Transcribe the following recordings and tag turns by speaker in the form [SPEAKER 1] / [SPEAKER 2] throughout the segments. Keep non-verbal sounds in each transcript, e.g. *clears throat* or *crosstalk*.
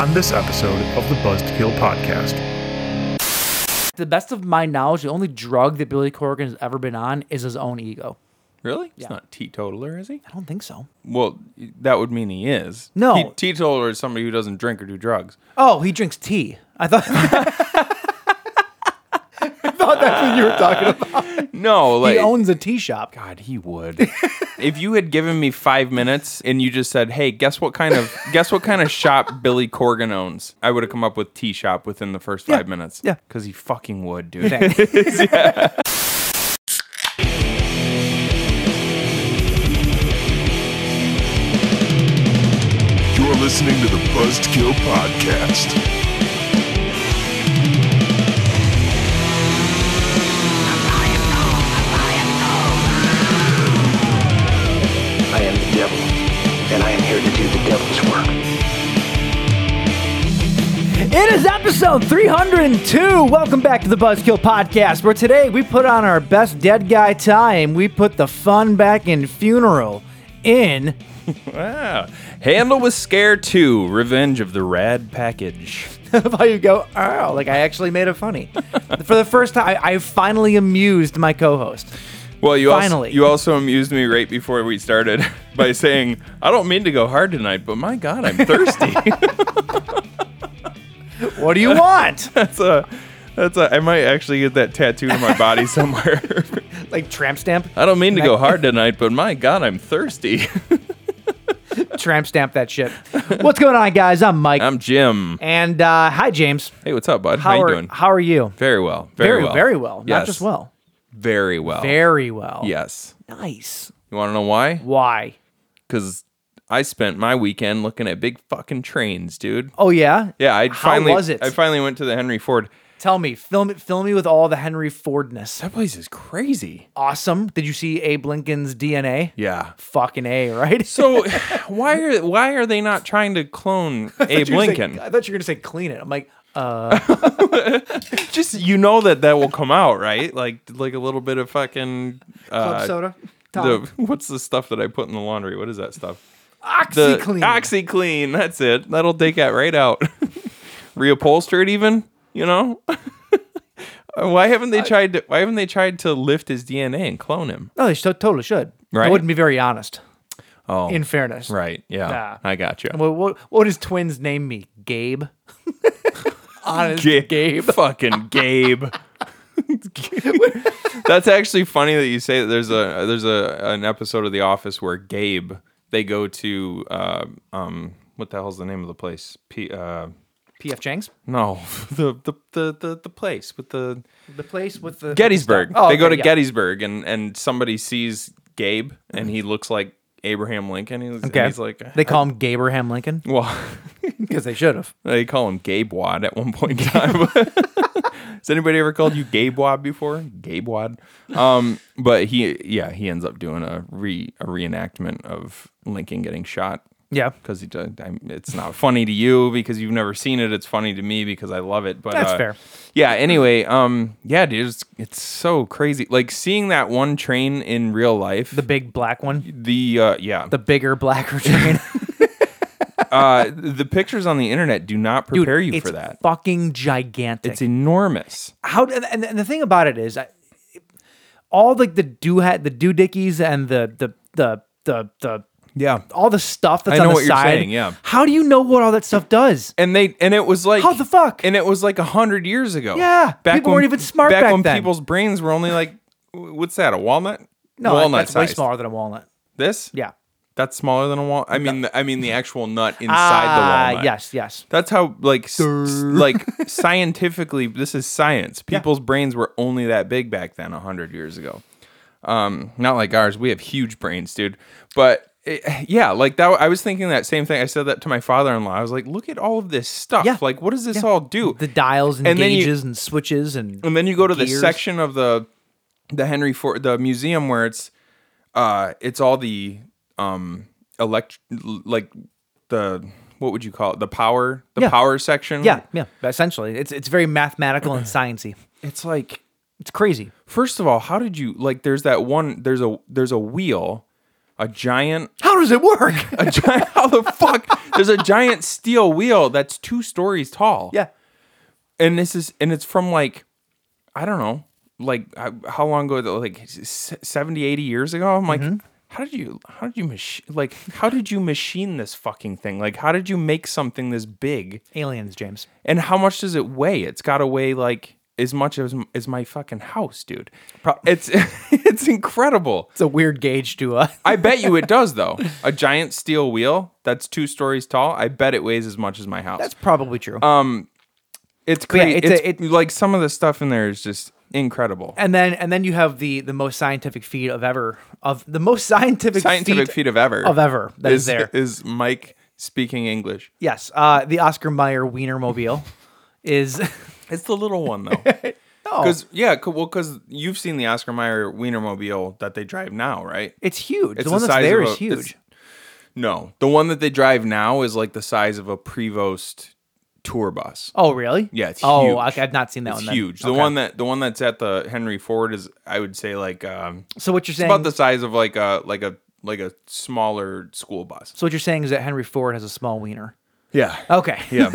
[SPEAKER 1] on this episode of the Buzzkill Podcast.
[SPEAKER 2] To the best of my knowledge, the only drug that Billy Corgan has ever been on is his own ego.
[SPEAKER 3] Really? He's
[SPEAKER 2] Yeah.
[SPEAKER 3] not teetotaler, is he?
[SPEAKER 2] I don't think so.
[SPEAKER 3] Well, that would mean he is.
[SPEAKER 2] No.
[SPEAKER 3] Te- teetotaler is somebody who doesn't drink or do drugs.
[SPEAKER 2] Oh, he drinks tea. I thought. *laughs* I thought that's what you were talking about.
[SPEAKER 3] No, like
[SPEAKER 2] He owns a tea shop.
[SPEAKER 3] God, he would. *laughs* if you had given me five minutes and you just said, "Hey, guess what kind of *laughs* guess what kind of shop Billy Corgan owns," I would have come up with tea shop within the first five minutes.
[SPEAKER 2] yeah.
[SPEAKER 3] because he fucking would, dude.
[SPEAKER 4] You're listening to the Buzzkill Podcast.
[SPEAKER 5] I am the devil, and I am here to do the devil's work.
[SPEAKER 2] It is episode 302. Welcome back to the Buzzkill Podcast, where today we put on our best dead guy time. We put the fun back in funeral in *laughs*
[SPEAKER 3] Ah. *laughs* Handle with Scare 2, Revenge of the Rad Package.
[SPEAKER 2] of how you go, oh, like I actually made it funny. *laughs* For the first time, I, I finally amused my co host.
[SPEAKER 3] Well, you also,
[SPEAKER 2] Finally.
[SPEAKER 3] you also amused me right before we started *laughs* by saying, I don't mean to go hard tonight, but my God,
[SPEAKER 2] *laughs*
[SPEAKER 3] I'm thirsty.
[SPEAKER 2] What do you want?
[SPEAKER 3] that's a, that's a, I might actually get that tattooed on my *laughs* body somewhere.
[SPEAKER 2] like tramp
[SPEAKER 3] *laughs*
[SPEAKER 2] stamp?
[SPEAKER 3] I don't mean to go hard tonight, but my God, I'm thirsty.
[SPEAKER 2] Tramp stamp that shit. What's going on, guys? I'm Mike.
[SPEAKER 3] I'm Jim.
[SPEAKER 2] and uh, hi, James.
[SPEAKER 3] Hey, what's up, bud?
[SPEAKER 2] How,
[SPEAKER 3] How, you
[SPEAKER 2] are,
[SPEAKER 3] doing?
[SPEAKER 2] How are you?
[SPEAKER 3] Very well. Very, well.
[SPEAKER 2] very well. Not
[SPEAKER 3] Yes.
[SPEAKER 2] just well.
[SPEAKER 3] Very well.
[SPEAKER 2] Very well.
[SPEAKER 3] yes.
[SPEAKER 2] Nice.
[SPEAKER 3] You want to know why?
[SPEAKER 2] Why?
[SPEAKER 3] Because I spent my weekend looking at big fucking trains, dude.
[SPEAKER 2] Oh yeah.
[SPEAKER 3] Yeah, I
[SPEAKER 2] How
[SPEAKER 3] finally
[SPEAKER 2] was it?
[SPEAKER 3] I finally went to the Henry Ford.
[SPEAKER 2] Tell me, film fill me with all the Henry Fordness.
[SPEAKER 3] That place is crazy.
[SPEAKER 2] Awesome. Did you see Abe Lincoln's DNA? *laughs*
[SPEAKER 3] Yeah.
[SPEAKER 2] Fucking A,
[SPEAKER 3] *laughs*
[SPEAKER 2] right?
[SPEAKER 3] So why are why are they not trying to clone Abe
[SPEAKER 2] You were saying-
[SPEAKER 3] Lincoln?
[SPEAKER 2] I thought you were gonna say clean it. I'm like, uh,
[SPEAKER 3] Just you know that that will come out, right? Like like a little bit of fucking
[SPEAKER 2] club
[SPEAKER 3] uh,
[SPEAKER 2] soda.
[SPEAKER 3] the,
[SPEAKER 2] Tom,
[SPEAKER 3] *laughs* what's the stuff that I put in the laundry? What is that stuff? The
[SPEAKER 2] OxyClean.
[SPEAKER 3] OxyClean. That's it. That'll take that right out. *laughs* Reupholster it even, you know? *laughs* why haven't they tried to why haven't they tried to lift his DNA and clone him?
[SPEAKER 2] no, Oh, they sh- totally should. I
[SPEAKER 3] Right?
[SPEAKER 2] wouldn't be very honest.
[SPEAKER 3] Oh.
[SPEAKER 2] In fairness,
[SPEAKER 3] Right. Yeah.
[SPEAKER 2] Nah.
[SPEAKER 3] I got you.
[SPEAKER 2] What, what, what does twins name me? Gabe. honest. *laughs*
[SPEAKER 3] Ga- Gabe. *laughs* Fucking Gabe. That's actually funny that you say that there's a there's a an episode of The Office where Gabe they go to uh, um what the hell's the name of the place P, uh
[SPEAKER 2] P.F. Chang's.
[SPEAKER 3] no *laughs* the, the the the the place with the
[SPEAKER 2] The place with the
[SPEAKER 3] Gettysburg
[SPEAKER 2] Oh,
[SPEAKER 3] they go
[SPEAKER 2] okay,
[SPEAKER 3] to
[SPEAKER 2] yeah.
[SPEAKER 3] Gettysburg and and somebody sees Gabe and he looks like Abraham Lincoln He was- and
[SPEAKER 2] Okay.
[SPEAKER 3] he's like
[SPEAKER 2] they call him Gabraham *laughs* Lincoln
[SPEAKER 3] well
[SPEAKER 2] because uh, they should have.
[SPEAKER 3] They call him Gabe Wad at one point in time. *laughs* Has anybody ever called you Gabe Wad before? Gabe Wad. Um, but he, yeah, he ends up doing a re a reenactment of Lincoln getting shot
[SPEAKER 2] Yeah,
[SPEAKER 3] because he. did- I'm- It's not funny to you because you've never seen it. It's funny to me because I love it. But
[SPEAKER 2] That's
[SPEAKER 3] uh,
[SPEAKER 2] fair.
[SPEAKER 3] Yeah. Anyway, um, yeah, dude, it's, it's so crazy. Like seeing that one train in real life.
[SPEAKER 2] the big black one,
[SPEAKER 3] the uh, yeah
[SPEAKER 2] the bigger *laughs* blacker train.
[SPEAKER 3] *laughs* uh,
[SPEAKER 2] *laughs*
[SPEAKER 3] the pictures on the internet do not
[SPEAKER 2] Dude,
[SPEAKER 3] prepare you
[SPEAKER 2] it's
[SPEAKER 3] for that.
[SPEAKER 2] Fucking gigantic.
[SPEAKER 3] It's e enormous.
[SPEAKER 2] how and, and and the thing about it is I, all like the do hat the do dickies and the the the the the
[SPEAKER 3] Yeah.
[SPEAKER 2] all the stuff that's
[SPEAKER 3] I know
[SPEAKER 2] on the
[SPEAKER 3] what you're
[SPEAKER 2] side.
[SPEAKER 3] saying, yeah.
[SPEAKER 2] How do you know what all that stuff does?
[SPEAKER 3] and they and it was like
[SPEAKER 2] How the fuck?
[SPEAKER 3] and it was like a hundred years ago
[SPEAKER 2] Yeah,
[SPEAKER 3] back
[SPEAKER 2] people
[SPEAKER 3] when,
[SPEAKER 2] weren't even smart
[SPEAKER 3] back,
[SPEAKER 2] back
[SPEAKER 3] when
[SPEAKER 2] then.
[SPEAKER 3] people's brains were only like w- what's that a walnut
[SPEAKER 2] No,
[SPEAKER 3] walnut
[SPEAKER 2] that's way
[SPEAKER 3] size.
[SPEAKER 2] smaller than a walnut.
[SPEAKER 3] this
[SPEAKER 2] Yeah.
[SPEAKER 3] that's smaller than a walnut i mean the, i mean the actual nut inside
[SPEAKER 2] Ah,
[SPEAKER 3] the walnut
[SPEAKER 2] yes, yes.
[SPEAKER 3] that's how like s- s-
[SPEAKER 2] *laughs*
[SPEAKER 3] like scientifically this is science people's brains were only that big back then a hundred years ago um not like ours we have huge brains dude but it, yeah like that i was thinking that same thing i said that to my father-in-law i was like look at all of this stuff
[SPEAKER 2] Yeah.
[SPEAKER 3] like what does this
[SPEAKER 2] Yeah.
[SPEAKER 3] all do
[SPEAKER 2] The dials and,
[SPEAKER 3] And then you-
[SPEAKER 2] gauges and switches and
[SPEAKER 3] and then you go to the
[SPEAKER 2] gears.
[SPEAKER 3] section of the the Henry Ford the museum where it's uh it's all the um elect like the what would you call it the power the
[SPEAKER 2] Yeah.
[SPEAKER 3] power section
[SPEAKER 2] Yeah, yeah. Essentially, it's it's very mathematical and sciency.
[SPEAKER 3] it's like
[SPEAKER 2] It's crazy.
[SPEAKER 3] first of all how did you like there's that one there's a there's a wheel a giant *laughs*
[SPEAKER 2] How does it work?
[SPEAKER 3] a giant how the fuck there's a giant steel wheel that's two stories tall
[SPEAKER 2] yeah.
[SPEAKER 3] and this is and it's from like i don't know like I- how long ago that like s- 70 80 years ago i'm like how did you how did you mach- like how did you machine this fucking thing like how did you make something this big
[SPEAKER 2] Aliens, James.
[SPEAKER 3] and how much does it weigh it's got to weigh like as much as as my fucking house dude it's *laughs* it's incredible
[SPEAKER 2] It's a weird gauge to uh *laughs*
[SPEAKER 3] I bet you it does though. A giant steel wheel that's two stories tall. I bet it weighs as much as my house.
[SPEAKER 2] That's probably true.
[SPEAKER 3] Um, it's crazy.
[SPEAKER 2] yeah,
[SPEAKER 3] it's
[SPEAKER 2] it's a- it-
[SPEAKER 3] like some of the stuff in there is just incredible.
[SPEAKER 2] and then and then you have the the most scientific feat of ever of the most *laughs* scientific
[SPEAKER 3] Scientific feat, of ever
[SPEAKER 2] of ever that is
[SPEAKER 3] is
[SPEAKER 2] there.
[SPEAKER 3] is Mike speaking English.
[SPEAKER 2] yes, uh, the Oscar Mayer Wienermobile is *laughs*
[SPEAKER 3] It's the little one though.
[SPEAKER 2] no,
[SPEAKER 3] Because yeah, 'cause- well, because you've seen the Oscar Mayer Wienermobile that they drive now, right?
[SPEAKER 2] it's huge.
[SPEAKER 3] It's
[SPEAKER 2] the one
[SPEAKER 3] the
[SPEAKER 2] that's
[SPEAKER 3] size
[SPEAKER 2] there
[SPEAKER 3] of
[SPEAKER 2] is
[SPEAKER 3] a-
[SPEAKER 2] huge.
[SPEAKER 3] it's- No, the one that they drive now is like the size of a Prevost tour bus.
[SPEAKER 2] Oh, really?
[SPEAKER 3] Yeah, it's
[SPEAKER 2] oh,
[SPEAKER 3] huge.
[SPEAKER 2] okay, I've not seen that
[SPEAKER 3] It's
[SPEAKER 2] one. then.
[SPEAKER 3] huge. The
[SPEAKER 2] Okay.
[SPEAKER 3] one that the one that's at the Henry Ford is, I would say, like um,
[SPEAKER 2] So what you're
[SPEAKER 3] it's
[SPEAKER 2] saying?
[SPEAKER 3] about the size of like a like a like a smaller school bus.
[SPEAKER 2] so what you're saying is that Henry Ford has a small wiener.
[SPEAKER 3] Yeah.
[SPEAKER 2] Okay.
[SPEAKER 3] Yeah.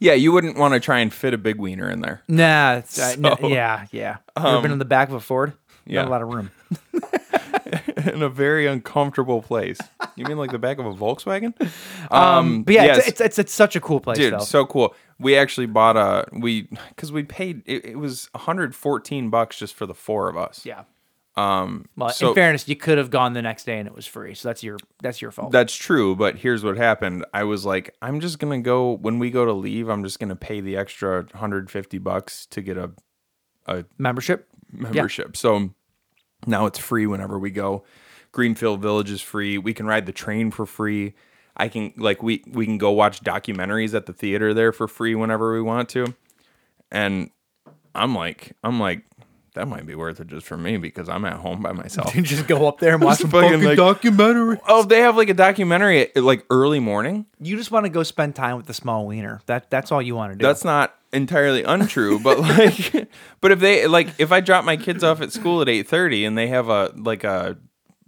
[SPEAKER 3] yeah, you wouldn't want to try and fit a big wiener in there.
[SPEAKER 2] *laughs* Nah. It's, uh, n-
[SPEAKER 3] So, um,
[SPEAKER 2] yeah. Yeah. You ever been in the back of a Ford?
[SPEAKER 3] yeah.
[SPEAKER 2] Not a lot of
[SPEAKER 3] *laughs*
[SPEAKER 2] room.
[SPEAKER 3] *laughs* In a very uncomfortable place. You mean like the back of a Volkswagen?
[SPEAKER 2] But yeah,
[SPEAKER 3] Um, Yes.
[SPEAKER 2] it's, it's, it's it's such a cool place
[SPEAKER 3] Dude,
[SPEAKER 2] though.
[SPEAKER 3] so cool. We actually bought a we because we paid it, it was 114 bucks just for the four of us.
[SPEAKER 2] yeah. Um. Well, in
[SPEAKER 3] so-
[SPEAKER 2] fairness, you could have gone the next day and it was free. So that's your that's your fault.
[SPEAKER 3] That's true, but here's what happened. I was like, I'm just gonna go when we go to leave. I'm just gonna pay the extra 150 bucks to get a *laughs*
[SPEAKER 2] Membership.
[SPEAKER 3] membership. So now it's free whenever we go. Greenfield Village is free. We can ride the train for free. I can like we we can go watch documentaries at the theater there for free whenever we want to. And I'm like I'm like that might be worth it just for me because I'm at home by myself.
[SPEAKER 2] You just go up there
[SPEAKER 3] *laughs*
[SPEAKER 2] and *laughs* watch some
[SPEAKER 3] fucking,
[SPEAKER 2] fucking
[SPEAKER 3] like-
[SPEAKER 2] documentary.
[SPEAKER 3] oh, they have like a documentary at, like early morning.
[SPEAKER 2] You just want to go spend time with the small wiener. That that's all you want to do.
[SPEAKER 3] That's not entirely untrue,
[SPEAKER 2] *laughs*
[SPEAKER 3] but like, but if they like, if I drop my kids off at school at eight thirty and they have a like a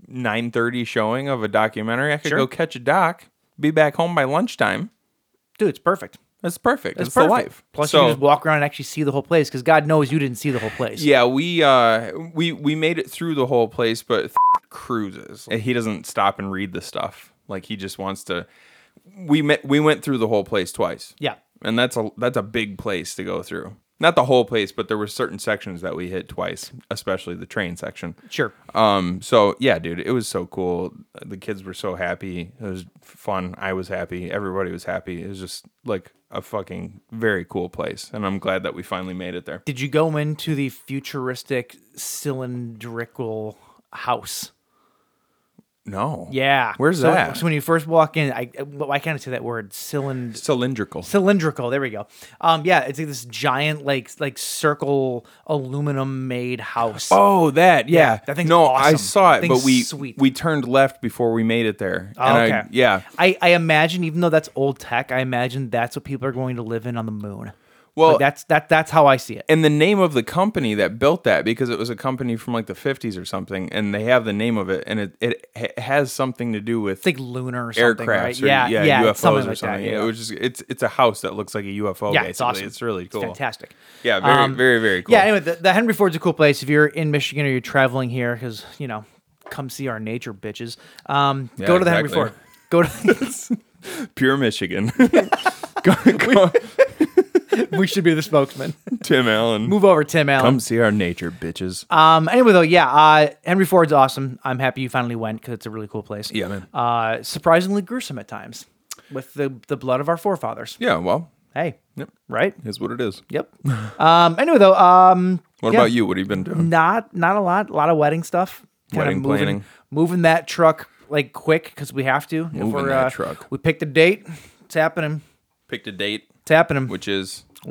[SPEAKER 3] nine thirty showing of a documentary, I could
[SPEAKER 2] Sure.
[SPEAKER 3] go catch a doc, be back home by lunchtime.
[SPEAKER 2] dude. It's perfect.
[SPEAKER 3] That's perfect.
[SPEAKER 2] It's
[SPEAKER 3] That's,
[SPEAKER 2] perfect.
[SPEAKER 3] the life.
[SPEAKER 2] Plus, you
[SPEAKER 3] So-
[SPEAKER 2] can just walk around and actually see the whole place because God knows you didn't see the whole place.
[SPEAKER 3] Yeah, we uh we we made it through the whole place, but cruises. And He doesn't stop and read the stuff. Like he just wants to. We met. We went through the whole place twice.
[SPEAKER 2] Yeah.
[SPEAKER 3] and that's a that's a big place to go through. Not the whole place, but there were certain sections that we hit twice, especially the train section.
[SPEAKER 2] Sure.
[SPEAKER 3] Um. So yeah, dude, it was so cool. The kids were so happy. It was fun. I was happy. Everybody was happy. It was just like a fucking very cool place, and I'm glad that we finally made it there.
[SPEAKER 2] Did you go into the futuristic cylindrical house?
[SPEAKER 3] No.
[SPEAKER 2] Yeah.
[SPEAKER 3] Where's
[SPEAKER 2] So-
[SPEAKER 3] that?
[SPEAKER 2] So when you first walk in, I why can't I say that word? Cylind
[SPEAKER 3] Cylindrical.
[SPEAKER 2] cylindrical. There we go. Um, yeah, it's like this giant like like circle aluminum made house.
[SPEAKER 3] Oh, that yeah.
[SPEAKER 2] that thing's
[SPEAKER 3] no, I
[SPEAKER 2] awesome.
[SPEAKER 3] saw
[SPEAKER 2] That
[SPEAKER 3] it, but
[SPEAKER 2] thing's
[SPEAKER 3] we
[SPEAKER 2] sweet. Oh,
[SPEAKER 3] we turned left before we made it there. And I-
[SPEAKER 2] okay.
[SPEAKER 3] yeah.
[SPEAKER 2] I, I imagine, even though that's old tech, I imagine that's what people are going to live in on the moon.
[SPEAKER 3] Well,
[SPEAKER 2] Like, that's that that's how I see it.
[SPEAKER 3] and the name of the company that built that because it was a company from like the 50s or something and they have the name of it and it it, it has something to do with
[SPEAKER 2] It's like lunar or something, right?
[SPEAKER 3] aircrafts or yeah, UFOs
[SPEAKER 2] something
[SPEAKER 3] or
[SPEAKER 2] like that,
[SPEAKER 3] something.
[SPEAKER 2] yeah.
[SPEAKER 3] yeah. It was just it's it's a house that looks like a UFO
[SPEAKER 2] Yeah,
[SPEAKER 3] basically.
[SPEAKER 2] it's awesome.
[SPEAKER 3] It's really cool.
[SPEAKER 2] fantastic.
[SPEAKER 3] Yeah, very very very cool.
[SPEAKER 2] Um, Yeah, anyway, the, the Henry Ford's a cool place if you're in Michigan or you're traveling here because, you know, come see our nature, bitches. Um,
[SPEAKER 3] Yeah,
[SPEAKER 2] go to the Henry
[SPEAKER 3] exactly.
[SPEAKER 2] Ford. Go to. *laughs*
[SPEAKER 3] Pure Michigan. *laughs* Go- go-
[SPEAKER 2] we should be the spokesman.
[SPEAKER 3] Tim Allen.
[SPEAKER 2] *laughs* Move over, Tim Allen.
[SPEAKER 3] Come see our nature, bitches.
[SPEAKER 2] Um, anyway, though, yeah, uh, Henry Ford's awesome. I'm happy you finally went because it's a really cool place.
[SPEAKER 3] Yeah, man.
[SPEAKER 2] Uh, surprisingly gruesome at times with the, the blood of our forefathers.
[SPEAKER 3] yeah, well,
[SPEAKER 2] Hey,
[SPEAKER 3] yep. *laughs*
[SPEAKER 2] right?
[SPEAKER 3] Is what it is.
[SPEAKER 2] Yep. um, anyway, though, um,
[SPEAKER 3] What
[SPEAKER 2] Yeah.
[SPEAKER 3] about you? What have you been doing?
[SPEAKER 2] not not a lot, a lot of wedding stuff. Kinda
[SPEAKER 3] Wedding
[SPEAKER 2] moving,
[SPEAKER 3] planning.
[SPEAKER 2] moving that truck like quick because we have to. uh,
[SPEAKER 3] Moving that truck.
[SPEAKER 2] We picked a date. It's happening.
[SPEAKER 3] Picked a date,
[SPEAKER 2] It's happening. Which,
[SPEAKER 3] which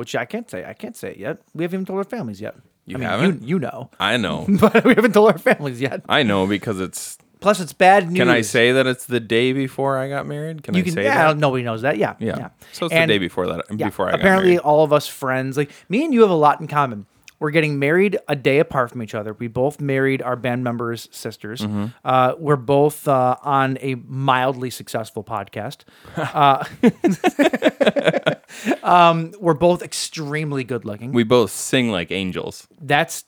[SPEAKER 3] is
[SPEAKER 2] I can't say. I can't say it yet. We haven't even told our families yet. You I mean,
[SPEAKER 3] haven't?
[SPEAKER 2] You, you know, *laughs*
[SPEAKER 3] I know.
[SPEAKER 2] but we haven't told our families yet.
[SPEAKER 3] I know
[SPEAKER 2] *laughs*
[SPEAKER 3] because it's
[SPEAKER 2] Plus, it's bad news.
[SPEAKER 3] Can I say that it's the day before I got married? Can
[SPEAKER 2] You
[SPEAKER 3] I
[SPEAKER 2] can.
[SPEAKER 3] say
[SPEAKER 2] Yeah,
[SPEAKER 3] that?
[SPEAKER 2] nobody knows that. Yeah.
[SPEAKER 3] Yeah. So it's the day before that
[SPEAKER 2] yeah,
[SPEAKER 3] before I
[SPEAKER 2] apparently
[SPEAKER 3] got married.
[SPEAKER 2] all of us friends like me and you have a lot in common. We're getting married a day apart from each other. We both married our band members' sisters.
[SPEAKER 3] Mm-hmm.
[SPEAKER 2] Uh, we're both uh, on a mildly successful podcast.
[SPEAKER 3] *laughs*
[SPEAKER 2] uh, *laughs* um, we're both extremely good looking.
[SPEAKER 3] We both sing like angels.
[SPEAKER 2] That's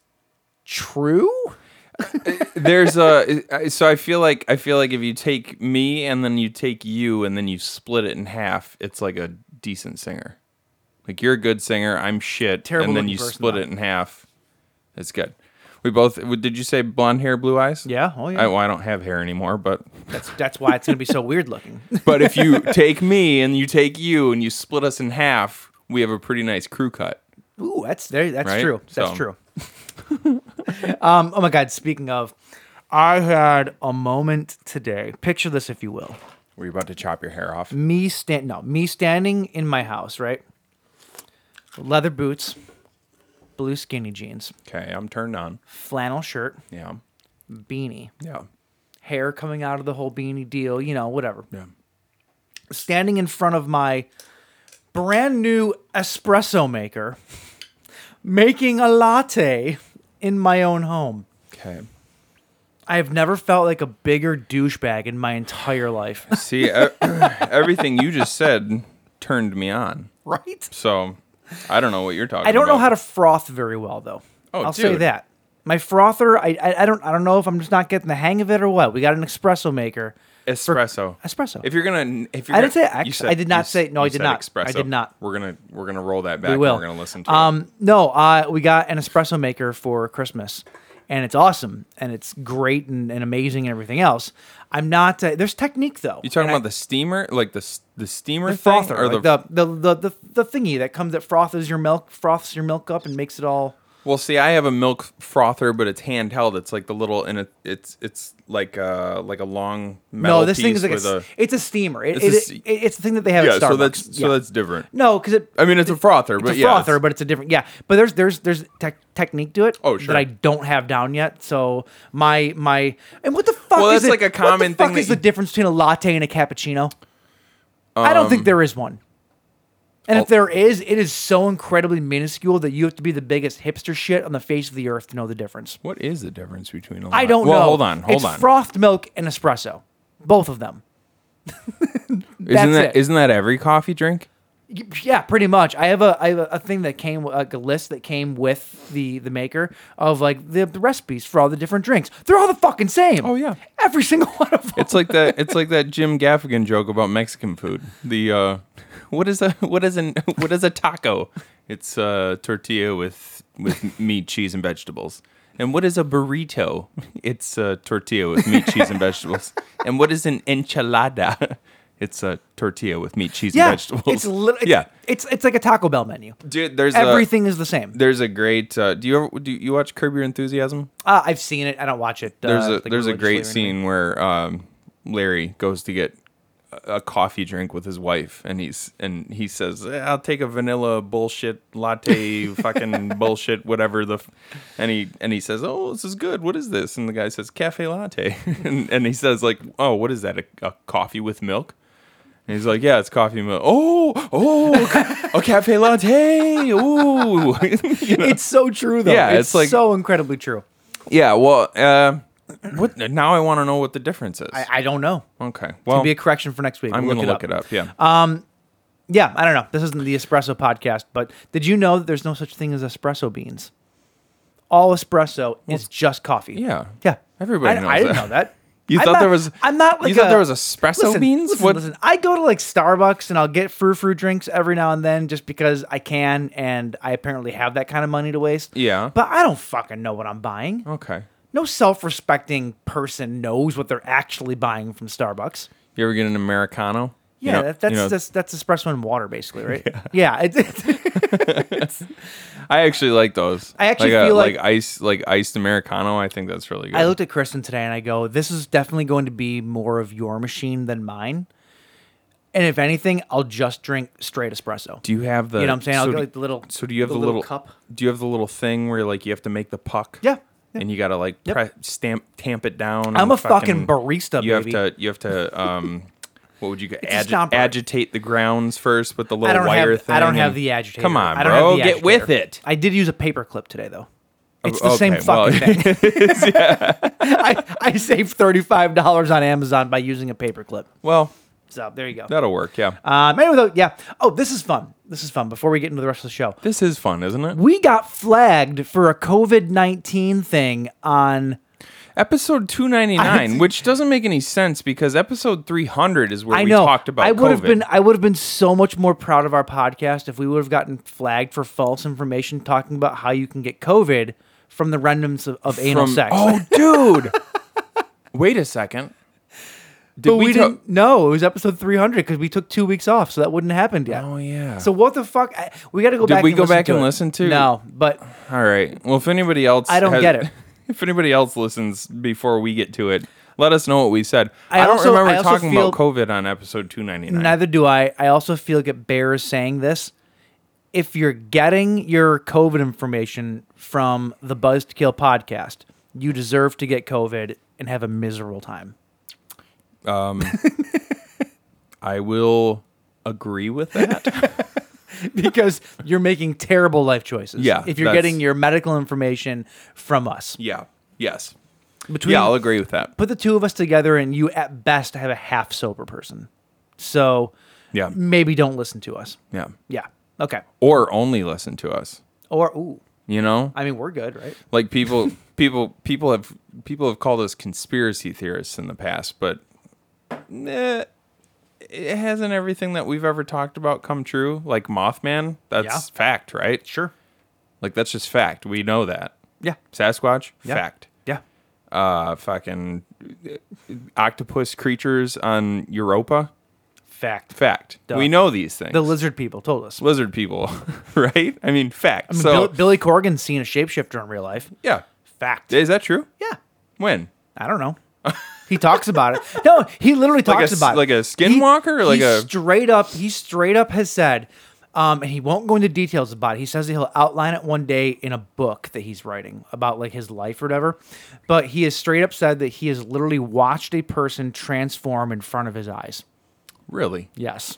[SPEAKER 2] true.
[SPEAKER 3] There's a so I feel like I feel like if you take me and then you take you and then you split it in half, it's like a decent singer. Like you're a good singer, I'm shit,
[SPEAKER 2] Terrible
[SPEAKER 3] and then
[SPEAKER 2] looking
[SPEAKER 3] you
[SPEAKER 2] person,
[SPEAKER 3] split
[SPEAKER 2] though.
[SPEAKER 3] it in half. It's good. We both did you say blonde hair, blue eyes?
[SPEAKER 2] Yeah, oh, yeah.
[SPEAKER 3] I, well, I don't have hair anymore, but
[SPEAKER 2] That's that's why it's gonna be so weird looking.
[SPEAKER 3] but if *laughs* you take me and you take you and you split us in half, we have a pretty nice crew cut.
[SPEAKER 2] Ooh, that's there. That's
[SPEAKER 3] Right?
[SPEAKER 2] true. That's
[SPEAKER 3] So-
[SPEAKER 2] true. *laughs* um, oh my God! Speaking of, I had a moment today. Picture this, if you will.
[SPEAKER 3] Were you about to chop your hair off?
[SPEAKER 2] Me stand no, me standing in my house, right? Leather boots, blue skinny jeans,
[SPEAKER 3] Okay, I'm turned on.
[SPEAKER 2] flannel shirt,
[SPEAKER 3] Yeah,
[SPEAKER 2] beanie,
[SPEAKER 3] yeah,
[SPEAKER 2] hair coming out of the whole beanie deal, you know, whatever.
[SPEAKER 3] yeah.
[SPEAKER 2] standing in front of my brand new espresso maker, making a latte in my own home.
[SPEAKER 3] Okay.
[SPEAKER 2] I have never felt like a bigger douchebag in my entire life.
[SPEAKER 3] See, e- *clears throat* everything you just said turned me on.
[SPEAKER 2] Right?
[SPEAKER 3] So I don't know what you're talking.
[SPEAKER 2] I don't know
[SPEAKER 3] about.
[SPEAKER 2] how to froth very well, though.
[SPEAKER 3] Oh,
[SPEAKER 2] I'll say
[SPEAKER 3] dude.
[SPEAKER 2] that. My frother, I, I I don't I don't know if I'm just not getting the hang of it or what. We got an espresso maker.
[SPEAKER 3] espresso.
[SPEAKER 2] Espresso.
[SPEAKER 3] If you're gonna, if you're
[SPEAKER 2] I
[SPEAKER 3] gonna,
[SPEAKER 2] didn't say ex-
[SPEAKER 3] you
[SPEAKER 2] I did not
[SPEAKER 3] you s-
[SPEAKER 2] say- no, I
[SPEAKER 3] you
[SPEAKER 2] did
[SPEAKER 3] said
[SPEAKER 2] not. I
[SPEAKER 3] Espresso.
[SPEAKER 2] did not.
[SPEAKER 3] We're gonna, we're gonna roll that back.
[SPEAKER 2] we
[SPEAKER 3] and
[SPEAKER 2] will.
[SPEAKER 3] We're gonna listen to it.
[SPEAKER 2] Um, no, uh, we got an espresso maker for Christmas, and it's awesome, and it's great and, and amazing and everything else. I'm not. Uh, there's technique though.
[SPEAKER 3] You talking
[SPEAKER 2] and I-
[SPEAKER 3] about the steamer, like the s- the steamer
[SPEAKER 2] the
[SPEAKER 3] thing,
[SPEAKER 2] frother
[SPEAKER 3] or
[SPEAKER 2] like the, the, the the the thingy that comes that froths your milk, froths your milk up, and makes it all.
[SPEAKER 3] Well, see, I have a milk frother, but it's handheld. It's like the little, and it, it's it's like a like a long metal
[SPEAKER 2] no, this thing is
[SPEAKER 3] piece
[SPEAKER 2] like a,
[SPEAKER 3] with
[SPEAKER 2] s- it's a steamer. It,
[SPEAKER 3] It's a
[SPEAKER 2] it-
[SPEAKER 3] s-
[SPEAKER 2] it- it's the thing that they have
[SPEAKER 3] yeah.
[SPEAKER 2] at Starbucks.
[SPEAKER 3] So that's so
[SPEAKER 2] Yeah.
[SPEAKER 3] that's different.
[SPEAKER 2] no, because it.
[SPEAKER 3] I mean, it's a frother, but
[SPEAKER 2] it's a
[SPEAKER 3] yeah,
[SPEAKER 2] frother, but it's a different yeah. But there's there's there's tech technique to it
[SPEAKER 3] Oh,
[SPEAKER 2] that
[SPEAKER 3] sure.
[SPEAKER 2] I don't have down yet. So my my and what the fuck
[SPEAKER 3] Well,
[SPEAKER 2] is
[SPEAKER 3] that's
[SPEAKER 2] it-
[SPEAKER 3] like a
[SPEAKER 2] what the
[SPEAKER 3] common
[SPEAKER 2] fuck
[SPEAKER 3] thing
[SPEAKER 2] is
[SPEAKER 3] that
[SPEAKER 2] the
[SPEAKER 3] you-
[SPEAKER 2] difference between a latte and a cappuccino? I don't
[SPEAKER 3] Um,
[SPEAKER 2] think there is one. And if
[SPEAKER 3] I'll-
[SPEAKER 2] there is, it is so incredibly minuscule that you have to be the biggest hipster shit on the face of the earth to know the difference.
[SPEAKER 3] What is the difference between a?
[SPEAKER 2] I don't
[SPEAKER 3] well,
[SPEAKER 2] know.
[SPEAKER 3] Hold on, hold
[SPEAKER 2] it's
[SPEAKER 3] on.
[SPEAKER 2] frothed milk and espresso, both of them.
[SPEAKER 3] *laughs* isn't
[SPEAKER 2] it.
[SPEAKER 3] that isn't that every coffee drink?
[SPEAKER 2] Yeah, pretty much. I have a I have a- a thing that came like a list that came with the the maker of like the, the recipes for all the different drinks. They're all the fucking same.
[SPEAKER 3] Oh, yeah.
[SPEAKER 2] every single one of them.
[SPEAKER 3] It's like that. It's like that Jim Gaffigan joke about Mexican food. The uh, what is a what is an *laughs* what is a taco? It's a tortilla with with meat, cheese, and vegetables. And what is a burrito? It's a tortilla with meat, cheese, and vegetables. And what is an enchilada? *laughs* It's a tortilla with meat,
[SPEAKER 2] *laughs*
[SPEAKER 3] cheese,
[SPEAKER 2] yeah,
[SPEAKER 3] and vegetables.
[SPEAKER 2] it's literally
[SPEAKER 3] yeah,
[SPEAKER 2] It's it's like a Taco Bell menu.
[SPEAKER 3] dude. There's everything.
[SPEAKER 2] Everything is the same.
[SPEAKER 3] there's a great. Uh, do you ever do you watch Curb Your Enthusiasm?
[SPEAKER 2] Uh, I've seen it. I don't watch it.
[SPEAKER 3] there's
[SPEAKER 2] uh,
[SPEAKER 3] a
[SPEAKER 2] like,
[SPEAKER 3] there's
[SPEAKER 2] religiously
[SPEAKER 3] a
[SPEAKER 2] or
[SPEAKER 3] great
[SPEAKER 2] anything.
[SPEAKER 3] scene where um, Larry goes to get a a coffee drink with his wife, and he's and he says, "Eh, "I'll take a vanilla bullshit *laughs* latte, fucking bullshit, whatever the," f-" and he and he says, "Oh, this is good. What is this?" And the guy says, "Cafe latte," *laughs* and and he says, "Like, oh, what is that? A, a coffee with milk?" And he's like, "Yeah, it's coffee milk. Oh, *laughs* oh, a cafe latte. Ooh, *laughs* You know?
[SPEAKER 2] It's so true though.
[SPEAKER 3] Yeah,
[SPEAKER 2] it's,
[SPEAKER 3] it's like-
[SPEAKER 2] so incredibly true.
[SPEAKER 3] yeah. Well, uh, what now? I want to know what the difference is.
[SPEAKER 2] I, I don't know.
[SPEAKER 3] Okay. Well,
[SPEAKER 2] Be a correction for next week.
[SPEAKER 3] I'm
[SPEAKER 2] We'll
[SPEAKER 3] going to look it up. Yeah.
[SPEAKER 2] Uh, Yeah, I don't know. This isn't the espresso podcast, but did you know that there's no such thing as espresso beans? All espresso is just coffee.
[SPEAKER 3] yeah.
[SPEAKER 2] Yeah.
[SPEAKER 3] Everybody
[SPEAKER 2] I,
[SPEAKER 3] knows
[SPEAKER 2] I didn't
[SPEAKER 3] that.
[SPEAKER 2] know that.
[SPEAKER 3] *laughs* You
[SPEAKER 2] I'm
[SPEAKER 3] thought
[SPEAKER 2] not-
[SPEAKER 3] there was-
[SPEAKER 2] I'm not like
[SPEAKER 3] you thought
[SPEAKER 2] a-
[SPEAKER 3] there was espresso
[SPEAKER 2] Listen,
[SPEAKER 3] beans?
[SPEAKER 2] Listen,
[SPEAKER 3] What-
[SPEAKER 2] listen, I go to like Starbucks and I'll get frou frou drinks every now and then just because I can and I apparently have that kind of money to waste.
[SPEAKER 3] Yeah.
[SPEAKER 2] But I don't fucking know what I'm buying.
[SPEAKER 3] okay.
[SPEAKER 2] No self respecting person knows what they're actually buying from Starbucks.
[SPEAKER 3] You ever get an Americano? You
[SPEAKER 2] Yeah,
[SPEAKER 3] know-
[SPEAKER 2] that, that's,
[SPEAKER 3] you know,
[SPEAKER 2] that's that's espresso and water, basically,
[SPEAKER 3] *laughs*
[SPEAKER 2] right? Yeah. it-
[SPEAKER 3] I actually like those.
[SPEAKER 2] I actually
[SPEAKER 3] a-
[SPEAKER 2] feel like-
[SPEAKER 3] ice, like iced Americano. I think that's really good.
[SPEAKER 2] I looked at Kristen today and I go, "This is definitely going to be more of your machine than mine." And if anything, I'll just drink straight espresso.
[SPEAKER 3] do you have the?
[SPEAKER 2] You know what I'm saying? I'll
[SPEAKER 3] so
[SPEAKER 2] get
[SPEAKER 3] do-
[SPEAKER 2] like the little.
[SPEAKER 3] So do you have the, little,
[SPEAKER 2] cup?
[SPEAKER 3] Do you have the little thing where like you have to make the puck?
[SPEAKER 2] Yeah, yeah.
[SPEAKER 3] And you gotta like
[SPEAKER 2] Yep.
[SPEAKER 3] pre- stamp tamp it down.
[SPEAKER 2] I'm
[SPEAKER 3] and
[SPEAKER 2] a fucking barista,
[SPEAKER 3] You
[SPEAKER 2] baby.
[SPEAKER 3] have to you have to um What would you get?
[SPEAKER 2] It's a
[SPEAKER 3] Agi-
[SPEAKER 2] stomper.
[SPEAKER 3] agitate the grounds first with the little
[SPEAKER 2] I don't
[SPEAKER 3] wire
[SPEAKER 2] have.
[SPEAKER 3] thing.
[SPEAKER 2] I don't have
[SPEAKER 3] and-
[SPEAKER 2] the agitator.
[SPEAKER 3] Come on,
[SPEAKER 2] I don't
[SPEAKER 3] bro,
[SPEAKER 2] have the
[SPEAKER 3] get
[SPEAKER 2] agitator.
[SPEAKER 3] with it. Oh,
[SPEAKER 2] I did use a paperclip today, though. It's the
[SPEAKER 3] okay,
[SPEAKER 2] same
[SPEAKER 3] well,
[SPEAKER 2] fucking
[SPEAKER 3] *laughs*
[SPEAKER 2] thing. *laughs* I, I saved thirty five dollars on Amazon by using a paperclip.
[SPEAKER 3] Well,
[SPEAKER 2] So there you go.
[SPEAKER 3] that'll work. Yeah,
[SPEAKER 2] Um, anyway, though, yeah. Oh, this is fun. This is fun. Before we get into the rest of the show,
[SPEAKER 3] this is fun, isn't it?
[SPEAKER 2] we got flagged for a COVID nineteen thing on.
[SPEAKER 3] Episode two ninety
[SPEAKER 2] I-
[SPEAKER 3] nine, which doesn't make any sense because episode three hundred is where
[SPEAKER 2] I
[SPEAKER 3] we
[SPEAKER 2] know.
[SPEAKER 3] talked about.
[SPEAKER 2] I would have
[SPEAKER 3] COVID.
[SPEAKER 2] been. I would have been so much more proud of our podcast if we would have gotten flagged for false information talking about how you can get COVID from the randoms of, of anal
[SPEAKER 3] from-
[SPEAKER 2] sex.
[SPEAKER 3] Oh,
[SPEAKER 2] *laughs*
[SPEAKER 3] dude. Wait a second. Did
[SPEAKER 2] but we,
[SPEAKER 3] ta-
[SPEAKER 2] didn't. No, it was episode three hundred because we took two weeks off, so that wouldn't have happened yet.
[SPEAKER 3] Oh, yeah.
[SPEAKER 2] So what the fuck? I, we got to go
[SPEAKER 3] Did
[SPEAKER 2] back.
[SPEAKER 3] we
[SPEAKER 2] and
[SPEAKER 3] go
[SPEAKER 2] listen
[SPEAKER 3] back
[SPEAKER 2] to
[SPEAKER 3] and
[SPEAKER 2] it.
[SPEAKER 3] listen to-
[SPEAKER 2] No, but
[SPEAKER 3] All right. Well, if anybody else,
[SPEAKER 2] I don't
[SPEAKER 3] has-
[SPEAKER 2] get it.
[SPEAKER 3] *laughs* If anybody else listens before we get to it, let us know what we said.
[SPEAKER 2] I
[SPEAKER 3] I, don't
[SPEAKER 2] also-
[SPEAKER 3] remember
[SPEAKER 2] I also
[SPEAKER 3] talking about
[SPEAKER 2] feel-
[SPEAKER 3] COVID on episode two ninety nine.
[SPEAKER 2] neither do I. I also feel like it bears saying this. If you're getting your COVID information from the Buzz to Kill podcast, you deserve to get COVID and have a miserable time. *laughs*
[SPEAKER 3] I will agree
[SPEAKER 2] *laughs*
[SPEAKER 3] with that.
[SPEAKER 2] because you're making terrible life choices.
[SPEAKER 3] Yeah,
[SPEAKER 2] If you're
[SPEAKER 3] that's-
[SPEAKER 2] getting your medical information from us.
[SPEAKER 3] yeah. Yes.
[SPEAKER 2] Between,
[SPEAKER 3] yeah, I'll agree with that.
[SPEAKER 2] Put the two of us together and you at best have a half sober person. So
[SPEAKER 3] Yeah.
[SPEAKER 2] maybe don't listen to us.
[SPEAKER 3] Yeah.
[SPEAKER 2] Yeah. Okay.
[SPEAKER 3] Or only listen to us.
[SPEAKER 2] Or ooh.
[SPEAKER 3] You know,
[SPEAKER 2] I mean we're good, right?
[SPEAKER 3] like people, people, people have people have called us conspiracy theorists in the past, but eh, it hasn't everything that we've ever talked about come true. Like Mothman, that's
[SPEAKER 2] Yeah.
[SPEAKER 3] fact, right?
[SPEAKER 2] Sure.
[SPEAKER 3] Like that's just fact. We know that.
[SPEAKER 2] Yeah.
[SPEAKER 3] Sasquatch,
[SPEAKER 2] Yeah.
[SPEAKER 3] fact.
[SPEAKER 2] Yeah.
[SPEAKER 3] Uh, fucking uh, octopus creatures on Europa,
[SPEAKER 2] Fact.
[SPEAKER 3] fact.
[SPEAKER 2] Duh.
[SPEAKER 3] We know these things.
[SPEAKER 2] The lizard people told us.
[SPEAKER 3] lizard people, *laughs* right? I mean, fact.
[SPEAKER 2] I mean,
[SPEAKER 3] so
[SPEAKER 2] Bill- Billy Corgan's seen a shapeshifter in real life.
[SPEAKER 3] yeah,
[SPEAKER 2] Fact.
[SPEAKER 3] is that true?
[SPEAKER 2] yeah.
[SPEAKER 3] When?
[SPEAKER 2] I don't know.
[SPEAKER 3] *laughs*
[SPEAKER 2] He talks about it. No, he literally
[SPEAKER 3] Like a
[SPEAKER 2] talks
[SPEAKER 3] s-
[SPEAKER 2] about it.
[SPEAKER 3] like a
[SPEAKER 2] He-
[SPEAKER 3] skinwalker? Like
[SPEAKER 2] he
[SPEAKER 3] a-
[SPEAKER 2] straight up. He straight up has said, um, and he won't go into details about it. He says that he'll outline it one day in a book that he's writing about like his life or whatever. But he has straight up said that he has literally watched a person transform in front of his eyes.
[SPEAKER 3] Really?
[SPEAKER 2] Yes,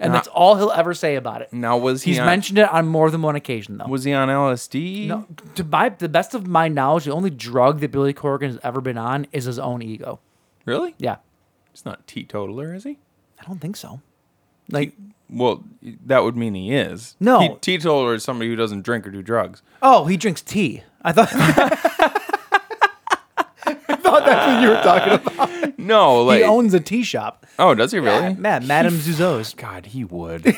[SPEAKER 2] and that's all he'll ever say about it.
[SPEAKER 3] Now was he
[SPEAKER 2] he's
[SPEAKER 3] on-
[SPEAKER 2] mentioned it on more than one occasion though.
[SPEAKER 3] Was he on LSD?
[SPEAKER 2] No, to my the best of my knowledge, the only drug that Billy Corgan has ever been on is his own ego.
[SPEAKER 3] Really?
[SPEAKER 2] Yeah,
[SPEAKER 3] He's not teetotaler, is he?
[SPEAKER 2] I don't think so. Like,
[SPEAKER 3] Well, that would mean he is.
[SPEAKER 2] No.
[SPEAKER 3] Te- teetotaler is somebody who doesn't drink or do drugs.
[SPEAKER 2] oh, he drinks tea. I thought. *laughs* I thought that's what you were talking about.
[SPEAKER 3] No, like
[SPEAKER 2] He owns a tea shop.
[SPEAKER 3] oh, does he really?
[SPEAKER 2] Matt, Madame Zuzo's.
[SPEAKER 3] God,
[SPEAKER 2] *laughs*
[SPEAKER 3] he would.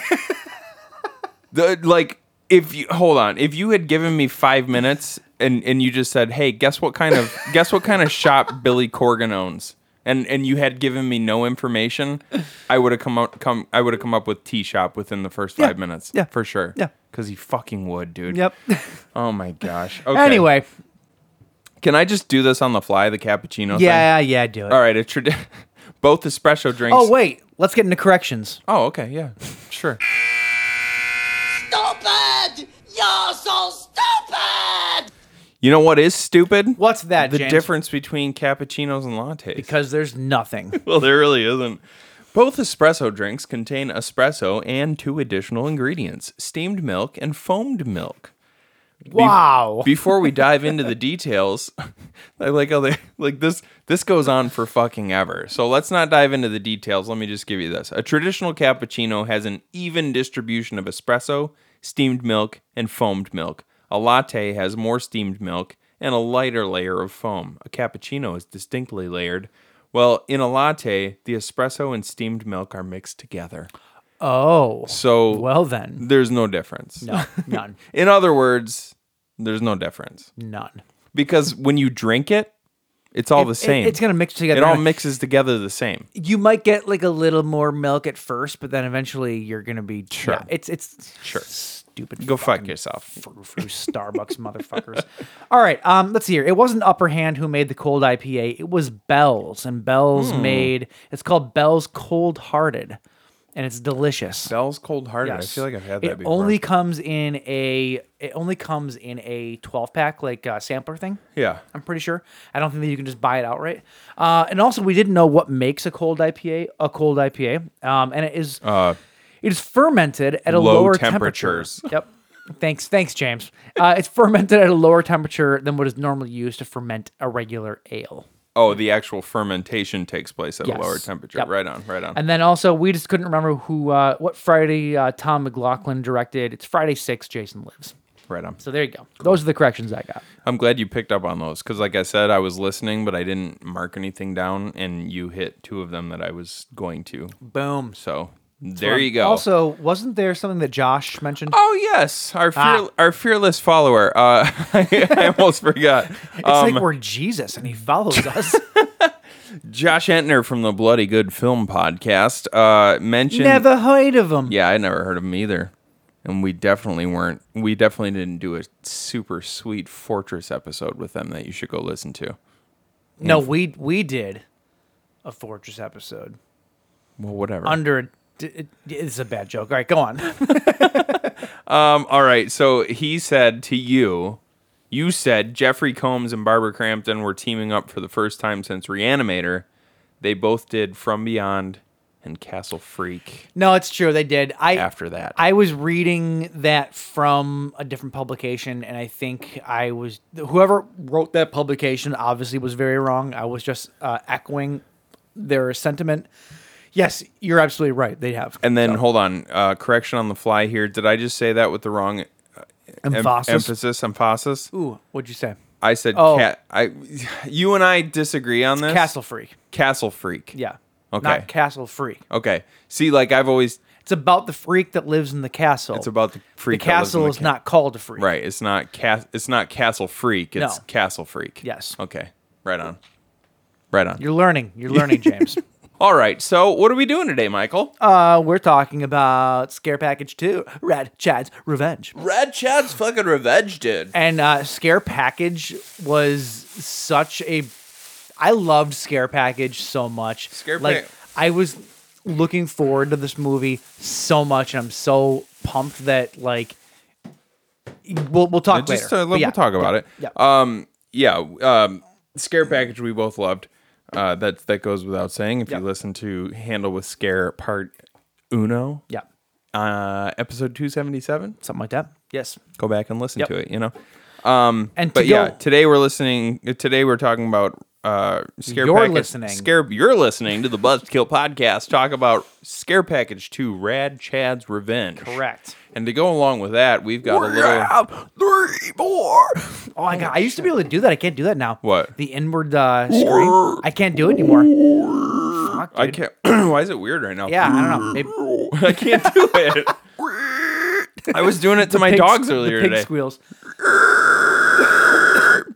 [SPEAKER 3] the like if you hold on, if you had given me five minutes and and you just said, "Hey, guess what kind
[SPEAKER 2] *laughs*
[SPEAKER 3] of guess what kind of shop Billy Corgan owns," and and you had given me no information, I would have come up come I would have come up with tea shop within the first
[SPEAKER 2] Yeah,
[SPEAKER 3] five minutes.
[SPEAKER 2] yeah,
[SPEAKER 3] for sure.
[SPEAKER 2] yeah.
[SPEAKER 3] because he fucking would,
[SPEAKER 2] *laughs*
[SPEAKER 3] dude.
[SPEAKER 2] Yep.
[SPEAKER 3] Oh
[SPEAKER 2] *laughs*
[SPEAKER 3] my gosh. Okay.
[SPEAKER 2] Anyway,
[SPEAKER 3] can I just do this on the fly? The cappuccino. thing?
[SPEAKER 2] yeah, yeah, do it.
[SPEAKER 3] All right. A trad- *laughs* both espresso drinks.
[SPEAKER 2] Oh wait, let's get into corrections.
[SPEAKER 3] Oh, okay. Yeah. Sure.
[SPEAKER 6] stupid! You're so stupid!
[SPEAKER 3] You know what is stupid?
[SPEAKER 2] What's that?
[SPEAKER 3] the
[SPEAKER 2] James?
[SPEAKER 3] difference between cappuccinos and lattes.
[SPEAKER 2] Because there's nothing.
[SPEAKER 3] well, there really isn't. Both espresso drinks contain espresso and two additional ingredients steamed milk and foamed milk.
[SPEAKER 2] wow. *laughs*
[SPEAKER 3] Before we dive into the details, *laughs* I like how they like this this goes on for fucking ever. So let's not dive into the details. Let me just give you this. A traditional cappuccino has an even distribution of espresso, steamed milk, and foamed milk. A latte has more steamed milk and a lighter layer of foam. A cappuccino is distinctly layered. Well, in a latte, the espresso and steamed milk are mixed together.
[SPEAKER 2] *laughs* oh.
[SPEAKER 3] So
[SPEAKER 2] Well then.
[SPEAKER 3] there's no difference.
[SPEAKER 2] No, none,
[SPEAKER 3] In other words, there's no difference
[SPEAKER 2] none.
[SPEAKER 3] because when you drink it, it's all the
[SPEAKER 2] It- it-
[SPEAKER 3] same.
[SPEAKER 2] it's gonna mix together.
[SPEAKER 3] It all mixes together the same.
[SPEAKER 2] you might get like a little more milk at first, but then eventually you're gonna be
[SPEAKER 3] Sure.
[SPEAKER 2] Yeah, it's it's
[SPEAKER 3] Sure.
[SPEAKER 2] Stupid.
[SPEAKER 3] Go fuck
[SPEAKER 2] fucking
[SPEAKER 3] yourself.
[SPEAKER 2] frou- frou Starbucks motherfuckers. *laughs* All right, um, let's see here. It wasn't Upper Hand who made the cold
[SPEAKER 3] Hmm.
[SPEAKER 2] IPA. It was Bell's, and Bell's made. It's called Bell's Cold Hearted. and it's delicious.
[SPEAKER 3] Bell's Cold Hearted. I
[SPEAKER 2] Yes.
[SPEAKER 3] feel like I've had
[SPEAKER 2] it
[SPEAKER 3] that before.
[SPEAKER 2] only comes in a it only comes in a 12 pack like uh, sampler thing.
[SPEAKER 3] yeah.
[SPEAKER 2] I'm pretty sure. I don't think that you can just buy it outright. Uh, and also, we didn't know what makes a cold IPA a cold IPA. Um, and it is
[SPEAKER 3] Uh,
[SPEAKER 2] it is fermented at a
[SPEAKER 3] Low
[SPEAKER 2] lower
[SPEAKER 3] temperatures.
[SPEAKER 2] temperature. Yep. Thanks, thanks, James. Uh, it's *laughs* fermented at a lower temperature than what is normally used to ferment a regular ale.
[SPEAKER 3] oh, the actual fermentation takes place at
[SPEAKER 2] Yes.
[SPEAKER 3] a lower temperature.
[SPEAKER 2] Yep.
[SPEAKER 3] Right on. Right on.
[SPEAKER 2] And then also, we just couldn't remember who, uh, what Friday uh, Tom McLaughlin directed. It's Friday Six. Jason Lives.
[SPEAKER 3] right on.
[SPEAKER 2] So there you go. Those are the corrections I got.
[SPEAKER 3] I'm glad you picked up on those because, like I said, I was listening, but I didn't mark anything down, and you hit two of them that I was going to.
[SPEAKER 2] Boom.
[SPEAKER 3] So there you go.
[SPEAKER 2] Also, wasn't there something that Josh mentioned?
[SPEAKER 3] Oh yes, our fear,
[SPEAKER 2] Ah.
[SPEAKER 3] our fearless follower. Uh, *laughs* I, I
[SPEAKER 2] *laughs*
[SPEAKER 3] almost forgot.
[SPEAKER 2] It's
[SPEAKER 3] Um,
[SPEAKER 2] like we're Jesus and he follows
[SPEAKER 3] *laughs*
[SPEAKER 2] us.
[SPEAKER 3] Josh Entner from the Bloody Good Film Podcast uh, mentioned.
[SPEAKER 2] Never heard of him.
[SPEAKER 3] Yeah, I never heard of him either, and we definitely weren't. We definitely didn't do a super sweet Fortress episode with them that you should go listen to.
[SPEAKER 2] No, we we did a Fortress episode
[SPEAKER 3] Well, whatever.
[SPEAKER 2] under. d- It, it's a bad joke. All right, go on.
[SPEAKER 3] Um, all right. So he said to you, you said Jeffrey Combs and Barbara Crampton were teaming up for the first time since Reanimator. They both did From Beyond and Castle Freak
[SPEAKER 2] No, it's true. They did. I
[SPEAKER 3] after that.
[SPEAKER 2] I was reading that from a different publication, and I think I was whoever wrote that publication obviously was very wrong. I was just uh, echoing their sentiment. Yes, you're absolutely right. They have.
[SPEAKER 3] and then hold on, uh, correction on the fly here. Did I just say that with the wrong em-
[SPEAKER 2] Emphasis.
[SPEAKER 3] emphasis? Emphasis.
[SPEAKER 2] Ooh, what'd you say?
[SPEAKER 3] I said
[SPEAKER 2] Oh.
[SPEAKER 3] cat. I, you and I disagree on this.
[SPEAKER 2] Castle Freak.
[SPEAKER 3] Castle Freak.
[SPEAKER 2] Yeah.
[SPEAKER 3] Okay.
[SPEAKER 2] Not Castle Freak.
[SPEAKER 3] Okay. See, like I've always,
[SPEAKER 2] It's about the freak that lives in the castle.
[SPEAKER 3] it's about the
[SPEAKER 2] the
[SPEAKER 3] freak. that lives in
[SPEAKER 2] castle
[SPEAKER 3] the
[SPEAKER 2] is
[SPEAKER 3] ca-
[SPEAKER 2] not called a freak.
[SPEAKER 3] Right. It's not cas- It's not Castle Freak. It's
[SPEAKER 2] No.
[SPEAKER 3] Castle Freak.
[SPEAKER 2] Yes.
[SPEAKER 3] Okay. Right on. Right on.
[SPEAKER 2] You're learning. You're
[SPEAKER 3] *laughs*
[SPEAKER 2] learning, James.
[SPEAKER 3] All right. So what are we doing today, Michael?
[SPEAKER 2] uh, we're talking about Scare Package 2, Red Chad's Revenge.
[SPEAKER 3] Rad Chad's fucking revenge, dude.
[SPEAKER 2] And uh, Scare Package was such a. I loved Scare Package so much.
[SPEAKER 3] Scare
[SPEAKER 2] like,
[SPEAKER 3] Pack-
[SPEAKER 2] I was looking forward to this movie so much, and I'm so pumped that, like, we'll, we'll talk later.
[SPEAKER 3] Just uh,
[SPEAKER 2] But
[SPEAKER 3] we'll
[SPEAKER 2] yeah,
[SPEAKER 3] talk about it.
[SPEAKER 2] yeah.
[SPEAKER 3] Um. Yeah. Um. Scare package we both loved. Uh. That that goes without saying. If
[SPEAKER 2] Yeah.
[SPEAKER 3] you listen to Handle with Scare Part Uno.
[SPEAKER 2] Yeah.
[SPEAKER 3] Uh. Episode two seventy seven.
[SPEAKER 2] Something like that. Yes.
[SPEAKER 3] Go back and listen
[SPEAKER 2] Yep. Um,
[SPEAKER 3] to it. You know. Um,
[SPEAKER 2] And
[SPEAKER 3] But
[SPEAKER 2] to
[SPEAKER 3] yeah,
[SPEAKER 2] go-
[SPEAKER 3] today we're listening. Today we're talking about uh, scare.
[SPEAKER 2] You're
[SPEAKER 3] package,
[SPEAKER 2] listening.
[SPEAKER 3] Scare. You're listening to the Buzzkill podcast. Talk about Scare Package Two: Rad Chad's Revenge.
[SPEAKER 2] Correct.
[SPEAKER 3] And to go along with that, we've got a little three more.
[SPEAKER 2] Oh my god! I used to be able to do that. I can't do that now.
[SPEAKER 3] What?
[SPEAKER 2] The inward uh, scream. I can't do it anymore. Fuck,
[SPEAKER 3] I
[SPEAKER 2] dude.
[SPEAKER 3] can't. *clears throat* why is it weird right now?
[SPEAKER 2] Yeah, I don't know. Maybe
[SPEAKER 3] *laughs* I can't do
[SPEAKER 2] *laughs*
[SPEAKER 3] it. I was doing it to my
[SPEAKER 2] pig-
[SPEAKER 3] dogs
[SPEAKER 2] the
[SPEAKER 3] earlier
[SPEAKER 2] pig
[SPEAKER 3] today.
[SPEAKER 2] Squeals.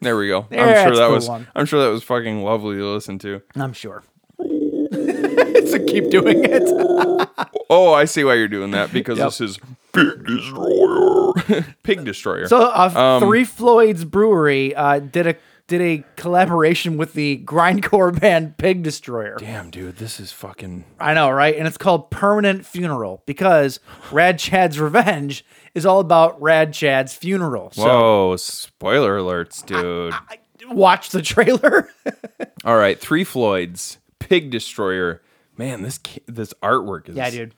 [SPEAKER 3] There we go.
[SPEAKER 2] Yeah,
[SPEAKER 3] I'm sure
[SPEAKER 2] that's
[SPEAKER 3] that
[SPEAKER 2] the
[SPEAKER 3] was.
[SPEAKER 2] one.
[SPEAKER 3] I'm sure that was fucking lovely to listen to.
[SPEAKER 2] I'm sure.
[SPEAKER 3] *laughs*
[SPEAKER 2] so keep doing it.
[SPEAKER 3] Oh, I see why you're doing that because this is Pig Destroyer. *laughs* Pig Destroyer.
[SPEAKER 2] So, uh,
[SPEAKER 3] Um,
[SPEAKER 2] Three Floyds Brewery uh, did a did a collaboration with the grindcore *laughs* band Pig Destroyer.
[SPEAKER 3] Damn, dude, this is fucking.
[SPEAKER 2] I know, right? And it's called Permanent Funeral because Rad Chad's Revenge is all about Rad Chad's funeral. So
[SPEAKER 3] Whoa, spoiler alerts, dude.
[SPEAKER 2] watch the trailer.
[SPEAKER 3] All right, Three Floyds, Pig Destroyer. Man, this ca- this artwork is
[SPEAKER 2] yeah, dude.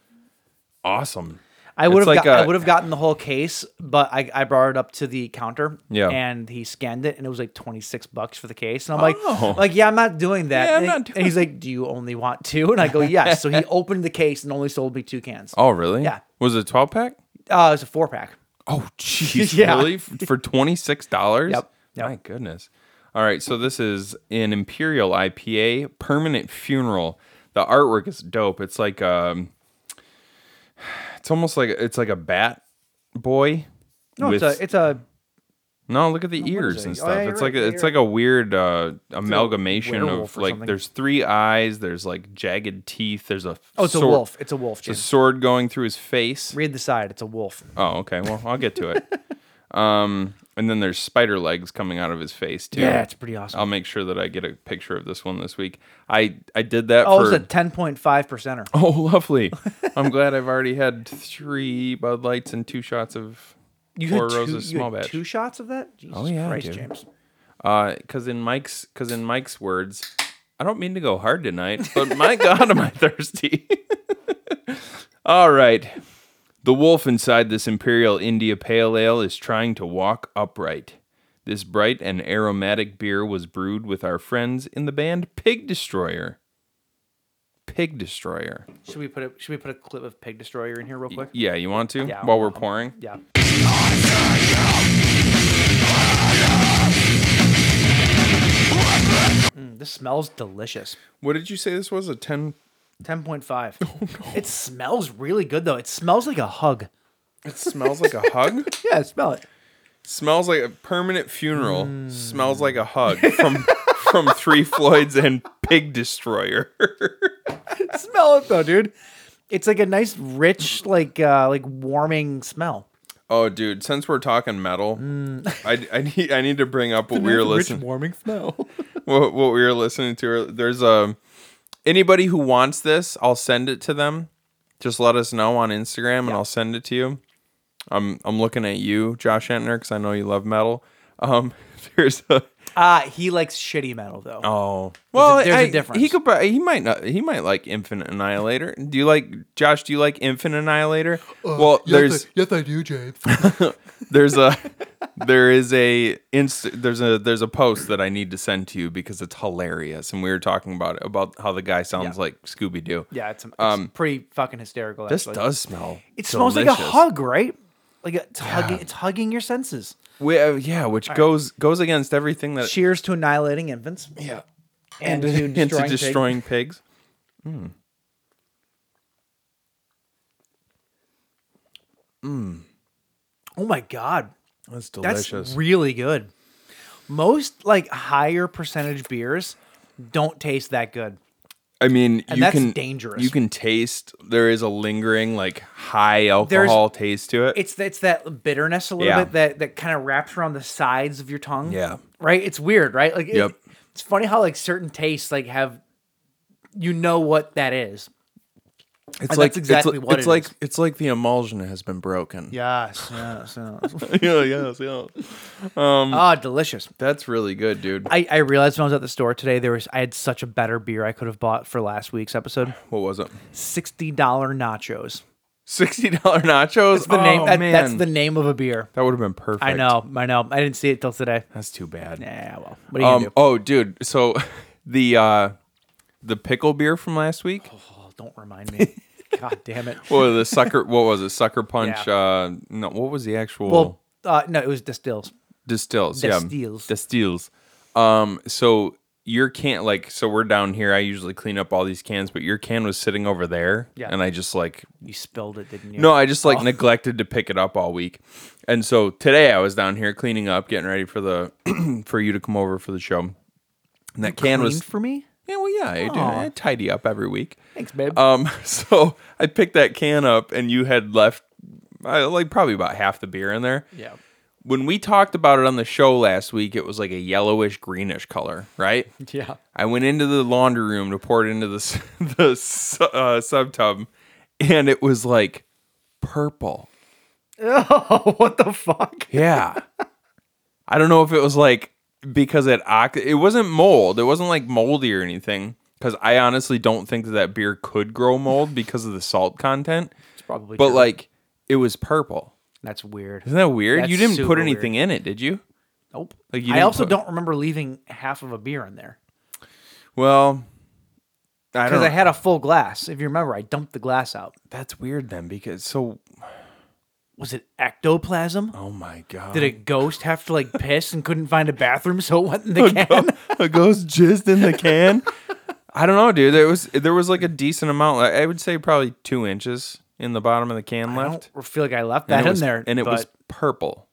[SPEAKER 3] awesome.
[SPEAKER 2] I would
[SPEAKER 3] It's
[SPEAKER 2] have
[SPEAKER 3] like
[SPEAKER 2] got, I
[SPEAKER 3] a-
[SPEAKER 2] would have gotten the whole case, but I, I brought it up to the counter.
[SPEAKER 3] Yeah.
[SPEAKER 2] And he scanned it and it was like 26 bucks for the case. And I'm
[SPEAKER 3] Oh.
[SPEAKER 2] like, like, yeah, I'm not doing that.
[SPEAKER 3] Yeah, I'm
[SPEAKER 2] and,
[SPEAKER 3] not doing-
[SPEAKER 2] and he's like, Do you only want two? And I go, Yes.
[SPEAKER 3] *laughs*
[SPEAKER 2] so he opened the case and only sold me two cans.
[SPEAKER 3] Oh, really?
[SPEAKER 2] Yeah.
[SPEAKER 3] Was it a 12 pack?
[SPEAKER 2] Uh, it's a four pack.
[SPEAKER 3] Oh, *laughs* jeez.
[SPEAKER 2] Yeah.
[SPEAKER 3] Really?
[SPEAKER 2] *laughs*
[SPEAKER 3] F- For $26?
[SPEAKER 2] Yep, yep.
[SPEAKER 3] My goodness. All right, so this is an Imperial IPA, Permanent Funeral. The artwork is dope. It's like um it's almost like it's like a bat boy.
[SPEAKER 2] No, it's a it's a
[SPEAKER 3] No, look at the ears
[SPEAKER 2] it?
[SPEAKER 3] and
[SPEAKER 2] Oh,
[SPEAKER 3] stuff.
[SPEAKER 2] yeah, you're
[SPEAKER 3] it's
[SPEAKER 2] right,
[SPEAKER 3] like a,
[SPEAKER 2] yeah,
[SPEAKER 3] it's
[SPEAKER 2] you're
[SPEAKER 3] like a weird uh, amalgamation
[SPEAKER 2] werewolf
[SPEAKER 3] of
[SPEAKER 2] or
[SPEAKER 3] like
[SPEAKER 2] something.
[SPEAKER 3] there's three eyes, there's like jagged teeth, there's a
[SPEAKER 2] oh, it's a
[SPEAKER 3] sword-
[SPEAKER 2] wolf. It's a wolf,
[SPEAKER 3] a
[SPEAKER 2] Jim.
[SPEAKER 3] sword going through his face.
[SPEAKER 2] Read the side. It's a wolf. *laughs*
[SPEAKER 3] Oh, okay. Well, I'll get to it. um, And then there's spider legs coming out of his face too.
[SPEAKER 2] Yeah, it's pretty awesome.
[SPEAKER 3] I'll make sure that I get a picture of this one this week. I I did that
[SPEAKER 2] Oh,
[SPEAKER 3] for
[SPEAKER 2] it's a ten point five percenter.
[SPEAKER 3] *laughs* Oh,
[SPEAKER 2] *laughs*
[SPEAKER 3] lovely. I'm glad I've already had three Bud Lights and two shots of
[SPEAKER 2] You
[SPEAKER 3] Four
[SPEAKER 2] had two,
[SPEAKER 3] Roses
[SPEAKER 2] you
[SPEAKER 3] small
[SPEAKER 2] had
[SPEAKER 3] batch.
[SPEAKER 2] two shots of that. Jesus
[SPEAKER 3] Oh, yeah, I
[SPEAKER 2] Christ,
[SPEAKER 3] did.
[SPEAKER 2] James.
[SPEAKER 3] because Uh, in Mike's because in Mike's words, I don't mean to go hard tonight, but my *laughs* God, am I thirsty? *laughs* All right, the wolf inside this Imperial India Pale Ale is trying to walk upright. This bright and aromatic beer was brewed with our friends in the band Pig Destroyer. Pig Destroyer.
[SPEAKER 2] Should we put a Should we put a clip of Pig Destroyer in here real quick?
[SPEAKER 3] Yeah, you want to?
[SPEAKER 2] Yeah,
[SPEAKER 3] While
[SPEAKER 2] I'll-
[SPEAKER 3] we're pouring?
[SPEAKER 2] Yeah. Mm, this smells delicious.
[SPEAKER 3] What did you say this was? A 10?
[SPEAKER 2] Ten point *laughs* five. It smells really good though. It smells like a hug.
[SPEAKER 3] It smells like a hug?
[SPEAKER 2] Yeah, smell it.
[SPEAKER 3] smells like a permanent funeral. Smells like a hug from from Three Floyds and Pig Destroyer. *laughs*
[SPEAKER 2] smell it though, dude. It's like a nice, rich, like uh like warming smell.
[SPEAKER 3] oh, dude! Since we're talking metal, I, I need I need to bring up what we were listening
[SPEAKER 2] warming *laughs* smell.
[SPEAKER 3] what, what we were listening to. earl- There's a anybody who wants this, I'll send it to them. Just let us know on Instagram, and I'll send it to you. I'm I'm looking at you, Josh Entner, because I know you love metal. Um, *laughs* there's a
[SPEAKER 2] Ah, he likes shitty metal though.
[SPEAKER 3] Oh, well,
[SPEAKER 2] there's a
[SPEAKER 3] I-
[SPEAKER 2] difference.
[SPEAKER 3] He could, pro- he might not. He might like Infinite Annihilator. Do you like Josh? Do you like Infinite Annihilator? well, there's
[SPEAKER 7] Uh, yes, I do, *laughs* James.
[SPEAKER 3] *laughs* there's a there is a inst- there's a there's a post that I need to send to you because it's hilarious, and we were talking about it about how the guy sounds like Scooby Doo.
[SPEAKER 2] Yeah, it's, it's pretty fucking hysterical.
[SPEAKER 3] Um, this
[SPEAKER 2] actually.
[SPEAKER 3] does smell.
[SPEAKER 2] It smells like a
[SPEAKER 3] delicious.
[SPEAKER 2] hug, right? Like it's hugging. It's hugging your senses.
[SPEAKER 3] We- uh, yeah, which goes goes against everything that
[SPEAKER 2] Uh, Cheers to annihilating infants. Yeah, and, to
[SPEAKER 3] *laughs* into
[SPEAKER 2] destroying. pig-
[SPEAKER 3] destroying pigs.
[SPEAKER 2] Oh my god,
[SPEAKER 3] That's
[SPEAKER 2] that's
[SPEAKER 3] delicious.
[SPEAKER 2] really good. Most like higher percentage beers don't taste that good.
[SPEAKER 3] I mean,
[SPEAKER 2] And
[SPEAKER 3] you
[SPEAKER 2] that's
[SPEAKER 3] can
[SPEAKER 2] dangerous.
[SPEAKER 3] You can taste there is a lingering like high alcohol taste to it.
[SPEAKER 2] It's it's that bitterness a little
[SPEAKER 3] Yeah.
[SPEAKER 2] bit that that kind of wraps around the sides of your tongue.
[SPEAKER 3] Yeah.
[SPEAKER 2] right. It's weird, right? Like it-
[SPEAKER 3] Yep.
[SPEAKER 2] it's funny how like certain tastes like have you know what that is.
[SPEAKER 3] It's
[SPEAKER 2] that's exactly
[SPEAKER 3] it's,
[SPEAKER 2] what
[SPEAKER 3] it's
[SPEAKER 2] it
[SPEAKER 3] like.
[SPEAKER 2] is.
[SPEAKER 3] It's like the emulsion has been broken.
[SPEAKER 2] Yes, yes, yes.
[SPEAKER 3] *laughs* yeah, yeah, yeah.
[SPEAKER 2] ah, delicious.
[SPEAKER 3] *laughs* That's really good, dude.
[SPEAKER 2] I, I realized when I was at the store today, there was I had such a better beer I could have bought for last week's episode.
[SPEAKER 3] what was it?
[SPEAKER 2] Sixty dollar nachos.
[SPEAKER 3] Sixty dollar nachos.
[SPEAKER 2] That's the name.
[SPEAKER 3] Oh,
[SPEAKER 2] that-
[SPEAKER 3] man.
[SPEAKER 2] that's the name of a beer.
[SPEAKER 3] That would have been perfect.
[SPEAKER 2] I know. I know. I didn't see it till today.
[SPEAKER 3] That's too bad.
[SPEAKER 2] Yeah. Well, what do you gonna
[SPEAKER 3] Um.
[SPEAKER 2] do?
[SPEAKER 3] Oh, dude. So, *laughs* the uh, the pickle beer from last week.
[SPEAKER 2] Oh, don't remind me.
[SPEAKER 3] *laughs*
[SPEAKER 2] God damn it.
[SPEAKER 3] Or
[SPEAKER 2] *laughs*
[SPEAKER 3] the sucker. What was it? Sucker punch.
[SPEAKER 2] Yeah.
[SPEAKER 3] Uh. No. What was the actual?
[SPEAKER 2] Well, uh, no, it was distills.
[SPEAKER 3] distills
[SPEAKER 2] Distills.
[SPEAKER 3] yeah distills um so your can like so we're down here i usually clean up all these cans but your can was sitting over there
[SPEAKER 2] Yeah. Oh.
[SPEAKER 3] and i just like
[SPEAKER 2] You spilled it, didn't you?
[SPEAKER 3] no i
[SPEAKER 2] *laughs*
[SPEAKER 3] just like neglected to pick it up all week and so today i was down here cleaning up getting ready for the *clears throat* for you to come over for the show and that can was
[SPEAKER 2] Cleaned for me.
[SPEAKER 3] yeah well yeah I, do, I tidy up every week
[SPEAKER 2] Thanks, babe.
[SPEAKER 3] um, *laughs* so I picked that can up, and you had left I, like probably about half the beer in there.
[SPEAKER 2] Yeah.
[SPEAKER 3] When we talked about it on the show last week, it was like a yellowish greenish color, right?
[SPEAKER 2] yeah.
[SPEAKER 3] *laughs* I went into the laundry room to pour it into the s- *laughs* the su- uh, sub tub, and it was like purple. Oh,
[SPEAKER 2] what the fuck? *laughs*
[SPEAKER 3] Yeah. I don't know if it was like because it ox- it wasn't mold. It wasn't like moldy or anything. Because I honestly don't think that that beer could grow mold because of the salt content. It's
[SPEAKER 2] probably
[SPEAKER 3] But
[SPEAKER 2] true.
[SPEAKER 3] like, it was purple.
[SPEAKER 2] That's weird.
[SPEAKER 3] Isn't that weird?
[SPEAKER 2] That's
[SPEAKER 3] you didn't
[SPEAKER 2] super
[SPEAKER 3] put
[SPEAKER 2] weird.
[SPEAKER 3] anything in it, did you?
[SPEAKER 2] Nope.
[SPEAKER 3] Like, you
[SPEAKER 2] I
[SPEAKER 3] didn't
[SPEAKER 2] also
[SPEAKER 3] put-
[SPEAKER 2] don't remember leaving half of a beer in there.
[SPEAKER 3] Well, I
[SPEAKER 2] Because
[SPEAKER 3] don't.
[SPEAKER 2] I had a full glass. If you remember, I dumped the glass out.
[SPEAKER 3] That's weird then, because so.
[SPEAKER 2] Was it ectoplasm?
[SPEAKER 3] Oh my god!
[SPEAKER 2] Did a ghost have to like piss and couldn't find a bathroom, so it went in the can?
[SPEAKER 3] *laughs* a ghost jizzed in the can? *laughs* I don't know, dude. There was there was like a decent amount. Like, I would say probably two inches in the bottom of the can
[SPEAKER 2] I
[SPEAKER 3] left.
[SPEAKER 2] don't feel like I left
[SPEAKER 3] and
[SPEAKER 2] that
[SPEAKER 3] it
[SPEAKER 2] in
[SPEAKER 3] was-
[SPEAKER 2] there.
[SPEAKER 3] and it was
[SPEAKER 2] but
[SPEAKER 3] purple.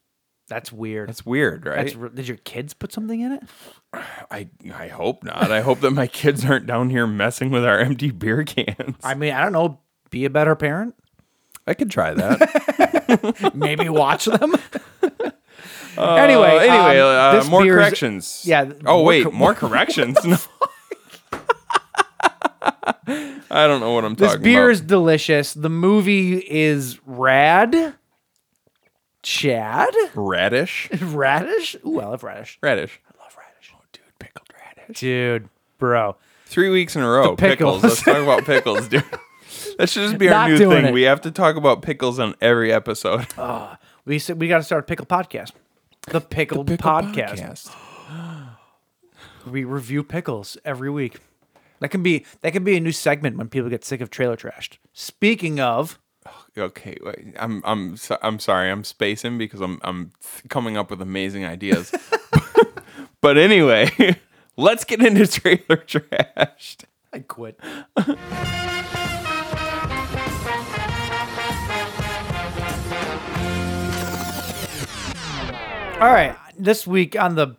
[SPEAKER 2] that's weird.
[SPEAKER 3] That's weird, right?
[SPEAKER 2] That's re- did your kids put something in it?
[SPEAKER 3] I I hope not. I hope that my kids aren't down here messing with our empty beer cans.
[SPEAKER 2] I mean, I don't know. Be a better parent.
[SPEAKER 3] I could try that.
[SPEAKER 2] *laughs*
[SPEAKER 3] *laughs*
[SPEAKER 2] Maybe watch them. anyway,
[SPEAKER 3] Uh, anyway,
[SPEAKER 2] um,
[SPEAKER 3] uh,
[SPEAKER 2] this
[SPEAKER 3] more
[SPEAKER 2] beer's-
[SPEAKER 3] corrections.
[SPEAKER 2] yeah, th-
[SPEAKER 3] Oh
[SPEAKER 2] more
[SPEAKER 3] wait,
[SPEAKER 2] cor-
[SPEAKER 3] *laughs* more corrections. No. *laughs* I don't know what I'm
[SPEAKER 2] This
[SPEAKER 3] talking
[SPEAKER 2] beer
[SPEAKER 3] about.
[SPEAKER 2] is delicious. The movie is rad. Chad
[SPEAKER 3] *laughs* radish.
[SPEAKER 2] radish. Ooh, I love radish.
[SPEAKER 3] Radish.
[SPEAKER 2] Love radish. Oh, dude, pickled radish. Dude, bro.
[SPEAKER 3] Three weeks in a row.
[SPEAKER 2] pickles.
[SPEAKER 3] Pickles. Let's talk about pickles, *laughs* dude. That should just be our
[SPEAKER 2] Not
[SPEAKER 3] new
[SPEAKER 2] doing
[SPEAKER 3] thing.
[SPEAKER 2] it.
[SPEAKER 3] We have to talk about pickles on every episode.
[SPEAKER 2] We s- we got to start a pickle podcast. The pickle, podcast. We review pickles every week. That can be that can be a new segment when people get sick of trailer trashed. Speaking of,
[SPEAKER 3] Okay, wait. I'm I'm so, I'm sorry. I'm spacing because I'm I'm th- coming up with amazing ideas. *laughs* but anyway, *laughs* let's get into trailer trashed.
[SPEAKER 2] I quit. *laughs* All right, this week on the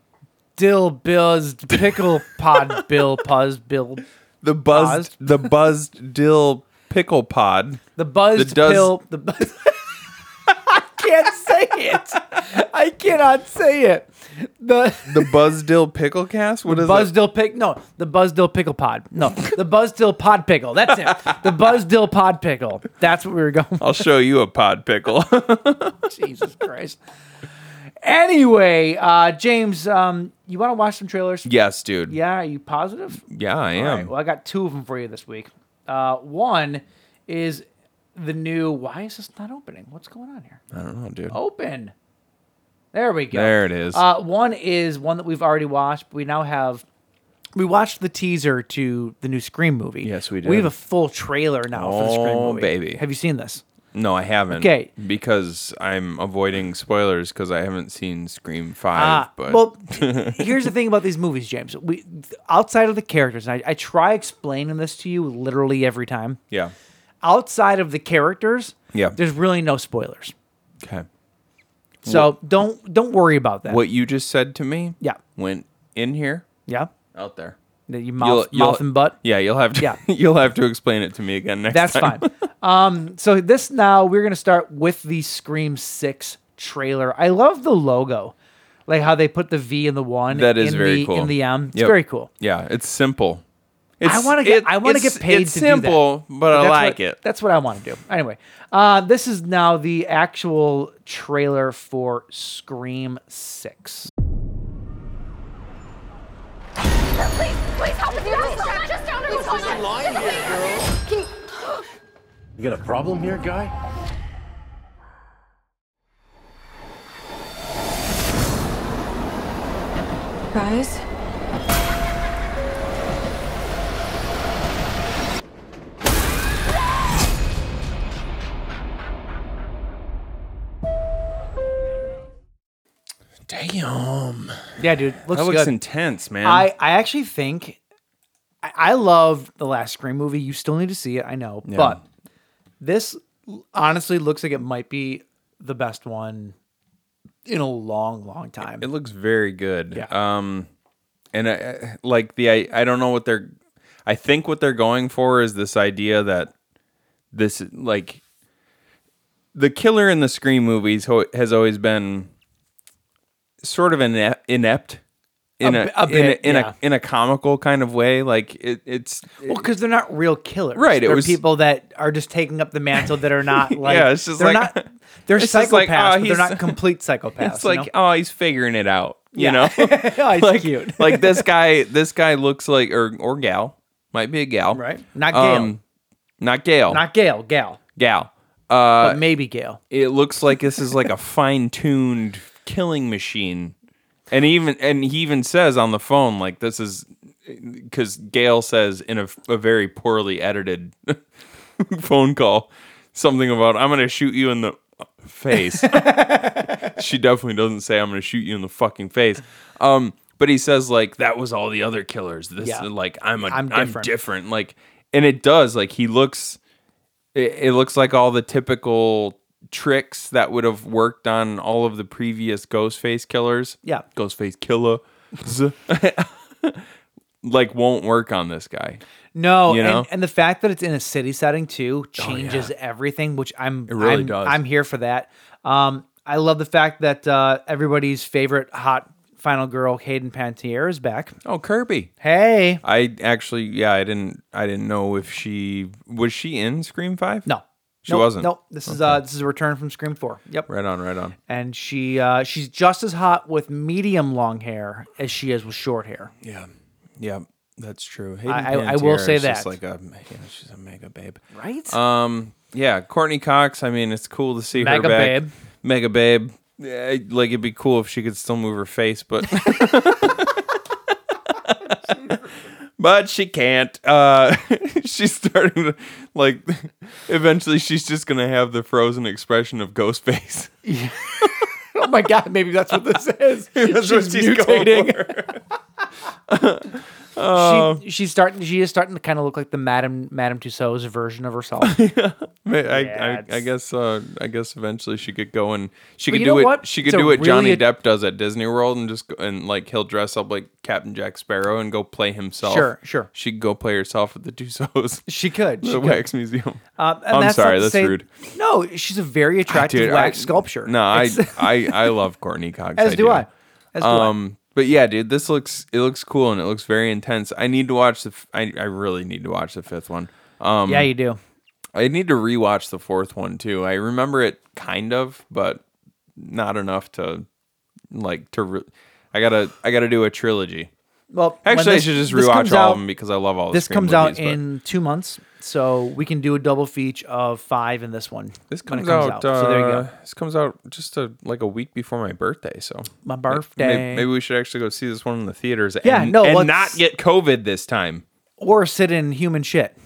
[SPEAKER 2] Dill Buzzed Pickle Pod Bill Puzz Bill
[SPEAKER 3] The buzzed the buzzed dill pickle pod.
[SPEAKER 2] the buzzed
[SPEAKER 3] does-
[SPEAKER 2] pill the buzz- *laughs* I can't say it. I cannot say it. The
[SPEAKER 3] The buzzed dill pickle cast. What is it?
[SPEAKER 2] Buzzdill pick no, the Buzzdill pickle pod. No, the Buzzdill pod pickle. That's it. The Buzzdill pod pickle. That's what we were going. with.
[SPEAKER 3] I'll show you a pod pickle.
[SPEAKER 2] *laughs*
[SPEAKER 3] *laughs*
[SPEAKER 2] Jesus Christ. Anyway, uh, James, um, you want to watch some trailers?
[SPEAKER 3] yes, dude.
[SPEAKER 2] Yeah, are you positive?
[SPEAKER 3] Yeah, I
[SPEAKER 2] All
[SPEAKER 3] am.
[SPEAKER 2] right, well, I got two of them for you this week. Uh, one is the new. Why is this not opening? What's going on here?
[SPEAKER 3] I don't know, dude.
[SPEAKER 2] oh. Open. There we go.
[SPEAKER 3] There it is.
[SPEAKER 2] Uh, one is one that we've already watched. We now have. We watched the teaser to the new Scream movie.
[SPEAKER 3] Yes, we
[SPEAKER 2] We
[SPEAKER 3] did.
[SPEAKER 2] have a full trailer now for the Scream
[SPEAKER 3] Oh,
[SPEAKER 2] movie.
[SPEAKER 3] baby.
[SPEAKER 2] Have you seen this?
[SPEAKER 3] no, I haven't.
[SPEAKER 2] Okay.
[SPEAKER 3] Because I'm avoiding spoilers because I haven't seen Scream Five.
[SPEAKER 2] Ah,
[SPEAKER 3] but *laughs*
[SPEAKER 2] well, here's the thing about these movies, James. We outside of the characters, and I, I try explaining this to you literally every time.
[SPEAKER 3] yeah.
[SPEAKER 2] Outside of the characters,
[SPEAKER 3] Yeah.
[SPEAKER 2] there's really no spoilers.
[SPEAKER 3] Okay.
[SPEAKER 2] So don't don't worry about that.
[SPEAKER 3] What you just said to me.
[SPEAKER 2] Yeah.
[SPEAKER 3] Went in here,
[SPEAKER 2] Yeah,
[SPEAKER 3] out there.
[SPEAKER 2] that you mouth, mouth and butt.
[SPEAKER 3] Yeah, you'll have to.
[SPEAKER 2] Yeah.
[SPEAKER 3] *laughs* you'll have to explain it to me again next
[SPEAKER 2] That's
[SPEAKER 3] time.
[SPEAKER 2] fine. Um, so this now we're gonna start with the Scream Six trailer. I love the logo, like how they put the V in the one.
[SPEAKER 3] *laughs* That is
[SPEAKER 2] in
[SPEAKER 3] very
[SPEAKER 2] the,
[SPEAKER 3] cool.
[SPEAKER 2] In the M, it's
[SPEAKER 3] Yep.
[SPEAKER 2] very cool.
[SPEAKER 3] Yeah, it's simple. It's,
[SPEAKER 2] I want to get
[SPEAKER 3] it-
[SPEAKER 2] I want to
[SPEAKER 3] it's-
[SPEAKER 2] get paid
[SPEAKER 3] It's
[SPEAKER 2] to
[SPEAKER 3] simple,
[SPEAKER 2] do that.
[SPEAKER 3] but I
[SPEAKER 2] that's
[SPEAKER 3] like
[SPEAKER 2] what-
[SPEAKER 3] it.
[SPEAKER 2] That's what I want to do. Anyway, uh, this is now the actual trailer for Scream Six.
[SPEAKER 7] Please, please help with the girls. Just down What's on line here, girl?
[SPEAKER 8] You got a problem here, guy?
[SPEAKER 7] Guys,
[SPEAKER 3] Damn, that
[SPEAKER 2] Yeah, dude, looks
[SPEAKER 3] looks
[SPEAKER 2] good.
[SPEAKER 3] intense, man.
[SPEAKER 2] I I actually think I, I love the last Scream movie. You still need to see it, I know, but this honestly looks like it might be the best one in a long, long time.
[SPEAKER 3] It looks very good.
[SPEAKER 2] Yeah.
[SPEAKER 3] Um, and I- I, like the I, I don't know what they're. I think what they're going for is this idea that this like the killer in the Scream movies ho- has always been sort of ine- inept. In
[SPEAKER 2] A
[SPEAKER 3] a,
[SPEAKER 2] bi- a
[SPEAKER 3] in,
[SPEAKER 2] bit,
[SPEAKER 3] a, in,
[SPEAKER 2] yeah.
[SPEAKER 3] a in a comical kind of way, like it, it's
[SPEAKER 2] Well, because they're not real killers,
[SPEAKER 3] Right, it
[SPEAKER 2] They're
[SPEAKER 3] was-
[SPEAKER 2] people that are just taking up the mantle that are not
[SPEAKER 3] *laughs*
[SPEAKER 2] like.
[SPEAKER 3] Yeah, *laughs* it's just
[SPEAKER 2] they're
[SPEAKER 3] like-
[SPEAKER 2] not. They're
[SPEAKER 3] it's
[SPEAKER 2] psychopaths,
[SPEAKER 3] just like, ah,
[SPEAKER 2] but they're
[SPEAKER 3] he's-
[SPEAKER 2] not complete psychopaths.
[SPEAKER 3] *laughs* it's like oh he's figuring it out, you
[SPEAKER 2] *laughs*
[SPEAKER 3] know. *laughs*
[SPEAKER 2] it's
[SPEAKER 3] like
[SPEAKER 2] cute, *laughs*
[SPEAKER 3] like this guy, this guy looks like or or gal might be a gal,
[SPEAKER 2] right? Not Gail,
[SPEAKER 3] um, not Gail,
[SPEAKER 2] not Gail, Gal,
[SPEAKER 3] gal. Uh,
[SPEAKER 2] but maybe Gail.
[SPEAKER 3] it looks like this is like a fine-tuned killing machine, and even and he even says on the phone like this is because Gail says in a, a very poorly edited *laughs* phone call something about I'm gonna shoot you in the
[SPEAKER 2] *laughs*
[SPEAKER 3] face. she definitely doesn't say I'm gonna shoot you in the fucking face. Um, but he says like that was all the other killers. This
[SPEAKER 2] Yeah.
[SPEAKER 3] like I'm a
[SPEAKER 2] I'm
[SPEAKER 3] I'm
[SPEAKER 2] different.
[SPEAKER 3] different. Like, and it does like he looks. It, it looks like all the typical tricks that would have worked on all of the previous Ghostface killers.
[SPEAKER 2] Yeah.
[SPEAKER 3] Ghostface killer. *laughs* like won't work on this guy.
[SPEAKER 2] No,
[SPEAKER 3] You know? Oh,
[SPEAKER 2] and, and the fact that it's in a city setting too changes everything, which I'm
[SPEAKER 3] really
[SPEAKER 2] I'm,
[SPEAKER 3] does.
[SPEAKER 2] I'm here for that. Um, I love the fact that uh, everybody's favorite hot final girl, Hayden Pantier, is back.
[SPEAKER 3] Oh, Kirby.
[SPEAKER 2] Hey.
[SPEAKER 3] I actually, yeah, I didn't, I didn't know if she was she in Scream Five.
[SPEAKER 2] No.
[SPEAKER 3] She
[SPEAKER 2] Nope,
[SPEAKER 3] wasn't.
[SPEAKER 2] Nope. This is uh this is a return from Scream Four. Yep.
[SPEAKER 3] Right on, right on.
[SPEAKER 2] And she uh she's just as hot with medium long hair as she is with short hair.
[SPEAKER 3] Yeah, yeah, that's true. Hayden
[SPEAKER 2] I- I will
[SPEAKER 3] Panettiere
[SPEAKER 2] say
[SPEAKER 3] is just
[SPEAKER 2] that.
[SPEAKER 3] like a, yeah, she's a mega babe.
[SPEAKER 2] Right?
[SPEAKER 3] Um, yeah, Courtney Cox. I mean, it's cool to see
[SPEAKER 2] Mega
[SPEAKER 3] her back.
[SPEAKER 2] babe.
[SPEAKER 3] Mega babe. Yeah, like it'd be cool if she could still move her face, but *laughs* but she can't. Uh, *laughs* she's starting to like. Eventually, she's just gonna have the frozen expression of Ghostface.
[SPEAKER 9] Oh my god, maybe that's what this is.
[SPEAKER 3] *laughs* That's what she's going for. Um,
[SPEAKER 2] she, she's starting she is starting to kind of look like the Madame Madame Tussauds version of herself.
[SPEAKER 3] Ma- *laughs*
[SPEAKER 2] Yeah,
[SPEAKER 3] I, I, I
[SPEAKER 2] it's-
[SPEAKER 3] guess uh, I guess eventually she could go and she
[SPEAKER 2] But
[SPEAKER 3] could
[SPEAKER 2] you
[SPEAKER 3] do
[SPEAKER 2] know
[SPEAKER 3] it.
[SPEAKER 2] what?
[SPEAKER 3] She could
[SPEAKER 2] It's a
[SPEAKER 3] do what Johnny
[SPEAKER 2] really-
[SPEAKER 3] Depp does at Disney World and just go, and like he'll dress up like Captain Jack Sparrow and go play himself.
[SPEAKER 2] Sure, sure.
[SPEAKER 3] She could go play herself at the Tussauds,
[SPEAKER 2] *laughs* she could. She
[SPEAKER 3] the
[SPEAKER 2] could.
[SPEAKER 3] Wax Museum. *laughs*
[SPEAKER 2] Um, and
[SPEAKER 3] I'm
[SPEAKER 2] that's not
[SPEAKER 3] sorry,
[SPEAKER 2] to
[SPEAKER 3] that's
[SPEAKER 2] say-
[SPEAKER 3] rude.
[SPEAKER 2] No, she's a very attractive
[SPEAKER 3] Dude,
[SPEAKER 2] wax
[SPEAKER 3] I-
[SPEAKER 2] sculpture.
[SPEAKER 3] No, I,
[SPEAKER 2] It's- *laughs*
[SPEAKER 3] I I love Courtney Cox.
[SPEAKER 2] as do I. As do I.
[SPEAKER 3] Um, but yeah, dude, this looks it looks cool and it looks very intense. I need to watch the. F- I I really need to watch the fifth one. Um,
[SPEAKER 2] Yeah, you do.
[SPEAKER 3] I need to rewatch the fourth one too. I remember it kind of, but not enough to like to. Re- I gotta I gotta do a trilogy.
[SPEAKER 2] Well, when
[SPEAKER 3] Actually,
[SPEAKER 2] this-
[SPEAKER 3] I should just
[SPEAKER 2] this
[SPEAKER 3] rewatch
[SPEAKER 2] comes
[SPEAKER 3] all
[SPEAKER 2] out-
[SPEAKER 3] of them because I love all. The
[SPEAKER 2] This
[SPEAKER 3] Scream
[SPEAKER 2] comes out
[SPEAKER 3] movies, but
[SPEAKER 2] in two months, so we can do a double feature of five in this one.
[SPEAKER 3] This
[SPEAKER 2] when it
[SPEAKER 3] comes, out. Uh,
[SPEAKER 2] so there you go.
[SPEAKER 3] This comes out just a, like a week before my birthday. So
[SPEAKER 2] My
[SPEAKER 3] May- may-
[SPEAKER 2] birthday.
[SPEAKER 3] Maybe, we should actually go see this one in the theaters.
[SPEAKER 2] Yeah,
[SPEAKER 3] and,
[SPEAKER 2] no,
[SPEAKER 3] and
[SPEAKER 2] let's-
[SPEAKER 3] not get COVID this time.
[SPEAKER 2] Or sit in human shit,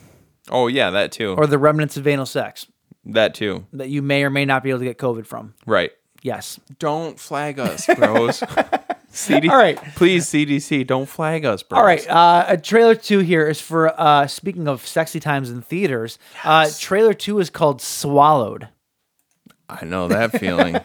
[SPEAKER 3] Oh yeah, that too.
[SPEAKER 2] or the remnants of anal sex
[SPEAKER 3] that too.
[SPEAKER 2] that you may or may not be able to get COVID from.
[SPEAKER 3] Right.
[SPEAKER 2] Yes.
[SPEAKER 3] Don't
[SPEAKER 2] *laughs*
[SPEAKER 3] flag us, bros. CD-
[SPEAKER 2] All right.
[SPEAKER 3] Please, CDC, don't flag us, bros.
[SPEAKER 2] All right. Uh, a trailer two here is for uh, speaking of sexy times in theaters. Uh, trailer two is called Swallowed.
[SPEAKER 3] I know that feeling.
[SPEAKER 2] *laughs*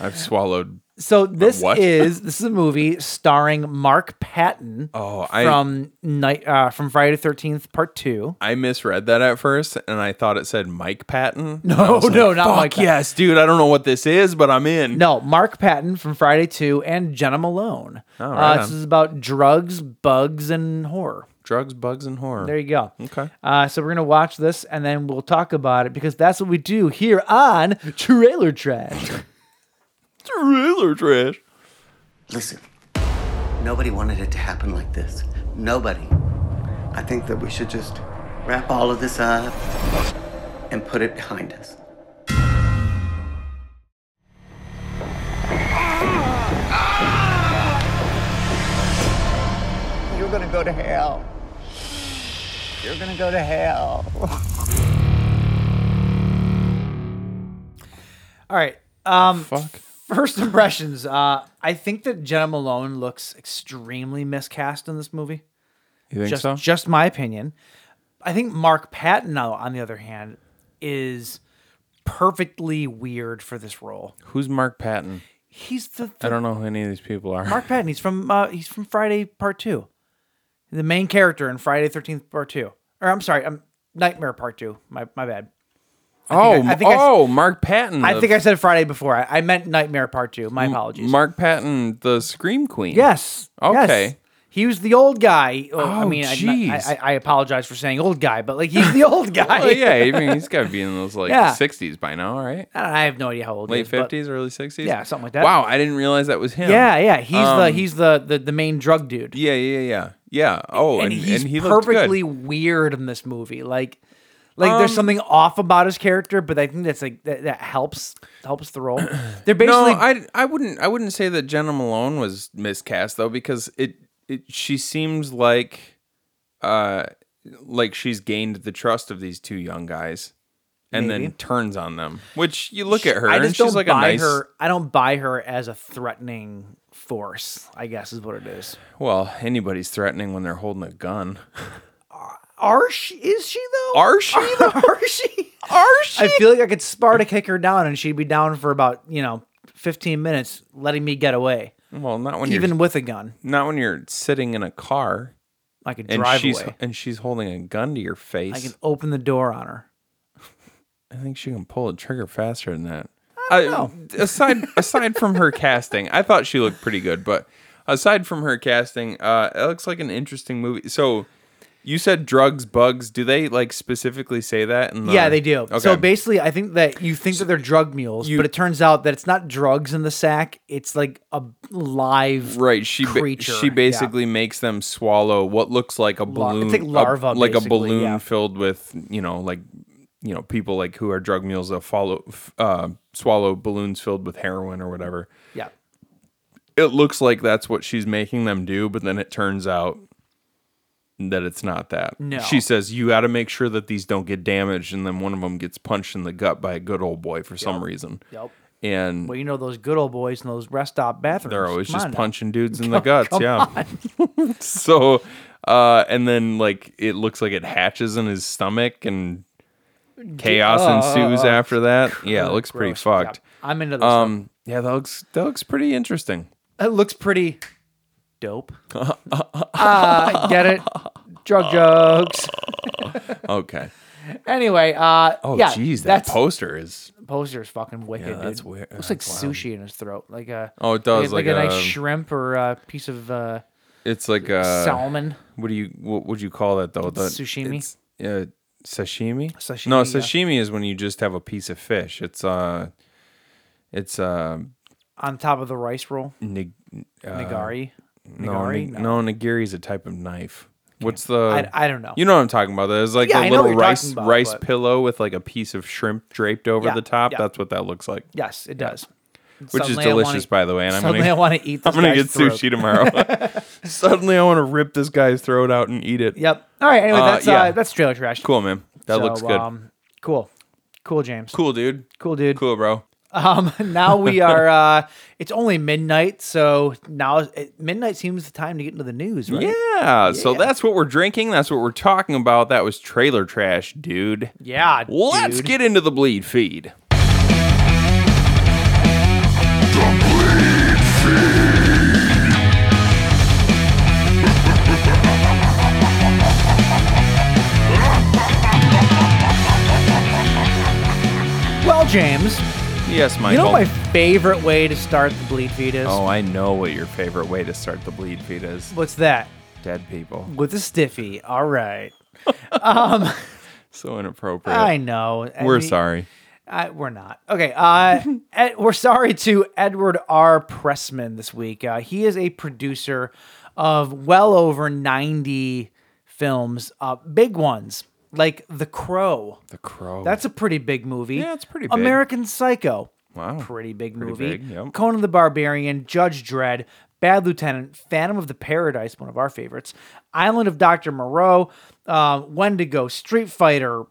[SPEAKER 3] I've swallowed.
[SPEAKER 2] So this
[SPEAKER 3] what?
[SPEAKER 2] is this is a movie starring Mark Patton
[SPEAKER 3] Oh, I
[SPEAKER 2] from night uh, from Friday the Thirteenth Part Two.
[SPEAKER 3] I misread that at first, and I thought it said Mike Patton.
[SPEAKER 2] *laughs*
[SPEAKER 3] No,
[SPEAKER 2] no, not Mike Patton."
[SPEAKER 3] yes, dude. I don't know what this is, but I'm in.
[SPEAKER 2] No, Mark Patton from Friday Two and Jenna Malone.
[SPEAKER 3] Oh, right
[SPEAKER 2] uh, this
[SPEAKER 3] on.
[SPEAKER 2] is about drugs, bugs, and horror.
[SPEAKER 3] drugs, bugs, and horror.
[SPEAKER 2] There you go.
[SPEAKER 3] Okay.
[SPEAKER 2] Uh, so we're gonna watch this and then we'll talk about it because that's what we do here on Trailer
[SPEAKER 3] *laughs*
[SPEAKER 2] Trash.
[SPEAKER 3] Trailer trash.
[SPEAKER 5] Listen, nobody wanted it to happen like this. Nobody. I think that we should just wrap all of this up and put it behind us.
[SPEAKER 10] You're gonna go to hell. You're gonna go to hell.
[SPEAKER 2] All right. Um,
[SPEAKER 3] Fuck.
[SPEAKER 2] first impressions. Uh, I think that Jenna Malone looks extremely miscast in this movie.
[SPEAKER 3] You think
[SPEAKER 2] just
[SPEAKER 3] so?
[SPEAKER 2] just my opinion. I think Mark Patton, though, on the other hand, is perfectly weird for this role.
[SPEAKER 3] Who's Mark Patton?
[SPEAKER 2] He's the,
[SPEAKER 3] I don't know who any of these people are.
[SPEAKER 2] Mark Patton. He's from uh, he's from Friday Part Two, the main character in Friday Thirteenth Part Two. Or I'm sorry, um Nightmare Part Two. My my bad.
[SPEAKER 3] oh,
[SPEAKER 2] I think I s-
[SPEAKER 3] oh, Mark Patton.
[SPEAKER 2] I
[SPEAKER 3] the-
[SPEAKER 2] think I said Friday before. I, I meant Nightmare Part Two. My apologies.
[SPEAKER 3] Mark Patton, the Scream Queen.
[SPEAKER 2] Yes.
[SPEAKER 3] Okay.
[SPEAKER 2] yes. He was the old guy. Oh, I
[SPEAKER 3] Oh,
[SPEAKER 2] mean, I-
[SPEAKER 3] jeez.
[SPEAKER 2] I, I, I apologize for saying old guy, but like he's the *laughs* old
[SPEAKER 3] *laughs*
[SPEAKER 2] guy.
[SPEAKER 3] Oh yeah, I mean he's got to be in those like
[SPEAKER 2] Yeah.
[SPEAKER 3] 60s by now, right?
[SPEAKER 2] *laughs* I, don't- I have no idea how old he
[SPEAKER 3] Late
[SPEAKER 2] is. but-
[SPEAKER 3] 50s, early 60s.
[SPEAKER 2] Yeah, something like that.
[SPEAKER 3] Wow, I didn't realize that was him.
[SPEAKER 2] Yeah, yeah. He's the
[SPEAKER 3] Um,
[SPEAKER 2] he's the, the the main drug dude.
[SPEAKER 3] Yeah, yeah, yeah, yeah. Oh,
[SPEAKER 2] and,
[SPEAKER 3] and,
[SPEAKER 2] he's
[SPEAKER 3] and he looked good.
[SPEAKER 2] perfectly weird in this movie. Like, like there's
[SPEAKER 3] Um,
[SPEAKER 2] something off about his character, but I think that's like that, that helps helps
[SPEAKER 3] *clears throat*
[SPEAKER 2] the role. They're
[SPEAKER 3] No,
[SPEAKER 2] basically
[SPEAKER 3] I I wouldn't I wouldn't say that Jenna Malone was miscast though because it it she seems like uh like she's gained the trust of these two young guys and then
[SPEAKER 2] Maybe.
[SPEAKER 3] turns on them. Which you look at her
[SPEAKER 2] I
[SPEAKER 3] and
[SPEAKER 2] just
[SPEAKER 3] she's
[SPEAKER 2] don't
[SPEAKER 3] like a
[SPEAKER 2] buy
[SPEAKER 3] nice
[SPEAKER 2] her. I don't buy her as a threatening force. I guess is what it is.
[SPEAKER 3] well, anybody's threatening when they're holding a gun.
[SPEAKER 2] Are she? Is she though?
[SPEAKER 3] *laughs* Are she though?
[SPEAKER 2] Are she?
[SPEAKER 3] *laughs* Are she?
[SPEAKER 2] I feel like I could Sparta kick her down and she'd be down for about you know 15 minutes, letting me get away,
[SPEAKER 3] Well, not when
[SPEAKER 2] even
[SPEAKER 3] you're
[SPEAKER 2] with a gun.
[SPEAKER 3] not when you're sitting in a car
[SPEAKER 2] I could
[SPEAKER 3] and
[SPEAKER 2] drive
[SPEAKER 3] she's
[SPEAKER 2] away.
[SPEAKER 3] and she's holding a gun to your face.
[SPEAKER 2] I can open the door on her.
[SPEAKER 3] I think she can pull a trigger faster than that. I,
[SPEAKER 2] *laughs*
[SPEAKER 3] aside aside from her casting, I thought she looked pretty good. But aside from her casting, uh, it looks like an interesting movie. So you said drugs, bugs. Do they like specifically say that? In the-
[SPEAKER 2] yeah, they do.
[SPEAKER 3] Okay.
[SPEAKER 2] So basically, I think that you think that they're drug mules,
[SPEAKER 3] you-
[SPEAKER 2] but it turns out that it's not drugs in the sack. It's like a live
[SPEAKER 3] right, she ba-
[SPEAKER 2] creature.
[SPEAKER 3] she
[SPEAKER 2] Yeah.
[SPEAKER 3] basically makes them swallow what looks like a
[SPEAKER 2] La-
[SPEAKER 3] balloon,
[SPEAKER 2] it's like
[SPEAKER 3] a-
[SPEAKER 2] larva,
[SPEAKER 3] like a
[SPEAKER 2] basically,
[SPEAKER 3] balloon
[SPEAKER 2] yeah.
[SPEAKER 3] filled with you know like you know people like who are drug mules. They'll follow f- uh, swallow balloons filled with heroin or whatever.
[SPEAKER 2] yeah.
[SPEAKER 3] it looks like that's what she's making them do, but then it turns out that it's not that.
[SPEAKER 2] No.
[SPEAKER 3] She says, You got to make sure that these don't get damaged. And then one of them gets punched in the gut by a good old boy for some reason.
[SPEAKER 2] Yep.
[SPEAKER 3] And
[SPEAKER 2] Well, you know those good old boys in those rest stop bathrooms.
[SPEAKER 3] they're always
[SPEAKER 2] Come
[SPEAKER 3] just
[SPEAKER 2] on now. Oh,
[SPEAKER 3] punching
[SPEAKER 2] *laughs*
[SPEAKER 3] dudes in the guts. Yeah. *laughs* so, uh, and then like it looks like it hatches in his stomach and chaos ensues
[SPEAKER 2] *laughs*
[SPEAKER 3] after that. Yeah, it looks pretty
[SPEAKER 2] Oh, Gross. Yeah,
[SPEAKER 3] fucked.
[SPEAKER 2] I'm into this. Um,
[SPEAKER 3] Um, yeah, that looks that looks pretty interesting.
[SPEAKER 2] it looks pretty
[SPEAKER 3] *laughs*
[SPEAKER 2] dope. Ah, get it? Drug jokes.
[SPEAKER 3] Okay.
[SPEAKER 2] Anyway, uh,
[SPEAKER 3] Oh,
[SPEAKER 2] *laughs* yeah,
[SPEAKER 3] geez, that
[SPEAKER 2] that's
[SPEAKER 3] poster is
[SPEAKER 2] poster is fucking wicked.
[SPEAKER 3] that's
[SPEAKER 2] dude.
[SPEAKER 3] weird.
[SPEAKER 2] Looks like
[SPEAKER 3] That's wild.
[SPEAKER 2] sushi in his throat. Like a
[SPEAKER 3] Oh, it does,
[SPEAKER 2] like,
[SPEAKER 3] like
[SPEAKER 2] a,
[SPEAKER 3] a-
[SPEAKER 2] nice shrimp or a piece of uh,
[SPEAKER 3] It's like a
[SPEAKER 2] salmon.
[SPEAKER 3] What do you what would you call that though? The,
[SPEAKER 2] Sashimi?
[SPEAKER 3] it's- Yeah, sashimi.
[SPEAKER 2] Sashimi,
[SPEAKER 3] No,
[SPEAKER 2] yeah.
[SPEAKER 3] sashimi is when you just have a piece of fish. It's uh, it's uh,
[SPEAKER 2] on top of the rice roll.
[SPEAKER 3] nig- uh
[SPEAKER 2] Nigari.
[SPEAKER 3] no,
[SPEAKER 2] Nigari?
[SPEAKER 3] nig- no, nigiri is a type of knife. What's the?
[SPEAKER 2] I- I don't know.
[SPEAKER 3] You know what I'm talking about? There's like
[SPEAKER 2] Yeah,
[SPEAKER 3] a
[SPEAKER 2] I know what
[SPEAKER 3] little
[SPEAKER 2] you're talking
[SPEAKER 3] rice
[SPEAKER 2] about,
[SPEAKER 3] rice
[SPEAKER 2] but-
[SPEAKER 3] pillow with like a piece of shrimp draped over
[SPEAKER 2] Yeah,
[SPEAKER 3] the top.
[SPEAKER 2] yeah.
[SPEAKER 3] That's what that looks like.
[SPEAKER 2] Yes, it does.
[SPEAKER 3] Which
[SPEAKER 2] Suddenly
[SPEAKER 3] is
[SPEAKER 2] I wanna-
[SPEAKER 3] delicious, by the way. And I'm
[SPEAKER 2] Suddenly,
[SPEAKER 3] gonna
[SPEAKER 2] I want to eat. This
[SPEAKER 3] *laughs* I'm gonna
[SPEAKER 2] guy's
[SPEAKER 3] get
[SPEAKER 2] throat.
[SPEAKER 3] sushi tomorrow.
[SPEAKER 2] *laughs*
[SPEAKER 3] *laughs* Suddenly, I want to rip this guy's throat out and eat it.
[SPEAKER 2] Yep. All right. Anyway,
[SPEAKER 3] Uh,
[SPEAKER 2] that's
[SPEAKER 3] yeah.
[SPEAKER 2] uh, that's trailer trash.
[SPEAKER 3] Cool, man. That
[SPEAKER 2] So,
[SPEAKER 3] looks good.
[SPEAKER 2] Um, cool. Cool, James.
[SPEAKER 3] cool, dude.
[SPEAKER 2] Cool, dude.
[SPEAKER 3] Cool, bro.
[SPEAKER 2] Um, *laughs* now
[SPEAKER 3] *laughs*
[SPEAKER 2] we are. Uh, it's only midnight, so now it, midnight seems the time to get into the news, right?
[SPEAKER 3] Yeah, So that's what we're drinking. That's what we're talking about. That was trailer trash, dude.
[SPEAKER 2] Yeah.
[SPEAKER 3] Let's
[SPEAKER 2] dude.
[SPEAKER 3] get into the bleed feed.
[SPEAKER 2] Well, James,
[SPEAKER 3] Yes,
[SPEAKER 2] you
[SPEAKER 3] Michael.
[SPEAKER 2] know my favorite way to start the bleed feed is.
[SPEAKER 3] oh, I know what your favorite way to start the bleed feed is.
[SPEAKER 2] What's that?
[SPEAKER 3] Dead people.
[SPEAKER 2] With a stiffy. All right.
[SPEAKER 3] So inappropriate.
[SPEAKER 2] I know. I
[SPEAKER 3] we're
[SPEAKER 2] mean-
[SPEAKER 3] sorry.
[SPEAKER 2] I, we're not. Okay. Uh, Ed, we're sorry to Edward R. Pressman this week. Uh, he is a producer of well over 90 films, uh, big ones like The Crow.
[SPEAKER 3] The crow.
[SPEAKER 2] That's a pretty big movie.
[SPEAKER 3] Yeah, it's pretty big.
[SPEAKER 2] American Psycho.
[SPEAKER 3] Wow.
[SPEAKER 2] Pretty big movie.
[SPEAKER 3] big, yep.
[SPEAKER 2] Conan the Barbarian, Judge Dredd, Bad Lieutenant, Phantom of the Paradise, one of our favorites, Island of Dr. Moreau, uh, Wendigo, Street Fighter,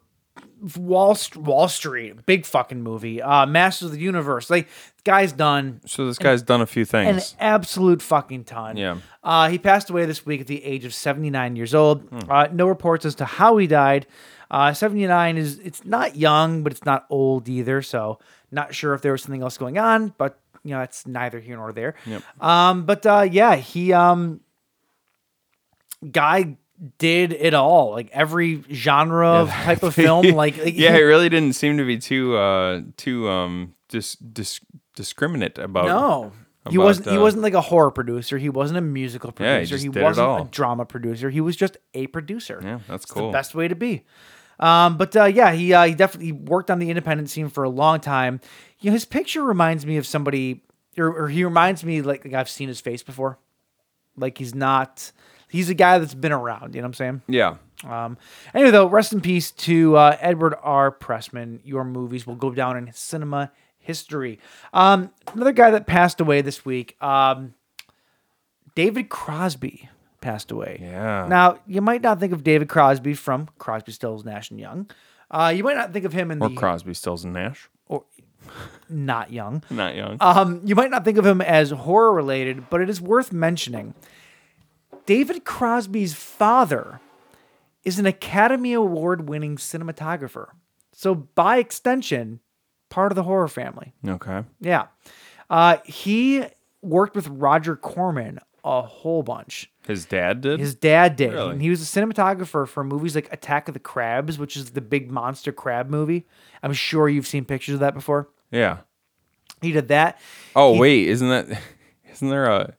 [SPEAKER 2] Wall, St- Wall Street, big fucking movie, uh, Masters of the Universe. Like, guy's done
[SPEAKER 3] so this guy's done a few
[SPEAKER 2] an
[SPEAKER 3] things.
[SPEAKER 2] absolute fucking ton.
[SPEAKER 3] Yeah.
[SPEAKER 2] Uh, he passed away this week at the age of 79 years old.
[SPEAKER 3] Hmm.
[SPEAKER 2] Uh, no reports as to how he died. Uh, 79 is it's not young, but it's not old either. So not sure if there was something else going on, but you know that's neither here nor there. Um, but uh, yeah, he um, guy did it all, like every genre of type of film.
[SPEAKER 3] *laughs*
[SPEAKER 2] Like, like,
[SPEAKER 3] yeah,
[SPEAKER 2] he-
[SPEAKER 3] it really didn't seem to be too uh too um dis, dis- discriminate about
[SPEAKER 2] No. He
[SPEAKER 3] about,
[SPEAKER 2] wasn't. he
[SPEAKER 3] uh,
[SPEAKER 2] wasn't like a horror producer. He wasn't a musical
[SPEAKER 3] Yeah, he
[SPEAKER 2] producer.
[SPEAKER 3] just
[SPEAKER 2] he
[SPEAKER 3] did it
[SPEAKER 2] wasn't
[SPEAKER 3] all.
[SPEAKER 2] a drama producer. He was just a producer.
[SPEAKER 3] Yeah, that's
[SPEAKER 2] It's
[SPEAKER 3] cool.
[SPEAKER 2] The best way to be. Um, but uh, yeah, he uh, he definitely worked on the independent scene for a long time. You know, his picture reminds me of somebody, or, or he reminds me like, like I've seen his face before. Like he's not. He's a guy that's been around. You know what I'm saying?
[SPEAKER 3] Yeah.
[SPEAKER 2] Um, anyway, though, rest in peace to uh, Edward R. Pressman. Your movies will go down in cinema history. Um, another guy that passed away this week, um, David Crosby passed away.
[SPEAKER 3] Yeah.
[SPEAKER 2] Now, you might not think of David Crosby from Crosby, Stills, Nash and Young. Uh, you might not think of him in
[SPEAKER 3] Or
[SPEAKER 2] the
[SPEAKER 3] Crosby, Stills, and Nash.
[SPEAKER 2] not young.
[SPEAKER 3] Not young.
[SPEAKER 2] Um, you might not think of him as horror related, but it is worth mentioning. David Crosby's father is an Academy Award winning cinematographer. So, by extension, part of the horror family.
[SPEAKER 3] okay.
[SPEAKER 2] Yeah. Uh, he worked with Roger Corman a whole bunch.
[SPEAKER 3] His dad did.
[SPEAKER 2] His dad did.
[SPEAKER 3] Really?
[SPEAKER 2] And he was a cinematographer for movies like Attack of the Crabs, which is the big monster crab movie. I'm sure you've seen pictures of that before.
[SPEAKER 3] yeah.
[SPEAKER 2] He did that.
[SPEAKER 3] Oh wait, isn't that *laughs* isn't there a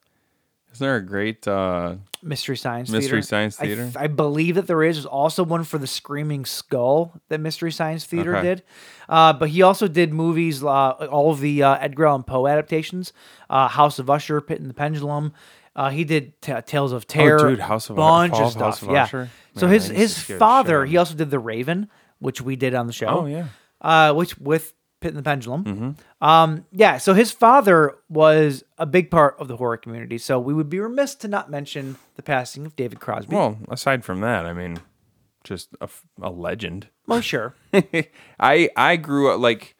[SPEAKER 3] isn't there a great uh
[SPEAKER 2] Mystery Science
[SPEAKER 3] Mystery
[SPEAKER 2] Theater.
[SPEAKER 3] Science
[SPEAKER 2] I th-
[SPEAKER 3] Theater?
[SPEAKER 2] I, believe that there is. There's also one for the Screaming Skull that Mystery Science Theater
[SPEAKER 3] Okay.
[SPEAKER 2] did. Uh, but he also did movies, uh, all of the uh, Edgar Allan Poe adaptations, uh, House of Usher, Pit and the Pendulum. Uh, he did Ta Tales of Terror.
[SPEAKER 3] Oh, dude, House of U-
[SPEAKER 2] bunch
[SPEAKER 3] Fall
[SPEAKER 2] of
[SPEAKER 3] of
[SPEAKER 2] stuff.
[SPEAKER 3] House of
[SPEAKER 2] yeah.
[SPEAKER 3] Usher?
[SPEAKER 2] So
[SPEAKER 3] Man,
[SPEAKER 2] his
[SPEAKER 3] that used
[SPEAKER 2] his
[SPEAKER 3] to scare the shit out
[SPEAKER 2] father,
[SPEAKER 3] of me.
[SPEAKER 2] he also did The Raven, which we did on the show.
[SPEAKER 3] Oh, yeah. Mm-hmm.
[SPEAKER 2] Uh, which with Pit and the Pendulum. Um, yeah, so his father was a big part of the horror community. So we would be remiss to not mention the passing of David Crosby.
[SPEAKER 3] Well, aside from that, I mean, just a, f- a legend.
[SPEAKER 2] Well, sure.
[SPEAKER 3] *laughs* I I grew up like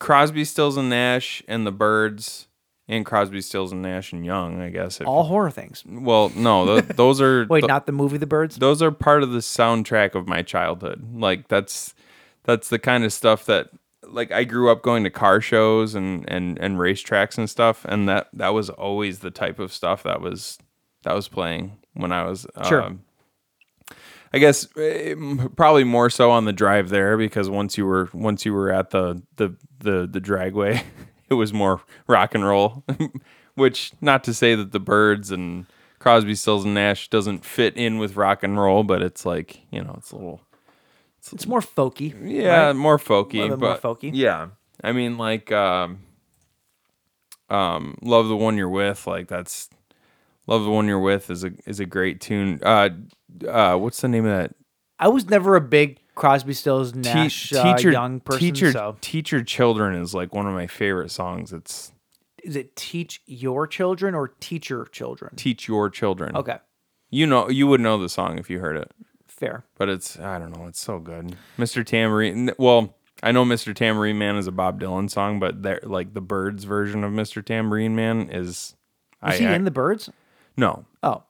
[SPEAKER 3] Crosby, Stills and Nash and the Birds and Crosby, Stills and Nash and Young, I guess. If,
[SPEAKER 2] All horror
[SPEAKER 3] *laughs*
[SPEAKER 2] things.
[SPEAKER 3] well,
[SPEAKER 2] *laughs*
[SPEAKER 3] no, th- those are
[SPEAKER 2] Wait,
[SPEAKER 3] th-
[SPEAKER 2] not the movie The Birds?
[SPEAKER 3] those are part of the soundtrack of my childhood. Like that's that's the kind of stuff that like I grew up going to car shows and and and racetracks and stuff, and that that was always the type of stuff that was that was playing when I was
[SPEAKER 2] Sure.
[SPEAKER 3] um, I guess eh, m- probably more so on the drive there because once you were once you were at the the the the dragway, *laughs* it was more rock and roll. *laughs* Which not to say that the Birds and Crosby, Stills and Nash doesn't fit in with rock and roll, but it's like you know it's a little
[SPEAKER 2] It's more folky.
[SPEAKER 3] yeah,
[SPEAKER 2] right?
[SPEAKER 3] more folky.
[SPEAKER 2] Little bit more
[SPEAKER 3] but
[SPEAKER 2] folky.
[SPEAKER 3] Yeah. I mean like um um Love the One You're With, like that's Love the One You're With is a is a great tune. Uh uh what's the name of that?
[SPEAKER 2] I was never a big Crosby, Stills,
[SPEAKER 3] Te-
[SPEAKER 2] Nash, uh, young person.
[SPEAKER 3] teacher
[SPEAKER 2] so
[SPEAKER 3] Teacher Children is like one of my favorite songs. It's
[SPEAKER 2] is it teach your children or teach your children?
[SPEAKER 3] Teach Your Children.
[SPEAKER 2] Okay,
[SPEAKER 3] You know you would know the song if you heard it.
[SPEAKER 2] fair.
[SPEAKER 3] But it's I don't know, it's so good. Mr. Tambourine well, I know Mr. Tambourine Man is a Bob Dylan song, but they're like the birds version of Mr. Tambourine Man is
[SPEAKER 2] Is
[SPEAKER 3] I,
[SPEAKER 2] he
[SPEAKER 3] I-
[SPEAKER 2] in the birds?
[SPEAKER 3] No.
[SPEAKER 2] Oh,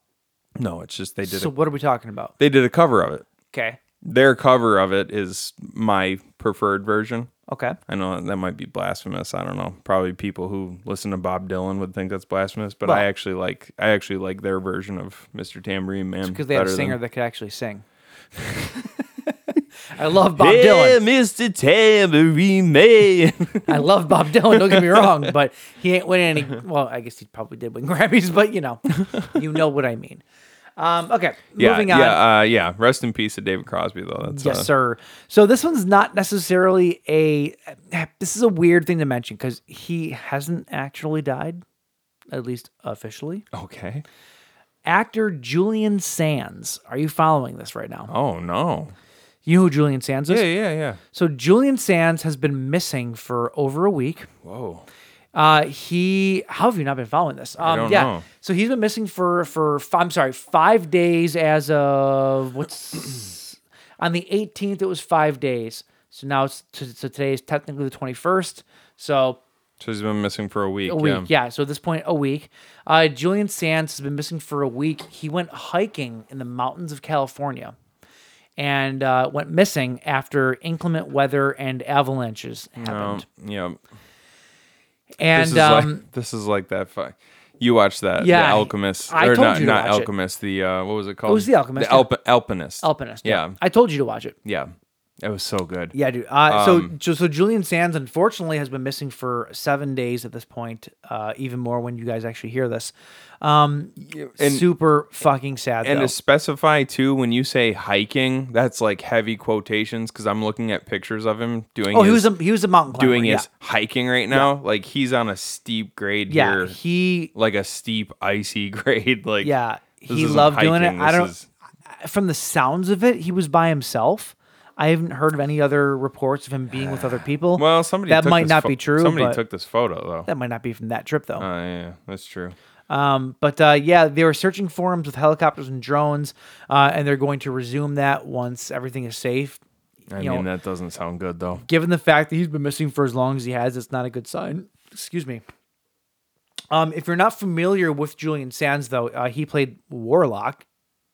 [SPEAKER 3] No, it's just they did
[SPEAKER 2] so
[SPEAKER 3] a,
[SPEAKER 2] what are we talking about?
[SPEAKER 3] they did a cover of it.
[SPEAKER 2] Okay,
[SPEAKER 3] Their cover of it is my preferred version.
[SPEAKER 2] okay.
[SPEAKER 3] I know that might be blasphemous. I don't know. Probably people who listen to Bob Dylan would think that's blasphemous, but I
[SPEAKER 2] Well-
[SPEAKER 3] actually like I actually like their version of Mr. Tambourine Man
[SPEAKER 2] Because they had a
[SPEAKER 3] better
[SPEAKER 2] singer
[SPEAKER 3] than-
[SPEAKER 2] that could actually sing.
[SPEAKER 3] *laughs*
[SPEAKER 2] *laughs* I love Bob
[SPEAKER 3] Yeah,
[SPEAKER 2] Dylan.
[SPEAKER 3] Mr. Tambourine Man. *laughs*
[SPEAKER 2] I love Bob Dylan. Don't get me wrong, but he ain't winning any. Well, I guess he probably did win Grammys, but you know, you know what I mean. Um, okay,
[SPEAKER 3] yeah,
[SPEAKER 2] moving on.
[SPEAKER 3] Yeah, uh, yeah. Rest in peace to David Crosby, though. That's uh,
[SPEAKER 2] Yes, sir. So this one's not necessarily a. This is a weird thing to mention because he hasn't actually died, at least officially.
[SPEAKER 3] Okay.
[SPEAKER 2] Actor Julian Sands. Are you following this right now?
[SPEAKER 3] Oh no.
[SPEAKER 2] You know who Julian Sands is?
[SPEAKER 3] Yeah, yeah, yeah.
[SPEAKER 2] So Julian Sands has been missing for over a week.
[SPEAKER 3] Whoa.
[SPEAKER 2] Uh, he how have you not been following this? Um,
[SPEAKER 3] don't
[SPEAKER 2] yeah.
[SPEAKER 3] know.
[SPEAKER 2] So he's been missing for for f- I'm sorry, five days as of what's *clears throat* on the 18th. It was five days. So now it's t- so today's technically the 21st. So
[SPEAKER 3] So he's been missing for a week.
[SPEAKER 2] a week, yeah. So at this point, a week. Uh, Julian Sands has been missing for a week. He went hiking in the mountains of California, and uh, went missing after inclement weather and avalanches
[SPEAKER 3] Um,
[SPEAKER 2] happened.
[SPEAKER 3] yeah.
[SPEAKER 2] and
[SPEAKER 3] This is
[SPEAKER 2] um,
[SPEAKER 3] like this is like that. Fu- you watch that?
[SPEAKER 2] Yeah,
[SPEAKER 3] The Alchemist.
[SPEAKER 2] I
[SPEAKER 3] or
[SPEAKER 2] told
[SPEAKER 3] not,
[SPEAKER 2] you to
[SPEAKER 3] not
[SPEAKER 2] watch it.
[SPEAKER 3] Alchemist. The uh, what was it called?
[SPEAKER 2] was The Alchemist,
[SPEAKER 3] The
[SPEAKER 2] yeah.
[SPEAKER 3] Alp- Alpinist.
[SPEAKER 2] Alpinist.
[SPEAKER 3] Yeah.
[SPEAKER 2] I told you to watch it.
[SPEAKER 3] Yeah. That was so good.
[SPEAKER 2] Yeah, dude. Uh, so
[SPEAKER 3] Um,
[SPEAKER 2] so, so Julian Sands unfortunately has been missing for seven days at this point. Uh, even more when you guys actually hear this. Um,
[SPEAKER 3] and-
[SPEAKER 2] super fucking sad.
[SPEAKER 3] And
[SPEAKER 2] though.
[SPEAKER 3] to specify too, when you say hiking, that's like heavy quotations because I'm looking at pictures of him doing.
[SPEAKER 2] oh,
[SPEAKER 3] his,
[SPEAKER 2] he was a he was a mountain climber.
[SPEAKER 3] doing
[SPEAKER 2] yeah.
[SPEAKER 3] his hiking right now. Like he's on a steep grade
[SPEAKER 2] yeah.
[SPEAKER 3] here.
[SPEAKER 2] He
[SPEAKER 3] like a steep icy *laughs* grade. Like
[SPEAKER 2] yeah
[SPEAKER 3] this
[SPEAKER 2] he
[SPEAKER 3] isn't
[SPEAKER 2] loved doing it.
[SPEAKER 3] hiking,
[SPEAKER 2] I
[SPEAKER 3] this
[SPEAKER 2] don't.
[SPEAKER 3] is-
[SPEAKER 2] From the sounds of it, he was by himself. I haven't heard of any other reports of him being with other people.
[SPEAKER 3] well, somebody
[SPEAKER 2] that
[SPEAKER 3] took
[SPEAKER 2] might
[SPEAKER 3] this
[SPEAKER 2] not
[SPEAKER 3] pho-
[SPEAKER 2] be true.
[SPEAKER 3] Somebody
[SPEAKER 2] but
[SPEAKER 3] took this photo though.
[SPEAKER 2] that might not be from that trip though.
[SPEAKER 3] Oh yeah, that's true.
[SPEAKER 2] Um, but uh, yeah, they were searching for him with helicopters and drones, uh, and they're going to resume that once everything is safe.
[SPEAKER 3] I
[SPEAKER 2] you
[SPEAKER 3] mean,
[SPEAKER 2] know,
[SPEAKER 3] that doesn't sound good though.
[SPEAKER 2] given the fact that he's been missing for as long as he has, it's not a good sign. Excuse me. Um, if you're not familiar with Julian Sands, though, uh, he played Warlock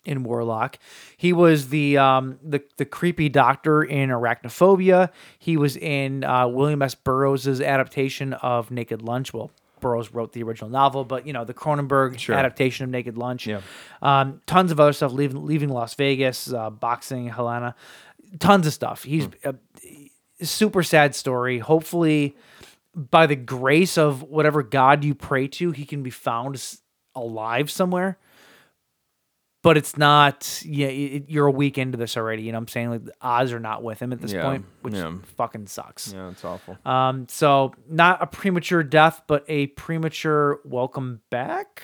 [SPEAKER 2] in Warlock. He was the um, the the creepy doctor in Arachnophobia. He was in uh, William S. Burroughs' adaptation of Naked Lunch. Well, Burroughs wrote the original novel, but you know the Cronenberg adaptation of Naked Lunch.
[SPEAKER 3] Yeah.
[SPEAKER 2] Um, tons of other stuff. Leaving Leaving Las Vegas, uh, boxing, Helena, tons of stuff. He's a super sad story. Hopefully, by the grace of whatever God you pray to, he can be found s- alive somewhere. But it's not, yeah, it, you're a week into this already. You know what I'm saying? Like, the odds are not with him at this
[SPEAKER 3] Yeah,
[SPEAKER 2] point, which
[SPEAKER 3] yeah.
[SPEAKER 2] fucking sucks.
[SPEAKER 3] Yeah, it's awful.
[SPEAKER 2] Um, so, not a premature death, but a premature welcome back,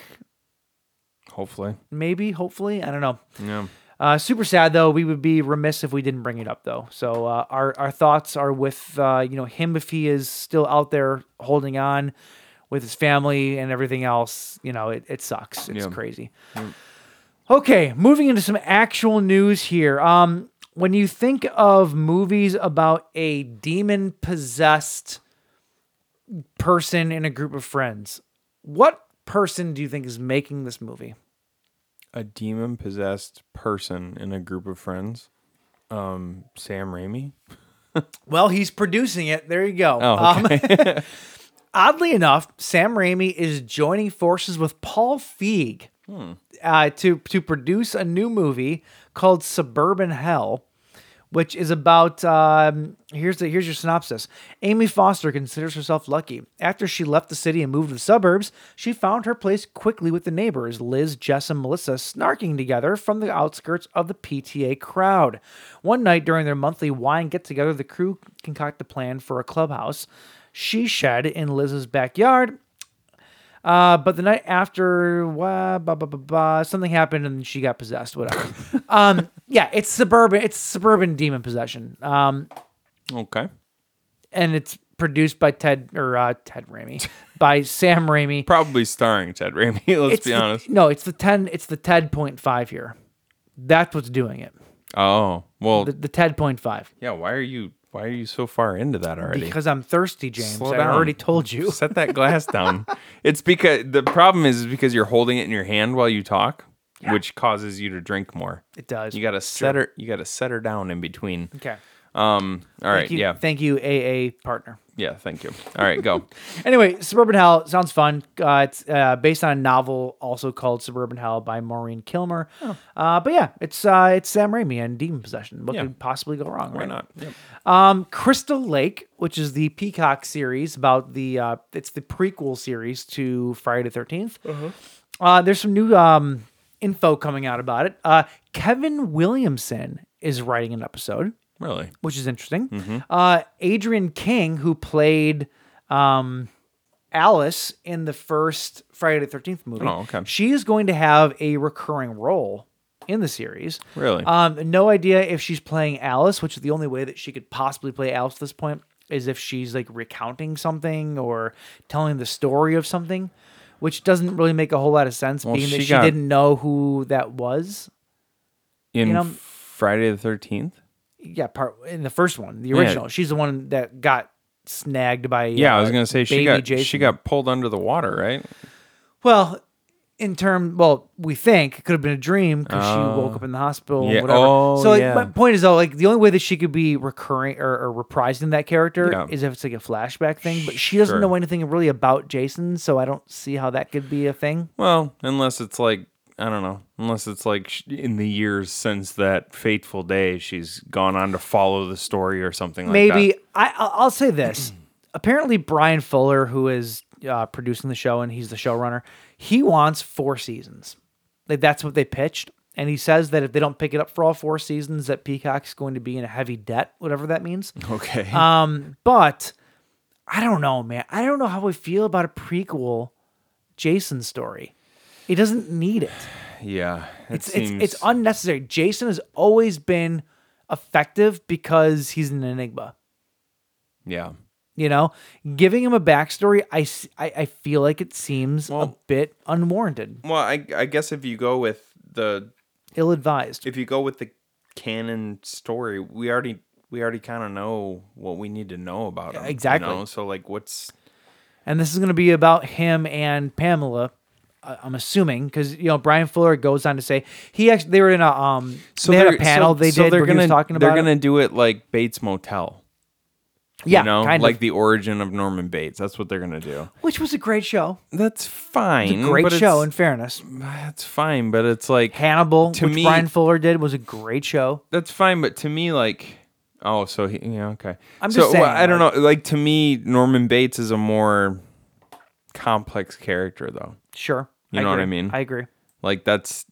[SPEAKER 3] Hopefully.
[SPEAKER 2] maybe, hopefully. I don't know.
[SPEAKER 3] Yeah.
[SPEAKER 2] Uh, super sad though. We would be remiss if we didn't bring it up though. So uh, our our thoughts are with uh, you know him if he is still out there holding on with his family and everything else. You know it, it sucks. It's
[SPEAKER 3] Yeah.
[SPEAKER 2] crazy. Okay, moving into some actual news here. Um, when you think of movies about a demon possessed person in a group of friends, what person do you think is making this movie?
[SPEAKER 3] A demon possessed person in a group of friends. Um, Sam Raimi.
[SPEAKER 2] Well, he's producing it. There you go.
[SPEAKER 3] Oh,
[SPEAKER 2] um, *laughs* oddly enough, Sam Raimi is joining forces with Paul Feig uh, to to produce a new movie called Suburban Hell, which is about. Um, here's the here's your synopsis. Amy Foster considers herself lucky after she left the city and moved to the suburbs. She found her place quickly with the neighbors Liz, Jess, and Melissa snarking together from the outskirts of the PTA crowd. One night during their monthly wine get together, the crew concoct a plan for a clubhouse. She shed in Liz's backyard uh, but the night after, wah, bah, bah, bah, bah, something happened and she got possessed. Whatever. um, *laughs* yeah, it's suburban. It's suburban demon possession. Um,
[SPEAKER 3] Okay.
[SPEAKER 2] and it's produced by Ted or uh, Ted
[SPEAKER 3] *laughs*
[SPEAKER 2] Raimi, by Sam Raimi.
[SPEAKER 3] Probably starring Ted Raimi, *laughs* let's
[SPEAKER 2] It's
[SPEAKER 3] be
[SPEAKER 2] the-
[SPEAKER 3] honest.
[SPEAKER 2] no, it's the ten. It's the Ted point five here. That's what's doing it.
[SPEAKER 3] Oh. Well
[SPEAKER 2] The, the Ted point five.
[SPEAKER 3] yeah, why are you why are you so far into that already?
[SPEAKER 2] Because I'm thirsty, James.
[SPEAKER 3] Slow
[SPEAKER 2] I
[SPEAKER 3] down.
[SPEAKER 2] already told you. *laughs*
[SPEAKER 3] Set that glass down. It's because the problem is because you're holding it in your hand while you talk, which causes you to drink more.
[SPEAKER 2] It does.
[SPEAKER 3] You gotta set her. You gotta set her down in between.
[SPEAKER 2] Okay.
[SPEAKER 3] Um. All right.
[SPEAKER 2] Thank you,
[SPEAKER 3] yeah.
[SPEAKER 2] Thank you, AA partner.
[SPEAKER 3] yeah. Thank you. All right.
[SPEAKER 2] *laughs*
[SPEAKER 3] Go.
[SPEAKER 2] Anyway, Suburban Hell sounds fun. Uh, it's uh, based on a novel also called Suburban Hell by Maureen Kilmer.
[SPEAKER 3] Oh.
[SPEAKER 2] Uh, but yeah, it's uh, it's Sam Raimi and demon possession. What
[SPEAKER 3] Yeah.
[SPEAKER 2] could possibly go wrong?
[SPEAKER 3] Why
[SPEAKER 2] right?
[SPEAKER 3] not? Yep.
[SPEAKER 2] Um, Crystal Lake, which is the Peacock series about the uh, it's the prequel series to Friday the 13th
[SPEAKER 3] Uh-huh.
[SPEAKER 2] Uh, there's some new um, info coming out about it. Uh, Kevin Williamson is writing an episode
[SPEAKER 3] Really?
[SPEAKER 2] which is interesting.
[SPEAKER 3] Mm-hmm.
[SPEAKER 2] Uh, Adrian King, who played um, Alice in the first Friday the Thirteenth movie,
[SPEAKER 3] Oh, okay.
[SPEAKER 2] she is going to have a recurring role in the series.
[SPEAKER 3] Really?
[SPEAKER 2] Um, no idea if she's playing Alice, which is the only way that she could possibly play Alice at this point is if she's like recounting something or telling the story of something. Which doesn't really make a whole lot of sense,
[SPEAKER 3] Well,
[SPEAKER 2] being that
[SPEAKER 3] she
[SPEAKER 2] she
[SPEAKER 3] got-
[SPEAKER 2] didn't know who that was.
[SPEAKER 3] In
[SPEAKER 2] you know-
[SPEAKER 3] Friday the Thirteenth.
[SPEAKER 2] yeah, part in the first one, the original. She's the one that got snagged by.
[SPEAKER 3] Yeah, I
[SPEAKER 2] uh,
[SPEAKER 3] was gonna say she
[SPEAKER 2] baby
[SPEAKER 3] got
[SPEAKER 2] Jason.
[SPEAKER 3] she got pulled under the water, right?
[SPEAKER 2] well. In term, well, we think it could have been a dream because she woke up in the hospital.
[SPEAKER 3] Oh. Yeah,
[SPEAKER 2] Or whatever.
[SPEAKER 3] oh,
[SPEAKER 2] so like,
[SPEAKER 3] yeah.
[SPEAKER 2] my point is though, like the only way that she could be recurring or, or reprising that character
[SPEAKER 3] Yeah.
[SPEAKER 2] is if it's like a flashback thing. But she doesn't
[SPEAKER 3] Sure.
[SPEAKER 2] know anything really about Jason, so I don't see how that could be a thing.
[SPEAKER 3] Well, unless it's like I don't know, unless it's like sh- in the years since that fateful day, she's gone on to follow the story or something like that.
[SPEAKER 2] maybe I I- I'll say this. *clears throat* Apparently, Brian Fuller, who is uh, producing the show and he's the showrunner, he wants four seasons. Like that's what they pitched, and he says that if they don't pick it up for all four seasons, that Peacock's going to be in a heavy debt, whatever that
[SPEAKER 3] *laughs*
[SPEAKER 2] means.
[SPEAKER 3] Okay.
[SPEAKER 2] Um, but I don't know, man. I don't know how we feel about a prequel Jason story. It doesn't need it.
[SPEAKER 3] yeah. It
[SPEAKER 2] It's
[SPEAKER 3] seems-
[SPEAKER 2] it's it's unnecessary. Jason has always been effective because he's an enigma.
[SPEAKER 3] yeah.
[SPEAKER 2] You know, giving him a backstory, I, s- I- I feel like it seems a
[SPEAKER 3] Well-
[SPEAKER 2] bit unwarranted,
[SPEAKER 3] Well, I I guess if you go with the
[SPEAKER 2] ill advised.
[SPEAKER 3] if you go with the canon story, we already we already kind of know what we need to know about him. you
[SPEAKER 2] exactly.
[SPEAKER 3] know? So like, what's
[SPEAKER 2] And this is going to be about him and Pamela. I- I'm assuming because you know Brian Fuller goes on to say he actually they were in a um they had a
[SPEAKER 3] they're-
[SPEAKER 2] panel they did
[SPEAKER 3] they're
[SPEAKER 2] where he was talking about
[SPEAKER 3] they're
[SPEAKER 2] it.
[SPEAKER 3] gonna do it like Bates Motel.
[SPEAKER 2] yeah
[SPEAKER 3] you know,
[SPEAKER 2] kind
[SPEAKER 3] like
[SPEAKER 2] of
[SPEAKER 3] the origin of Norman Bates. That's what they're gonna do.
[SPEAKER 2] which was a great show
[SPEAKER 3] That's fine.
[SPEAKER 2] great
[SPEAKER 3] Mm, but
[SPEAKER 2] show in
[SPEAKER 3] It's,
[SPEAKER 2] fairness
[SPEAKER 3] that's fine, but it's like
[SPEAKER 2] Hannibal
[SPEAKER 3] To
[SPEAKER 2] which
[SPEAKER 3] me-
[SPEAKER 2] Brian Fuller did was a great show
[SPEAKER 3] that's fine, but to me, like, Oh, so he, yeah, okay.
[SPEAKER 2] I'm
[SPEAKER 3] so,
[SPEAKER 2] just
[SPEAKER 3] well,
[SPEAKER 2] saying,
[SPEAKER 3] I don't know. Like to me, Norman Bates is a more complex character, though.
[SPEAKER 2] Sure.
[SPEAKER 3] You know what I
[SPEAKER 2] agree.
[SPEAKER 3] mean?
[SPEAKER 2] I agree.
[SPEAKER 3] Like that's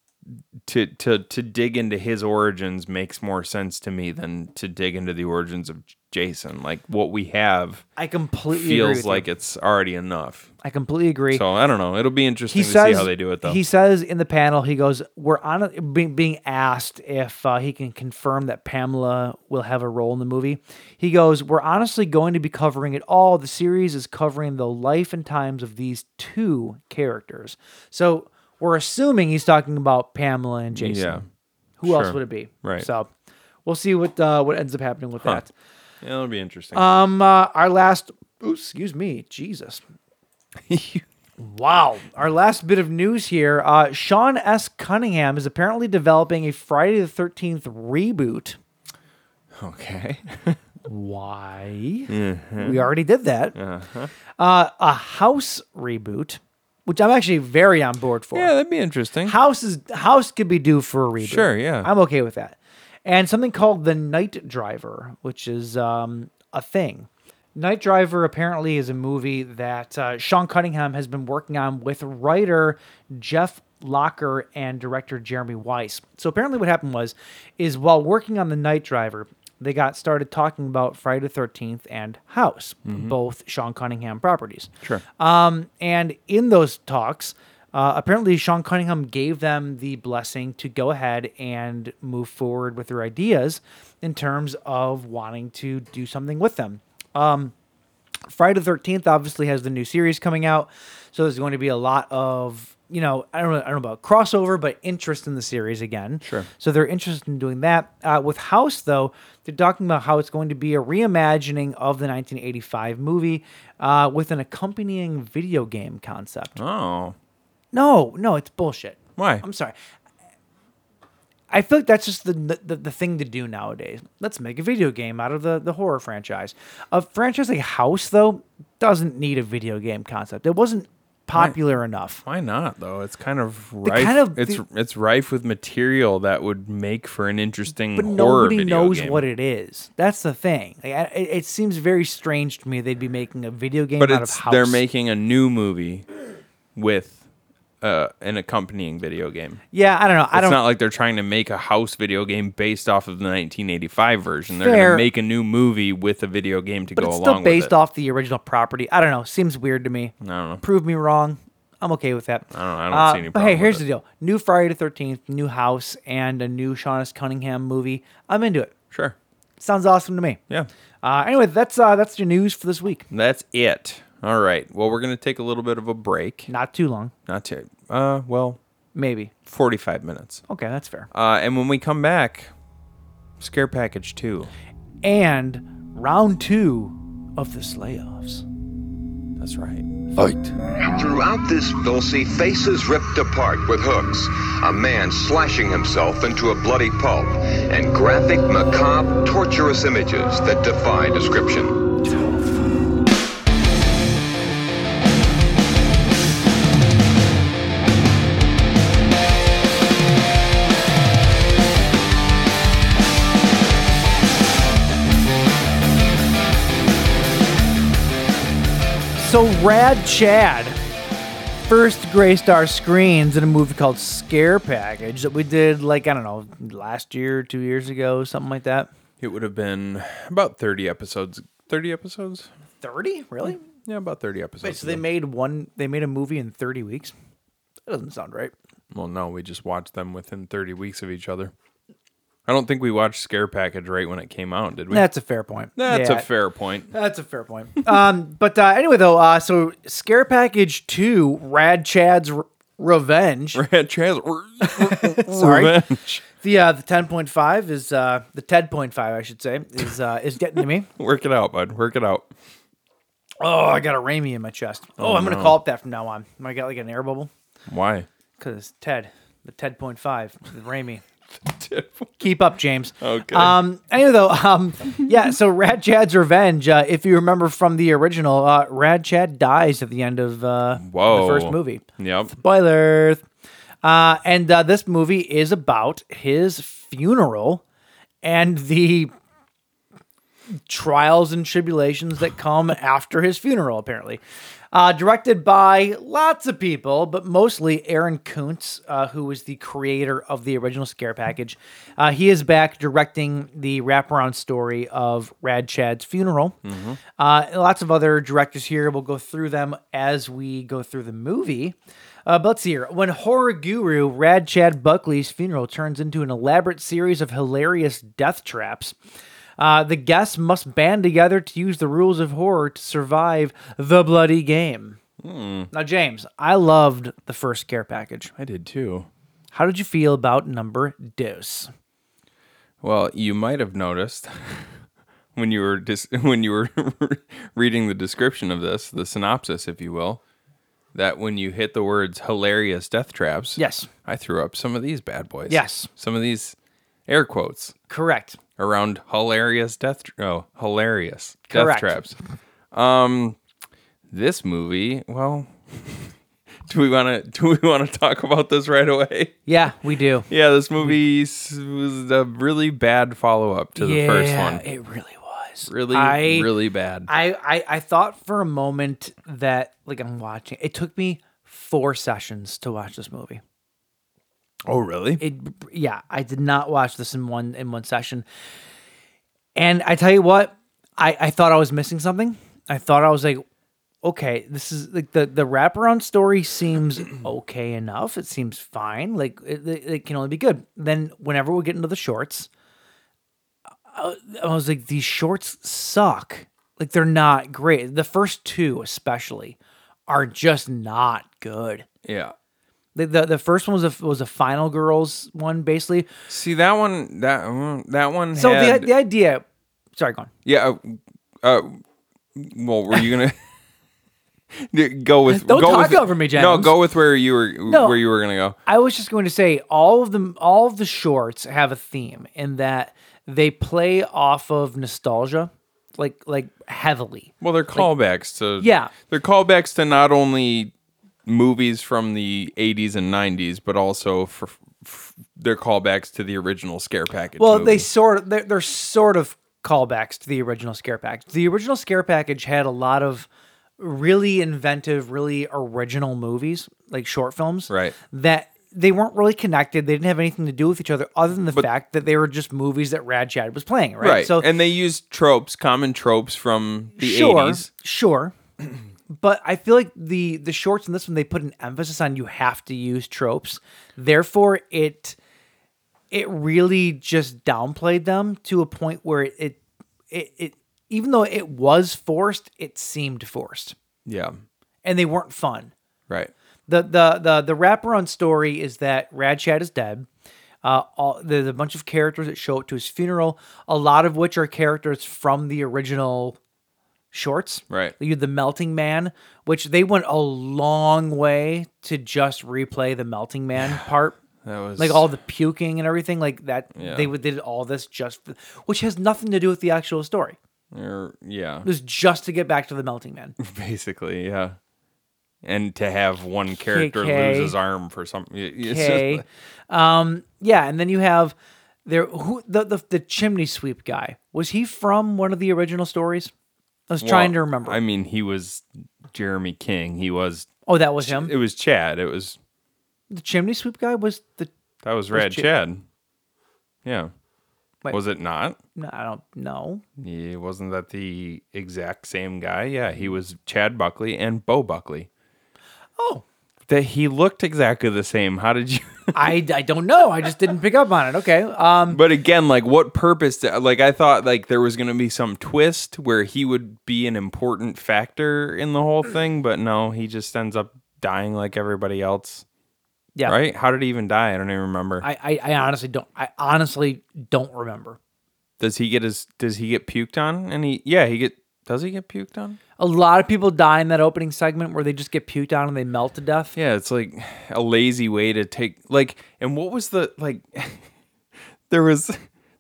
[SPEAKER 3] to to to dig into his origins makes more sense to me than to dig into the origins of J- Jason. Like what we have
[SPEAKER 2] I completely agree
[SPEAKER 3] feels
[SPEAKER 2] with
[SPEAKER 3] like
[SPEAKER 2] you.
[SPEAKER 3] it's already enough.
[SPEAKER 2] I completely agree.
[SPEAKER 3] So I don't know. It'll be interesting
[SPEAKER 2] he
[SPEAKER 3] to
[SPEAKER 2] says
[SPEAKER 3] see how they do it, though.
[SPEAKER 2] He says in the panel, he goes, "We're on being, being asked if uh, he can confirm that Pamela will have a role in the movie." He goes, "We're honestly going to be covering it all. The series is covering the life and times of these two characters." So we're assuming he's talking about Pamela and Jason.
[SPEAKER 3] Yeah.
[SPEAKER 2] Who else
[SPEAKER 3] Sure.
[SPEAKER 2] would it be?
[SPEAKER 3] Right.
[SPEAKER 2] So we'll see what uh, what ends up happening with that.
[SPEAKER 3] Yeah, It'll be interesting.
[SPEAKER 2] Um, uh, our last, oops, excuse me, Jesus. *laughs* wow. Our last bit of news here uh, Sean S. Cunningham is apparently developing a Friday the 13th reboot.
[SPEAKER 3] *laughs* okay.
[SPEAKER 2] Why? We already did that. uh a house reboot, which I'm actually very on board for.
[SPEAKER 3] Yeah, that'd be interesting.
[SPEAKER 2] House is House could be due for a reboot.
[SPEAKER 3] Sure, yeah.
[SPEAKER 2] I'm okay with that. And something called the Night Driver, which is um, a thing. Night Driver apparently is a movie that uh, Sean Cunningham has been working on with writer Jeff Locker and director Jeremy Weiss. So apparently, what happened was, is while working on the Night Driver, they got started talking about Friday the Thirteenth and House,
[SPEAKER 3] Mm-hmm.
[SPEAKER 2] both Sean Cunningham properties. Sure. Um, and in those talks, uh, apparently, Sean Cunningham gave them the blessing to go ahead and move forward with their ideas in terms of wanting to do something with them. Um, Friday the Thirteenth obviously has the new series coming out, so there's going to be a lot of you know I don't know, I don't know about crossover, but interest in the series again. Sure. So they're interested in doing that. Uh, with House though, they're talking about how it's going to be a reimagining of the 1985 movie uh, with an accompanying video game concept.
[SPEAKER 3] *laughs* Oh,
[SPEAKER 2] No, no, it's bullshit.
[SPEAKER 3] Why?
[SPEAKER 2] I'm sorry. I feel like that's just the, the the thing to do nowadays. Let's make a video game out of the, the horror franchise. A franchise like House though doesn't need a video game concept. It wasn't popular enough.
[SPEAKER 3] why not though? It's kind of rife.
[SPEAKER 2] kind of-
[SPEAKER 3] it's it's rife with material that would make for an interesting
[SPEAKER 2] But
[SPEAKER 3] horror
[SPEAKER 2] nobody
[SPEAKER 3] video
[SPEAKER 2] knows
[SPEAKER 3] game.
[SPEAKER 2] what it is. That's the thing. Like, I, it, it seems very strange to me they'd be making a video game
[SPEAKER 3] But
[SPEAKER 2] out
[SPEAKER 3] it's
[SPEAKER 2] of House.
[SPEAKER 3] they're making a new movie with uh, an accompanying video game.
[SPEAKER 2] yeah, I don't know. I
[SPEAKER 3] It's
[SPEAKER 2] don't.
[SPEAKER 3] not like they're trying to make a house video game based off of the 1985 version. They're
[SPEAKER 2] Fair.
[SPEAKER 3] going to make a new movie with a video game to
[SPEAKER 2] but
[SPEAKER 3] go
[SPEAKER 2] it's
[SPEAKER 3] along
[SPEAKER 2] still based
[SPEAKER 3] with it.
[SPEAKER 2] off the original property. I don't know. Seems weird to me. I
[SPEAKER 3] don't know.
[SPEAKER 2] Prove me wrong. I'm okay with that. I
[SPEAKER 3] don't- I don't see any
[SPEAKER 2] But
[SPEAKER 3] problem
[SPEAKER 2] hey,
[SPEAKER 3] with
[SPEAKER 2] here's
[SPEAKER 3] it.
[SPEAKER 2] the deal: new Friday the Thirteenth, new house, and a new Sean S. Cunningham movie. I'm into it.
[SPEAKER 3] Sure.
[SPEAKER 2] Sounds awesome to me.
[SPEAKER 3] Yeah.
[SPEAKER 2] Uh, anyway, that's uh, that's your news for this week.
[SPEAKER 3] That's it. All right. Well, we're going to take a little bit of a break.
[SPEAKER 2] Not too long,
[SPEAKER 3] Not to, uh, well,
[SPEAKER 2] maybe.
[SPEAKER 3] 45 minutes.
[SPEAKER 2] Okay, that's fair.
[SPEAKER 3] Uh, and when we come back, Scare Package 2.
[SPEAKER 2] And round two of the layoffs.
[SPEAKER 3] That's right.
[SPEAKER 11] Throughout this, they'll see faces ripped apart with hooks, a man slashing himself into a bloody pulp, and graphic, macabre, torturous images that defy description.
[SPEAKER 2] So Rad Chad first Gray Star screens in a movie called Scare Package that we did like I don't know last year, two years ago, something like that.
[SPEAKER 3] It would have been about 30 episodes. 30 episodes?
[SPEAKER 2] Thirty, really?
[SPEAKER 3] Yeah, about 30 episodes.
[SPEAKER 2] Wait, so they
[SPEAKER 3] ago.
[SPEAKER 2] made one? They made a movie in thirty weeks. That doesn't sound right.
[SPEAKER 3] well, no, we just watched them within 30 weeks of each other. I don't think we watched Scare Package right when it came out, did we?
[SPEAKER 2] That's a fair point.
[SPEAKER 3] That's
[SPEAKER 2] Yeah.
[SPEAKER 3] a fair point. *laughs*
[SPEAKER 2] That's a fair point. *laughs* um, but uh, anyway, though, uh, so Scare Package Two, Rad Chad's R- Revenge.
[SPEAKER 3] Brad Chaz.
[SPEAKER 2] *laughs* Sorry.
[SPEAKER 3] Revenge.
[SPEAKER 2] The uh, the ten point five is uh, the ten point five, I should say, is uh, is getting to me.
[SPEAKER 3] *laughs*
[SPEAKER 2] *laughs*
[SPEAKER 3] Work it out, bud. Work it out.
[SPEAKER 2] Oh, I got a Raimi in my chest. Oh, I'm gonna call it that from now on. I got like an air bubble
[SPEAKER 3] Why? *laughs*
[SPEAKER 2] because Ted, the Ted point five, the Raimi. Keep up, James.
[SPEAKER 3] Okay.
[SPEAKER 2] Um. Anyway, though, um, yeah. So Rad Chad's Revenge. Uh, if you remember from the original, uh, Rad Chad dies at the end of uh,
[SPEAKER 3] Whoa.
[SPEAKER 2] the first movie.
[SPEAKER 3] Yep.
[SPEAKER 2] Spoilers. Uh, and uh, this movie is about his funeral and the trials and tribulations that come after his funeral, apparently. Uh, directed by lots of people, but mostly Aaron Kuntz, uh, who was the creator of the original Scare Package. Uh, he is back directing the wraparound story of Rad Chad's funeral.
[SPEAKER 12] Mhm.
[SPEAKER 2] Uh, and lots of other directors here. We'll go through them as we go through the movie. Uh, but let's see here. When horror guru Rad Chad Buckley's funeral turns into an elaborate series of hilarious death traps, uh, the guests must band together to use the rules of horror to survive the bloody game.
[SPEAKER 3] Hmm.
[SPEAKER 2] Now, James, I loved the first care package.
[SPEAKER 3] I did too.
[SPEAKER 2] How did you feel about number dose?
[SPEAKER 3] Well, you might have noticed *laughs* when you were dis- *laughs* when you were reading the description of this, the synopsis, if you will, that when you hit the words "hilarious death traps,"
[SPEAKER 2] yes,
[SPEAKER 3] I threw up some of these bad boys.
[SPEAKER 2] Yes.
[SPEAKER 3] some of these air quotes.
[SPEAKER 2] Correct.
[SPEAKER 3] Around hilarious death. Tra- oh, hilarious death
[SPEAKER 2] Correct.
[SPEAKER 3] traps. Um, this movie. Well, *laughs* do we want to do we want to talk about this right away?
[SPEAKER 2] Yeah, we do.
[SPEAKER 3] Yeah, this movie s- was a really bad follow up to *laughs* the first
[SPEAKER 2] Yeah,
[SPEAKER 3] one.
[SPEAKER 2] It really was.
[SPEAKER 3] Really,
[SPEAKER 2] I-
[SPEAKER 3] really bad.
[SPEAKER 2] I, I I thought for a moment that like I'm watching. It took me four sessions to watch this movie.
[SPEAKER 3] Oh, really?
[SPEAKER 2] It yeah, I did not watch this in one in one session. And I tell you what, I I thought I was missing something. I thought I was like, okay, this is like the the wraparound story seems okay enough. It seems fine. Like it, it it can only be good. Then whenever we get into the shorts, I, I was like, these shorts suck. Like they're not great. The first two especially are just not good.
[SPEAKER 3] yeah.
[SPEAKER 2] The, the the first one was a was a final girls one basically.
[SPEAKER 3] See that one that mm, that one.
[SPEAKER 2] So
[SPEAKER 3] had,
[SPEAKER 2] the the idea, sorry, go on.
[SPEAKER 3] yeah. Uh, uh, well, were you gonna *laughs* Yeah, go with?
[SPEAKER 2] Don't
[SPEAKER 3] go
[SPEAKER 2] talk
[SPEAKER 3] with,
[SPEAKER 2] over me,
[SPEAKER 3] No,
[SPEAKER 2] James.
[SPEAKER 3] go with where you were
[SPEAKER 2] No.
[SPEAKER 3] where you were gonna go.
[SPEAKER 2] I was just going to say all of them, all of the shorts have a theme in that they play off of nostalgia, like like heavily.
[SPEAKER 3] Well, they're callbacks to
[SPEAKER 2] Yeah.
[SPEAKER 3] They're callbacks to not only movies from the '80s and '90s, but also for, f they're callbacks to the original Scare Package.
[SPEAKER 2] Well,
[SPEAKER 3] movie.
[SPEAKER 2] they sort of they're, they're sort of callbacks to the original scare package. The original scare package had a lot of really inventive, really original movies, like short films,
[SPEAKER 3] Right.
[SPEAKER 2] That they weren't really connected. They didn't have anything to do with each other, other than the fact that they were just movies that Rad Chad was playing, right?
[SPEAKER 3] right.
[SPEAKER 2] So
[SPEAKER 3] and they used tropes, common tropes from the
[SPEAKER 2] sure,
[SPEAKER 3] 80s.
[SPEAKER 2] sure. *clears throat* But I feel like the the shorts in this one they put an emphasis on you have to use tropes. Therefore, it it really just downplayed them to a point where it it it, it even though it was forced, it seemed forced,
[SPEAKER 3] Yeah.
[SPEAKER 2] and they weren't fun.
[SPEAKER 3] Right.
[SPEAKER 2] The the the the wraparound story is that Rad Chad is dead. Uh, all, there's a bunch of characters that show up to his funeral, a lot of which are characters from the original shorts.
[SPEAKER 3] Right.
[SPEAKER 2] You had the Melting Man, which they went a long way to just replay the Melting
[SPEAKER 3] *sighs*
[SPEAKER 2] Man part.
[SPEAKER 3] That was-
[SPEAKER 2] like all the puking and everything like that.
[SPEAKER 3] Yeah.
[SPEAKER 2] They would did all this just, for- which has nothing to do with the actual story.
[SPEAKER 3] Or- yeah. *laughs*
[SPEAKER 2] It was just to get back to the Melting Man.
[SPEAKER 3] Basically, yeah. And to have one character
[SPEAKER 2] KK.
[SPEAKER 3] lose his arm for something. It's just-
[SPEAKER 2] Okay. Um, yeah, and then you have there who the, the the chimney sweep guy. Was he from one of the original stories? I was trying to
[SPEAKER 3] Well,
[SPEAKER 2] remember.
[SPEAKER 3] I mean, he was Jeremy King. He was.
[SPEAKER 2] Oh, that was him?
[SPEAKER 3] It was Chad. It was.
[SPEAKER 2] the chimney sweep guy was the
[SPEAKER 3] That was
[SPEAKER 2] Was
[SPEAKER 3] Rad
[SPEAKER 2] Ch-
[SPEAKER 3] Chad. Yeah.
[SPEAKER 2] Wait.
[SPEAKER 3] Was it not?
[SPEAKER 2] no, I don't know.
[SPEAKER 3] Yeah, wasn't that the exact same guy? Yeah, he was Chad Buckley and Bo Buckley.
[SPEAKER 2] Oh.
[SPEAKER 3] That he looked exactly the same. How did you
[SPEAKER 2] I, I don't know. I just didn't pick up on it. Okay. Um
[SPEAKER 3] But again, like what purpose to, like I thought like there was going to be some twist where he would be an important factor in the whole thing, but no, he just ends up dying like everybody else.
[SPEAKER 2] Yeah.
[SPEAKER 3] Right? How did he even die? I don't even remember.
[SPEAKER 2] I, I, I honestly don't I honestly don't remember.
[SPEAKER 3] does he get his does he get puked on? And he yeah, he get does he get puked on?
[SPEAKER 2] A lot of people die in that opening segment where they just get puked on and they melt to death.
[SPEAKER 3] Yeah, it's like a lazy way to take like and what was the like *laughs* there was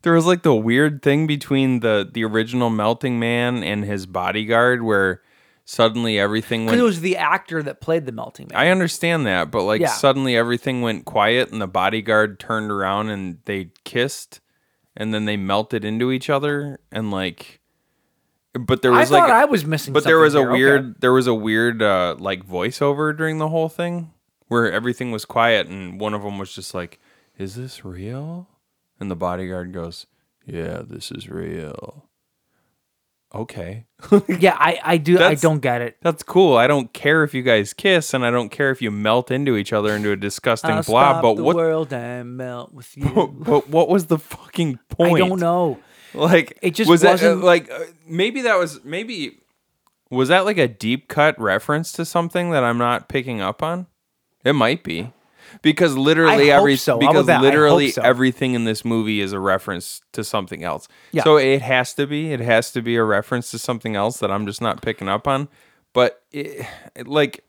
[SPEAKER 3] there was like the weird thing between the the original melting man and his bodyguard where suddenly everything
[SPEAKER 2] Because
[SPEAKER 3] went
[SPEAKER 2] it was the actor that played the melting man.
[SPEAKER 3] I understand that, but like
[SPEAKER 2] Yeah.
[SPEAKER 3] suddenly everything went quiet and the bodyguard turned around and they kissed and then they melted into each other and like but there
[SPEAKER 2] I
[SPEAKER 3] was like
[SPEAKER 2] thought I was missing
[SPEAKER 3] But there was a
[SPEAKER 2] something here. Okay.
[SPEAKER 3] weird there was a weird uh, like voiceover during the whole thing where everything was quiet and one of them was just like, "Is this real?" And the bodyguard goes, "Yeah, this is real." Okay.
[SPEAKER 2] yeah, I, I do. I
[SPEAKER 3] That's-
[SPEAKER 2] don't get it.
[SPEAKER 3] That's cool. I don't care if you guys kiss and I don't care if you melt into each other into a disgusting
[SPEAKER 2] I'll
[SPEAKER 3] blob,
[SPEAKER 2] Uh, stop
[SPEAKER 3] but
[SPEAKER 2] the
[SPEAKER 3] what
[SPEAKER 2] world and melt with you.
[SPEAKER 3] *laughs* but what was the fucking point?
[SPEAKER 2] I don't know.
[SPEAKER 3] Like
[SPEAKER 2] It just
[SPEAKER 3] was that, uh,
[SPEAKER 2] wasn't-
[SPEAKER 3] like uh, maybe that was maybe was that like a deep cut reference to something that I'm not picking up on? It might be because literally
[SPEAKER 2] hope
[SPEAKER 3] every
[SPEAKER 2] so. How about
[SPEAKER 3] because
[SPEAKER 2] that? I hope
[SPEAKER 3] literally
[SPEAKER 2] so.
[SPEAKER 3] everything in this movie is a reference to something else.
[SPEAKER 2] Yeah.
[SPEAKER 3] So it has to be it has to be a reference to something else that I'm just not picking up on. But it, it, like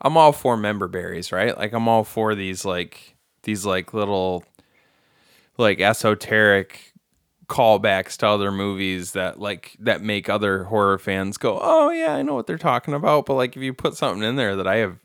[SPEAKER 3] I'm all for member berries, right? Like I'm all for these like these like little like esoteric callbacks to other movies that like that make other horror fans go, "Oh yeah, I know what they're talking about." But like if you put something in there that I have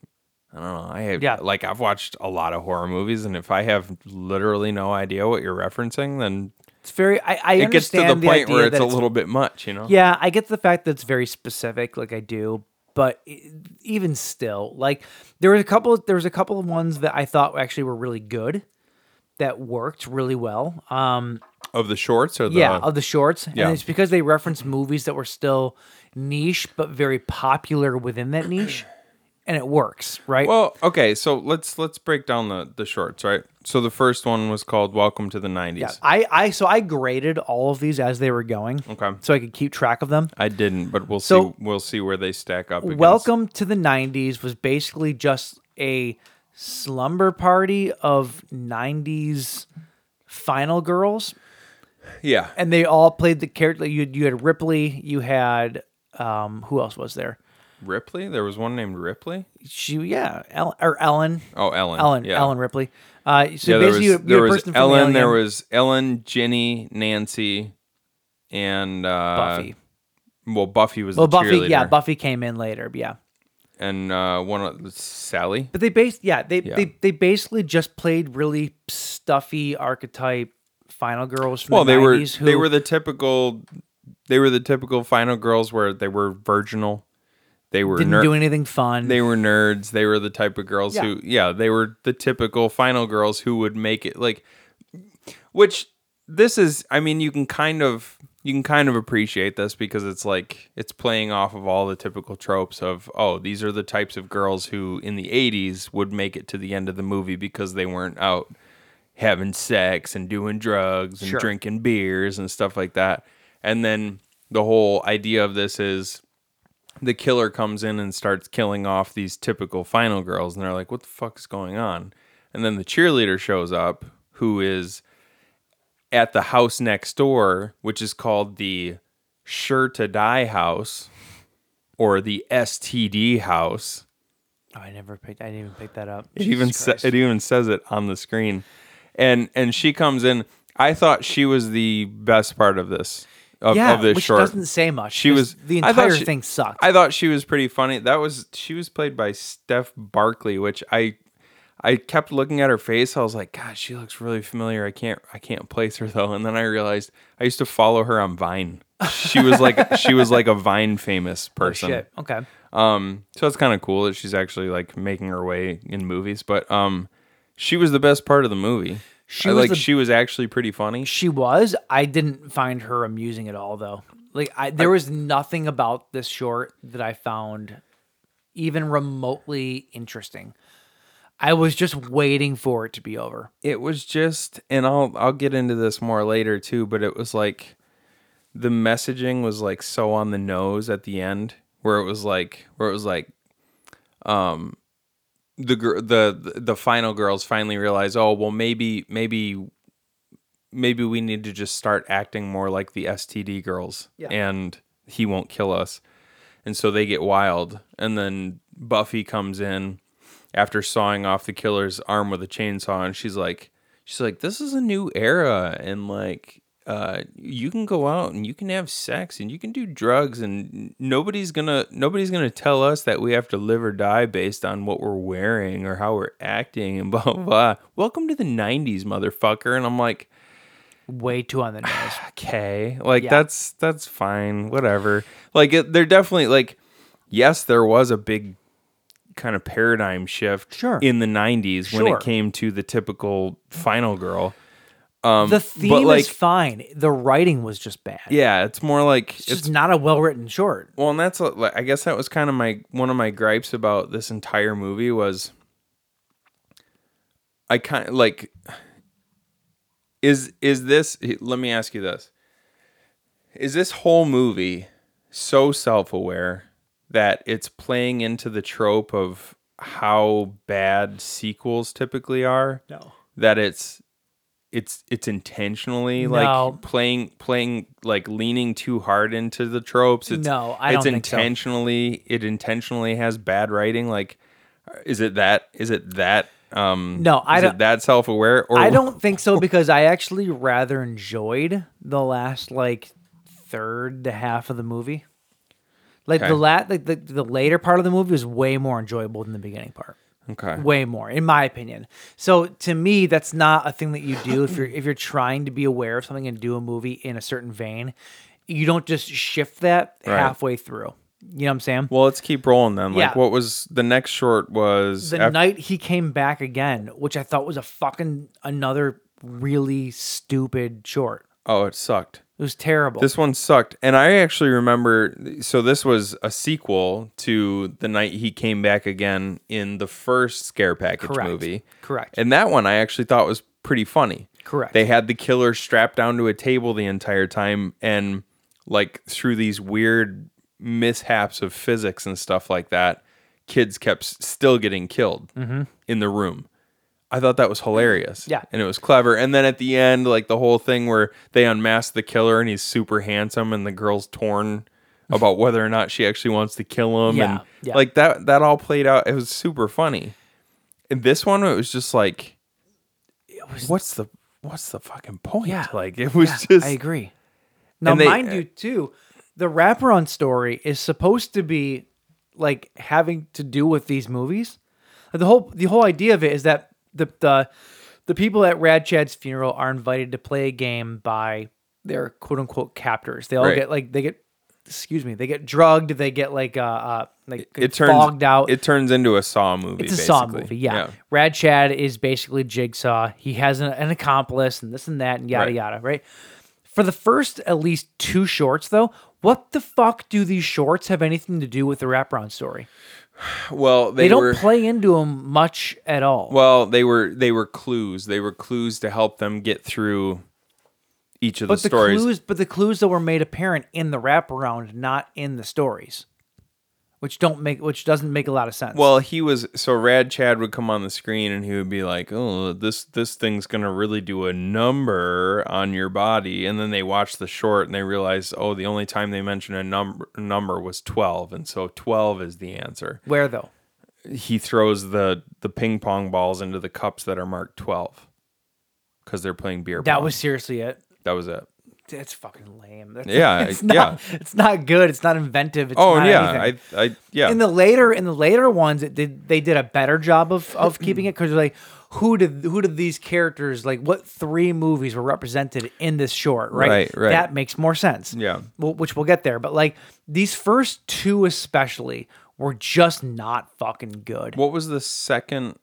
[SPEAKER 3] I don't know, I have
[SPEAKER 2] Yeah.
[SPEAKER 3] like I've watched a lot of horror movies and if I have literally no idea what you're referencing, then
[SPEAKER 2] It's very. I, I
[SPEAKER 3] it gets to the
[SPEAKER 2] understand
[SPEAKER 3] point
[SPEAKER 2] idea
[SPEAKER 3] where it's
[SPEAKER 2] that
[SPEAKER 3] a little bit much, you know?
[SPEAKER 2] Yeah, I get the fact that it's very specific. Like I do, but e- even still, like there was a couple. There was a couple of ones that I thought actually were really good, that worked really well. Um,
[SPEAKER 3] Of the shorts or the
[SPEAKER 2] yeah, of the shorts,
[SPEAKER 3] Yeah.
[SPEAKER 2] and it's because they reference movies that were still niche but very popular within that niche, and it works, right?
[SPEAKER 3] Well, okay, so let's let's break down the the shorts, right? So the first one was called "Welcome to the '90s."
[SPEAKER 2] yeah, I, I, so I graded all of these as they were going,
[SPEAKER 3] Okay.
[SPEAKER 2] so I could keep track of them.
[SPEAKER 3] I didn't, but we'll
[SPEAKER 2] So-
[SPEAKER 3] see. We'll see where they stack up. against-
[SPEAKER 2] Welcome to the 90s was basically just a slumber party of 90s final girls
[SPEAKER 3] Yeah,
[SPEAKER 2] and they all played the character you you had Ripley, you had um who else was there?
[SPEAKER 3] Ripley. There was one named Ripley.
[SPEAKER 2] She yeah, El, or Ellen.
[SPEAKER 3] Oh, Ellen.
[SPEAKER 2] Ellen
[SPEAKER 3] Yeah.
[SPEAKER 2] Ellen Ripley. Uh so
[SPEAKER 3] yeah, there was,
[SPEAKER 2] basically you, you
[SPEAKER 3] there
[SPEAKER 2] had a
[SPEAKER 3] was
[SPEAKER 2] person from
[SPEAKER 3] Ellen.
[SPEAKER 2] Alien,
[SPEAKER 3] there was Ellen, Ginny, Nancy, and uh,
[SPEAKER 2] Buffy.
[SPEAKER 3] Well, Buffy was
[SPEAKER 2] well
[SPEAKER 3] the
[SPEAKER 2] Buffy, yeah,
[SPEAKER 3] cheerleader.
[SPEAKER 2] Buffy came in later, but yeah.
[SPEAKER 3] and uh, one of Sally.
[SPEAKER 2] But they based yeah, they
[SPEAKER 3] Yeah.
[SPEAKER 2] they they basically just played really stuffy archetype final girls from
[SPEAKER 3] Well,
[SPEAKER 2] the
[SPEAKER 3] they were
[SPEAKER 2] 90s who
[SPEAKER 3] they were the typical they were the typical final girls where they were virginal. They were
[SPEAKER 2] didn't
[SPEAKER 3] ner-
[SPEAKER 2] do anything fun.
[SPEAKER 3] They were nerds. They were the type of girls
[SPEAKER 2] Yeah.
[SPEAKER 3] who, yeah, they were the typical final girls who would make it like, which this is, I mean, you can kind of, you can kind of appreciate this because it's like, it's playing off of all the typical tropes of, oh, these are the types of girls who in the 80s would make it to the end of the movie because they weren't out having sex and doing drugs and
[SPEAKER 2] Sure.
[SPEAKER 3] drinking beers and stuff like that. And then the whole idea of this is, the killer comes in and starts killing off these typical final girls and they're like what the fuck is going on and then the cheerleader shows up who is at the house next door which is called the sure to die house or the std house
[SPEAKER 2] Oh, I never picked. I didn't even pick that up.
[SPEAKER 3] it even sa- it even says it on the screen and and she comes in i thought she was the best part of this of,
[SPEAKER 2] yeah,
[SPEAKER 3] of this
[SPEAKER 2] which
[SPEAKER 3] short
[SPEAKER 2] doesn't say much.
[SPEAKER 3] she
[SPEAKER 2] 'cause
[SPEAKER 3] was
[SPEAKER 2] the
[SPEAKER 3] I thought
[SPEAKER 2] entire
[SPEAKER 3] she-
[SPEAKER 2] thing sucked.
[SPEAKER 3] I thought she was pretty funny. That was she was played by Steph Barkley, which I I kept looking at her face. I was like, God, she looks really familiar. I can't I can't place her though. And then I realized I used to follow her on Vine. She
[SPEAKER 2] *laughs*
[SPEAKER 3] was like she was like a Vine famous person.
[SPEAKER 2] Oh, Shit. Okay.
[SPEAKER 3] Um, so it's kind of cool that she's actually like making her way in movies. But um, she was the best part of the movie.
[SPEAKER 2] She
[SPEAKER 3] I,
[SPEAKER 2] was
[SPEAKER 3] like
[SPEAKER 2] the-
[SPEAKER 3] she was actually pretty funny.
[SPEAKER 2] She was. I didn't find her amusing at all, though. Like I, there was nothing about this short that I found even remotely interesting. I was just waiting for it to be over.
[SPEAKER 3] it was just and I'll I'll get into this more later too, but it was like the messaging was like so on the nose at the end where it was like where it was like um the gir- the the final girls finally realize, "Oh, well maybe maybe maybe we need to just start acting more like the STD girls
[SPEAKER 2] Yeah.
[SPEAKER 3] and he won't kill us." And so they get wild and then Buffy comes in after sawing off the killer's arm with a chainsaw and she's like she's like this is a new era and like uh you can go out and you can have sex and you can do drugs and nobody's gonna nobody's gonna tell us that we have to live or die based on what we're wearing or how we're acting and blah blah, blah. welcome to the 90s motherfucker and i'm like
[SPEAKER 2] way too on the nose.
[SPEAKER 3] okay, like that's that's fine, whatever. Like it, they're definitely like, yes, there was a big kind of paradigm shift
[SPEAKER 2] Sure.
[SPEAKER 3] in the '90s when
[SPEAKER 2] Sure.
[SPEAKER 3] it came to the typical final girl. Um,
[SPEAKER 2] the theme
[SPEAKER 3] but like,
[SPEAKER 2] is fine. The writing was just bad.
[SPEAKER 3] yeah, it's more like
[SPEAKER 2] It's just not a well written short.
[SPEAKER 3] Well, and that's what- like I guess that was kind of my one of my gripes about this entire movie was I kind like is is this let me ask you this. Is this whole movie so self-aware that it's playing into the trope of how bad sequels typically are?
[SPEAKER 2] No.
[SPEAKER 3] That it's it's it's intentionally
[SPEAKER 2] No.
[SPEAKER 3] like playing playing like leaning too hard into the tropes. It's,
[SPEAKER 2] No, I
[SPEAKER 3] it's
[SPEAKER 2] don't think so.
[SPEAKER 3] intentionally it intentionally has bad writing. Like, is it that? Is it that? Um,
[SPEAKER 2] No, I
[SPEAKER 3] is
[SPEAKER 2] don't-
[SPEAKER 3] It that self aware, or
[SPEAKER 2] I don't think
[SPEAKER 3] *laughs*
[SPEAKER 2] so because I actually rather enjoyed the last like third to half of the movie. Like
[SPEAKER 3] Okay.
[SPEAKER 2] the lat like the, the later part of the movie was way more enjoyable than the beginning part.
[SPEAKER 3] Okay.
[SPEAKER 2] Way more, in my opinion. So to me, that's not a thing that you do if you're if you're trying to be aware of something and do a movie in a certain vein. You don't just shift that
[SPEAKER 3] Right.
[SPEAKER 2] halfway through. You know what I'm saying?
[SPEAKER 3] Well, let's keep rolling then. Like,
[SPEAKER 2] Yeah.
[SPEAKER 3] what was the next short was
[SPEAKER 2] the
[SPEAKER 3] af-
[SPEAKER 2] night he came back again, which I thought was a fucking another really stupid short.
[SPEAKER 3] Oh, it sucked.
[SPEAKER 2] It was terrible.
[SPEAKER 3] This one sucked. And I actually remember so this was a sequel to The Night He Came Back Again in the first Scare Package
[SPEAKER 2] Correct.
[SPEAKER 3] movie.
[SPEAKER 2] Correct.
[SPEAKER 3] And that one I actually thought was pretty funny.
[SPEAKER 2] Correct.
[SPEAKER 3] They had the killer strapped down to a table the entire time and like through these weird mishaps of physics and stuff like that, kids kept s- still getting killed
[SPEAKER 2] Mhm.
[SPEAKER 3] in the room. I thought that was hilarious.
[SPEAKER 2] Yeah.
[SPEAKER 3] And it was clever. And then at the end, like the whole thing where they unmask the killer and he's super handsome and the
[SPEAKER 2] *laughs*
[SPEAKER 3] girl's torn about whether or not she actually wants to kill him.
[SPEAKER 2] Yeah,
[SPEAKER 3] And
[SPEAKER 2] yeah.
[SPEAKER 3] like that that all played out. It was super funny. And this one it was just like what's the what's the fucking point?
[SPEAKER 2] Yeah.
[SPEAKER 3] Like it was
[SPEAKER 2] Yeah,
[SPEAKER 3] just
[SPEAKER 2] I agree. Now,
[SPEAKER 3] And they- uh,
[SPEAKER 2] mind you, too, the wraparound story is supposed to be like having to do with these movies. Like, The whole the whole idea of it is that the the the people at Rad Chad's funeral are invited to play a game by their quote unquote captors. They all
[SPEAKER 3] Right.
[SPEAKER 2] get like they get excuse me they get drugged. They get like uh, uh like
[SPEAKER 3] it turns
[SPEAKER 2] fogged out.
[SPEAKER 3] It turns into a Saw movie.
[SPEAKER 2] It's a Saw
[SPEAKER 3] basically.
[SPEAKER 2] movie, yeah. Rad Chad is basically Jigsaw. He has an, an accomplice and this and that and yada
[SPEAKER 3] Right.
[SPEAKER 2] yada, right? For the first at least two shorts, though, what the fuck do these shorts have anything to do with the wraparound story?
[SPEAKER 3] Well,
[SPEAKER 2] They,
[SPEAKER 3] they,
[SPEAKER 2] don't
[SPEAKER 3] were,
[SPEAKER 2] play into them much at all.
[SPEAKER 3] Well, they were they were clues. They were clues to help them get through each of
[SPEAKER 2] but
[SPEAKER 3] the,
[SPEAKER 2] the
[SPEAKER 3] stories.
[SPEAKER 2] clues, but the clues that were made apparent in the wraparound, not in the stories, which don't make, which doesn't make a lot of sense.
[SPEAKER 3] Well, he was so Rad Chad would come on the screen and he would be like, "Oh, this this thing's gonna really do a number on your body." And then they watch the short and they realize, "Oh, the only time they mentioned a number number was twelve, and so twelve is the answer."
[SPEAKER 2] where though?
[SPEAKER 3] He throws the the ping pong balls into the cups that are marked twelve because they're playing beer.
[SPEAKER 2] That
[SPEAKER 3] pong.
[SPEAKER 2] was seriously it.
[SPEAKER 3] that was it.
[SPEAKER 2] That's fucking lame. That's, *laughs*
[SPEAKER 3] Yeah,
[SPEAKER 2] it's
[SPEAKER 3] yeah.
[SPEAKER 2] not, It's not good. It's not inventive. It's
[SPEAKER 3] oh
[SPEAKER 2] not
[SPEAKER 3] yeah,
[SPEAKER 2] anything.
[SPEAKER 3] I I yeah.
[SPEAKER 2] In the later, in the later ones, it did they did a better job of
[SPEAKER 3] *clears throat*
[SPEAKER 2] of keeping it because like, who did who did these characters like? What three movies were represented in this short? Right,
[SPEAKER 3] Right, right.
[SPEAKER 2] That makes more sense.
[SPEAKER 3] Yeah.
[SPEAKER 2] well, which we'll get there. But like these first two especially were just not fucking good.
[SPEAKER 3] what was the second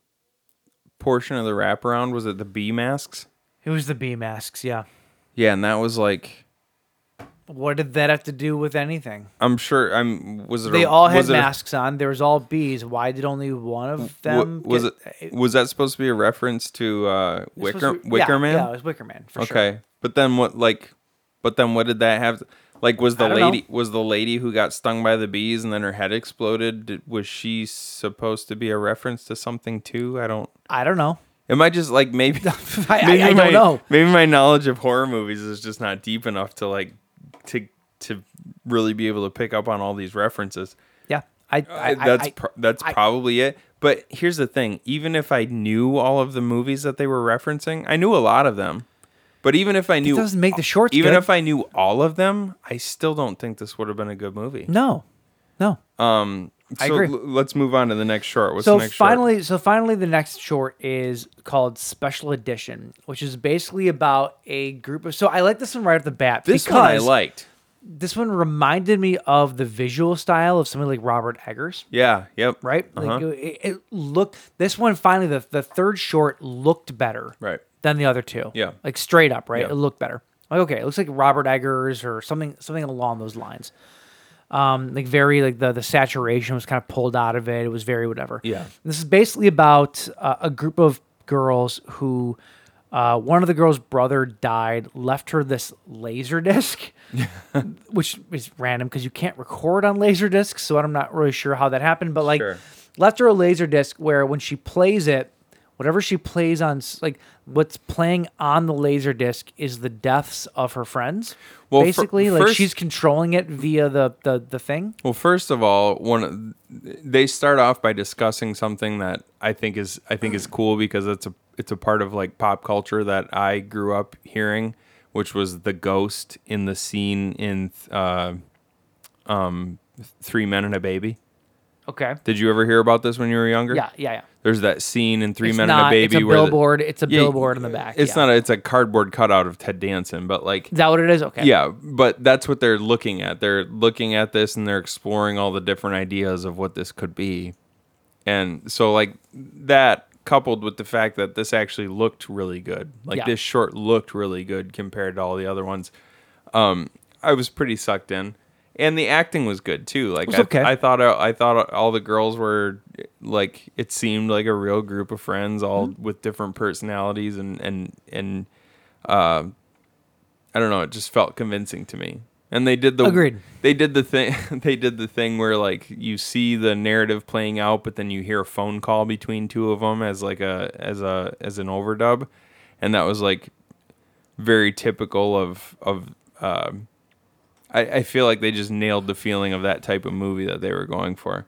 [SPEAKER 3] portion of the wraparound? Was it the bee masks?
[SPEAKER 2] It was the B masks. Yeah,
[SPEAKER 3] Yeah, and that was like
[SPEAKER 2] what did that have to do with anything?
[SPEAKER 3] I'm sure I'm was it
[SPEAKER 2] They
[SPEAKER 3] a-
[SPEAKER 2] all had
[SPEAKER 3] was it a-
[SPEAKER 2] masks on. There was all bees. Why did only one of
[SPEAKER 3] wa-
[SPEAKER 2] them?
[SPEAKER 3] was
[SPEAKER 2] get-
[SPEAKER 3] it was that supposed to be a reference to uh
[SPEAKER 2] It's
[SPEAKER 3] Wicker
[SPEAKER 2] supposed to-
[SPEAKER 3] Wicker
[SPEAKER 2] yeah,
[SPEAKER 3] Man?
[SPEAKER 2] Yeah, it was Wicker Man. For
[SPEAKER 3] okay. But then what like but then what did that have like was the
[SPEAKER 2] I don't know.
[SPEAKER 3] lady was the lady who got stung by the bees and then her head exploded did, was she supposed to be a reference to something too? I don't
[SPEAKER 2] Sure. I don't know.
[SPEAKER 3] Am I just like maybe
[SPEAKER 2] *laughs*
[SPEAKER 3] *laughs*
[SPEAKER 2] I- I
[SPEAKER 3] maybe
[SPEAKER 2] don't
[SPEAKER 3] my,
[SPEAKER 2] know.
[SPEAKER 3] Maybe my knowledge of horror movies is just not deep enough to like to to really be able to pick up on all these references.
[SPEAKER 2] Yeah, I. I, I
[SPEAKER 3] that's
[SPEAKER 2] I-
[SPEAKER 3] pro- that's
[SPEAKER 2] I-
[SPEAKER 3] probably it. But here's the thing: even if I knew all of the movies that they were referencing, I knew a lot of them. But even if I knew,
[SPEAKER 2] doesn't make the shorts
[SPEAKER 3] Even
[SPEAKER 2] good.
[SPEAKER 3] if I knew all of them, I still don't think this would have been a good movie.
[SPEAKER 2] no, no.
[SPEAKER 3] Um,
[SPEAKER 2] I
[SPEAKER 3] so
[SPEAKER 2] agree.
[SPEAKER 3] l- let's move on to the next short. What's
[SPEAKER 2] so
[SPEAKER 3] the next
[SPEAKER 2] finally, so finally, the next short is called Special Edition, which is basically about a group of. So I like this one right off the bat.
[SPEAKER 3] This one I
[SPEAKER 2] because
[SPEAKER 3] liked.
[SPEAKER 2] This one reminded me of the visual style of somebody like Robert Eggers.
[SPEAKER 3] short? Yeah. Yep.
[SPEAKER 2] Right. Like
[SPEAKER 3] Uh-huh.
[SPEAKER 2] it, it looked. This one finally, the the third short looked better.
[SPEAKER 3] Right.
[SPEAKER 2] Than the other two.
[SPEAKER 3] Yeah.
[SPEAKER 2] Like straight up, right?
[SPEAKER 3] Yeah.
[SPEAKER 2] It looked better. Like okay, it looks like Robert Eggers or something something along those lines. Um, like very like the the saturation was kind of pulled out of it. It was very whatever.
[SPEAKER 3] Yeah.
[SPEAKER 2] This is basically about uh, a group of girls who uh, one of the girl's brother died, left her this laser disc, which is random because you can't record on laser discs. So I'm not really sure how that happened, but like
[SPEAKER 3] Sure.
[SPEAKER 2] left her a laser disc where when she plays it, whatever she plays on, s- like what's playing on the laser disc is the deaths of her friends.
[SPEAKER 3] Well, fir-
[SPEAKER 2] basically, like
[SPEAKER 3] first-
[SPEAKER 2] she's controlling it via the the, the thing.
[SPEAKER 3] Well, first of all, one they start off by discussing something that I think is I think is cool because it's a it's a part of like pop culture that I grew up hearing, which was the ghost in the scene in uh, um, Three Men and a Baby.
[SPEAKER 2] Okay.
[SPEAKER 3] Did you ever hear about this when you were younger?
[SPEAKER 2] Yeah, yeah, yeah.
[SPEAKER 3] There's that scene in Three
[SPEAKER 2] It's
[SPEAKER 3] Men and a
[SPEAKER 2] not- it's
[SPEAKER 3] Baby
[SPEAKER 2] a
[SPEAKER 3] where the- uh,
[SPEAKER 2] billboard- it's a billboard in the back,
[SPEAKER 3] It's
[SPEAKER 2] yeah.
[SPEAKER 3] not. A, it's a cardboard cutout of Ted Danson, but like
[SPEAKER 2] Is that what it is? Okay.
[SPEAKER 3] yeah, but that's what they're looking at. They're looking at this and they're exploring all the different ideas of what this could be. And so like that coupled with the fact that this actually looked really good. Like
[SPEAKER 2] Yeah.
[SPEAKER 3] this short looked really good compared to all the other ones. Um I was pretty sucked in. And the acting was good too. Like
[SPEAKER 2] was
[SPEAKER 3] I,
[SPEAKER 2] okay.
[SPEAKER 3] I thought I thought all the girls were like it seemed like a real group of friends all
[SPEAKER 2] Mm-hmm.
[SPEAKER 3] with different personalities and and and uh I don't know. It just felt convincing to me. And they did the
[SPEAKER 2] Agreed.
[SPEAKER 3] They did the thing. *laughs* They did the thing where like you see the narrative playing out, but then you hear a phone call between two of them as like a as a as an overdub, and that was like very typical of of. Um, I, I feel like they just nailed the feeling of that type of movie that they were going for,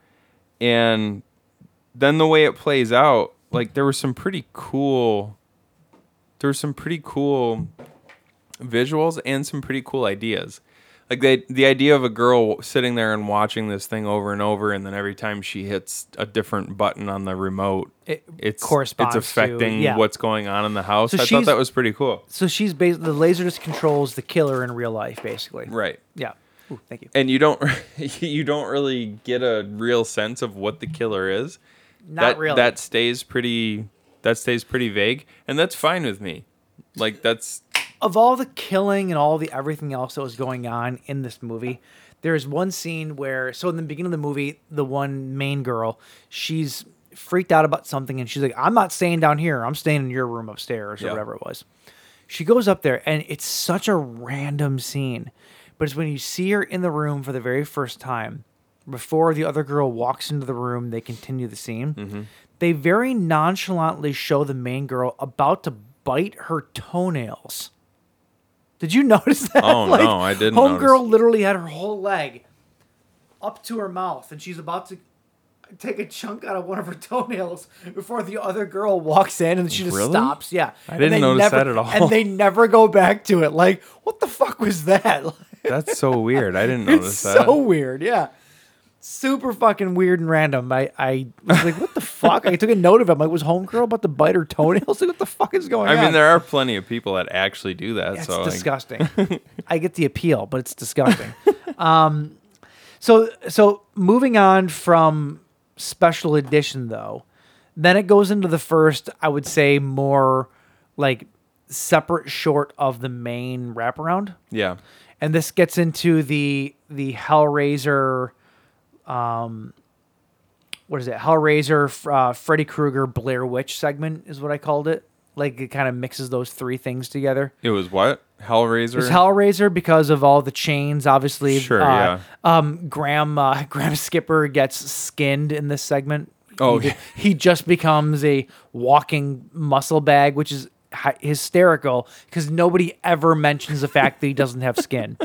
[SPEAKER 3] and then the way it plays out, like there was some pretty cool. There were some pretty cool visuals and some pretty cool ideas. Like they, the idea of a girl sitting there and watching this thing over and over, and then every time she hits a different button on the remote,
[SPEAKER 2] It
[SPEAKER 3] it's
[SPEAKER 2] corresponds to-
[SPEAKER 3] It's affecting
[SPEAKER 2] yeah.
[SPEAKER 3] what's going on in the house.
[SPEAKER 2] So
[SPEAKER 3] I thought
[SPEAKER 2] she's-
[SPEAKER 3] that was pretty cool.
[SPEAKER 2] So she's bas- the laser disc controls the killer in real life, basically.
[SPEAKER 3] Right.
[SPEAKER 2] Yeah. Ooh, thank you.
[SPEAKER 3] And you don't, *laughs* you don't really get a real sense of what the killer is.
[SPEAKER 2] Not
[SPEAKER 3] that,
[SPEAKER 2] really.
[SPEAKER 3] That stays pretty. That stays pretty vague, and that's fine with me. Like that's
[SPEAKER 2] of all the killing and all the everything else that was going on in this movie, there is one scene where so in the beginning of the movie, the one main girl, she's freaked out about something and she's like, I'm not staying down here, I'm staying in your room upstairs or
[SPEAKER 3] Yeah.
[SPEAKER 2] whatever it was. She goes up there and it's such a random scene. But it's when you see her in the room for the very first time, before the other girl walks into the room, they continue the scene.
[SPEAKER 3] Mm-hmm.
[SPEAKER 2] They very nonchalantly show the main girl about to bite her toenails. Did you *laughs* notice that?
[SPEAKER 3] Oh, no, I didn't
[SPEAKER 2] Homegirl
[SPEAKER 3] notice.
[SPEAKER 2] literally had her whole leg up to her mouth, and she's about to take a chunk out of one of her toenails before the other girl walks in, and she just
[SPEAKER 3] Really?
[SPEAKER 2] stops. Yeah,
[SPEAKER 3] I
[SPEAKER 2] And
[SPEAKER 3] didn't
[SPEAKER 2] they
[SPEAKER 3] notice
[SPEAKER 2] never-
[SPEAKER 3] that at all.
[SPEAKER 2] And they never go back to it. Like, what the fuck was that? *laughs*
[SPEAKER 3] that's so weird. I didn't notice
[SPEAKER 2] it's
[SPEAKER 3] that.
[SPEAKER 2] so weird. Yeah. Super fucking weird and random. I, I was like, what the fuck? I took a note of him. Like, was homegirl about to bite her toenails? *laughs* Like, what the fuck is going
[SPEAKER 3] I
[SPEAKER 2] on?
[SPEAKER 3] mean, there are plenty of people that actually do that.
[SPEAKER 2] That's
[SPEAKER 3] so like, *laughs*
[SPEAKER 2] disgusting. I get the appeal, but it's disgusting. um, so so moving on from special edition though, then it goes into the first, I would say, more like separate short of the main wraparound,
[SPEAKER 3] yeah.
[SPEAKER 2] and this gets into the the Hellraiser. Um, what is it? Hellraiser, uh, Freddy Krueger, Blair Witch segment is what I called it. Like it kind of mixes those three things together.
[SPEAKER 3] It was what? Hellraiser?
[SPEAKER 2] It's Hellraiser because of all the chains, obviously.
[SPEAKER 3] Sure,
[SPEAKER 2] uh, Um, Graham uh, *laughs* Graham Skipper gets skinned in this segment.
[SPEAKER 3] Oh,
[SPEAKER 2] he,
[SPEAKER 3] *laughs* yeah.
[SPEAKER 2] he just becomes a walking muscle bag, which is hy- hysterical because nobody ever mentions the fact that he doesn't have
[SPEAKER 3] *laughs*
[SPEAKER 2] skin.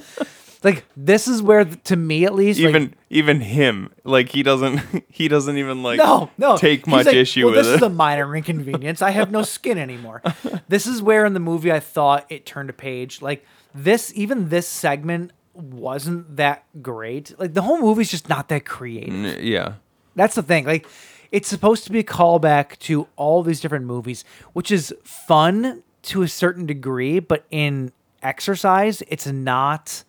[SPEAKER 2] Like this is where, th- to me at least, like,
[SPEAKER 3] even even him. Like he doesn't *laughs* he doesn't even like
[SPEAKER 2] no, no.
[SPEAKER 3] take
[SPEAKER 2] He's
[SPEAKER 3] much
[SPEAKER 2] like,
[SPEAKER 3] issue
[SPEAKER 2] well,
[SPEAKER 3] with
[SPEAKER 2] this is
[SPEAKER 3] it.
[SPEAKER 2] a minor inconvenience. I have no skin
[SPEAKER 3] *laughs*
[SPEAKER 2] anymore. this is where in the movie I thought it turned a page. Like this, even this segment wasn't that great. Like the whole movie's just not that creative.
[SPEAKER 3] Mm, *laughs* yeah.
[SPEAKER 2] That's the thing. Like, it's supposed to be a callback to all these different movies, which is fun to a certain degree, but in exercise, it's not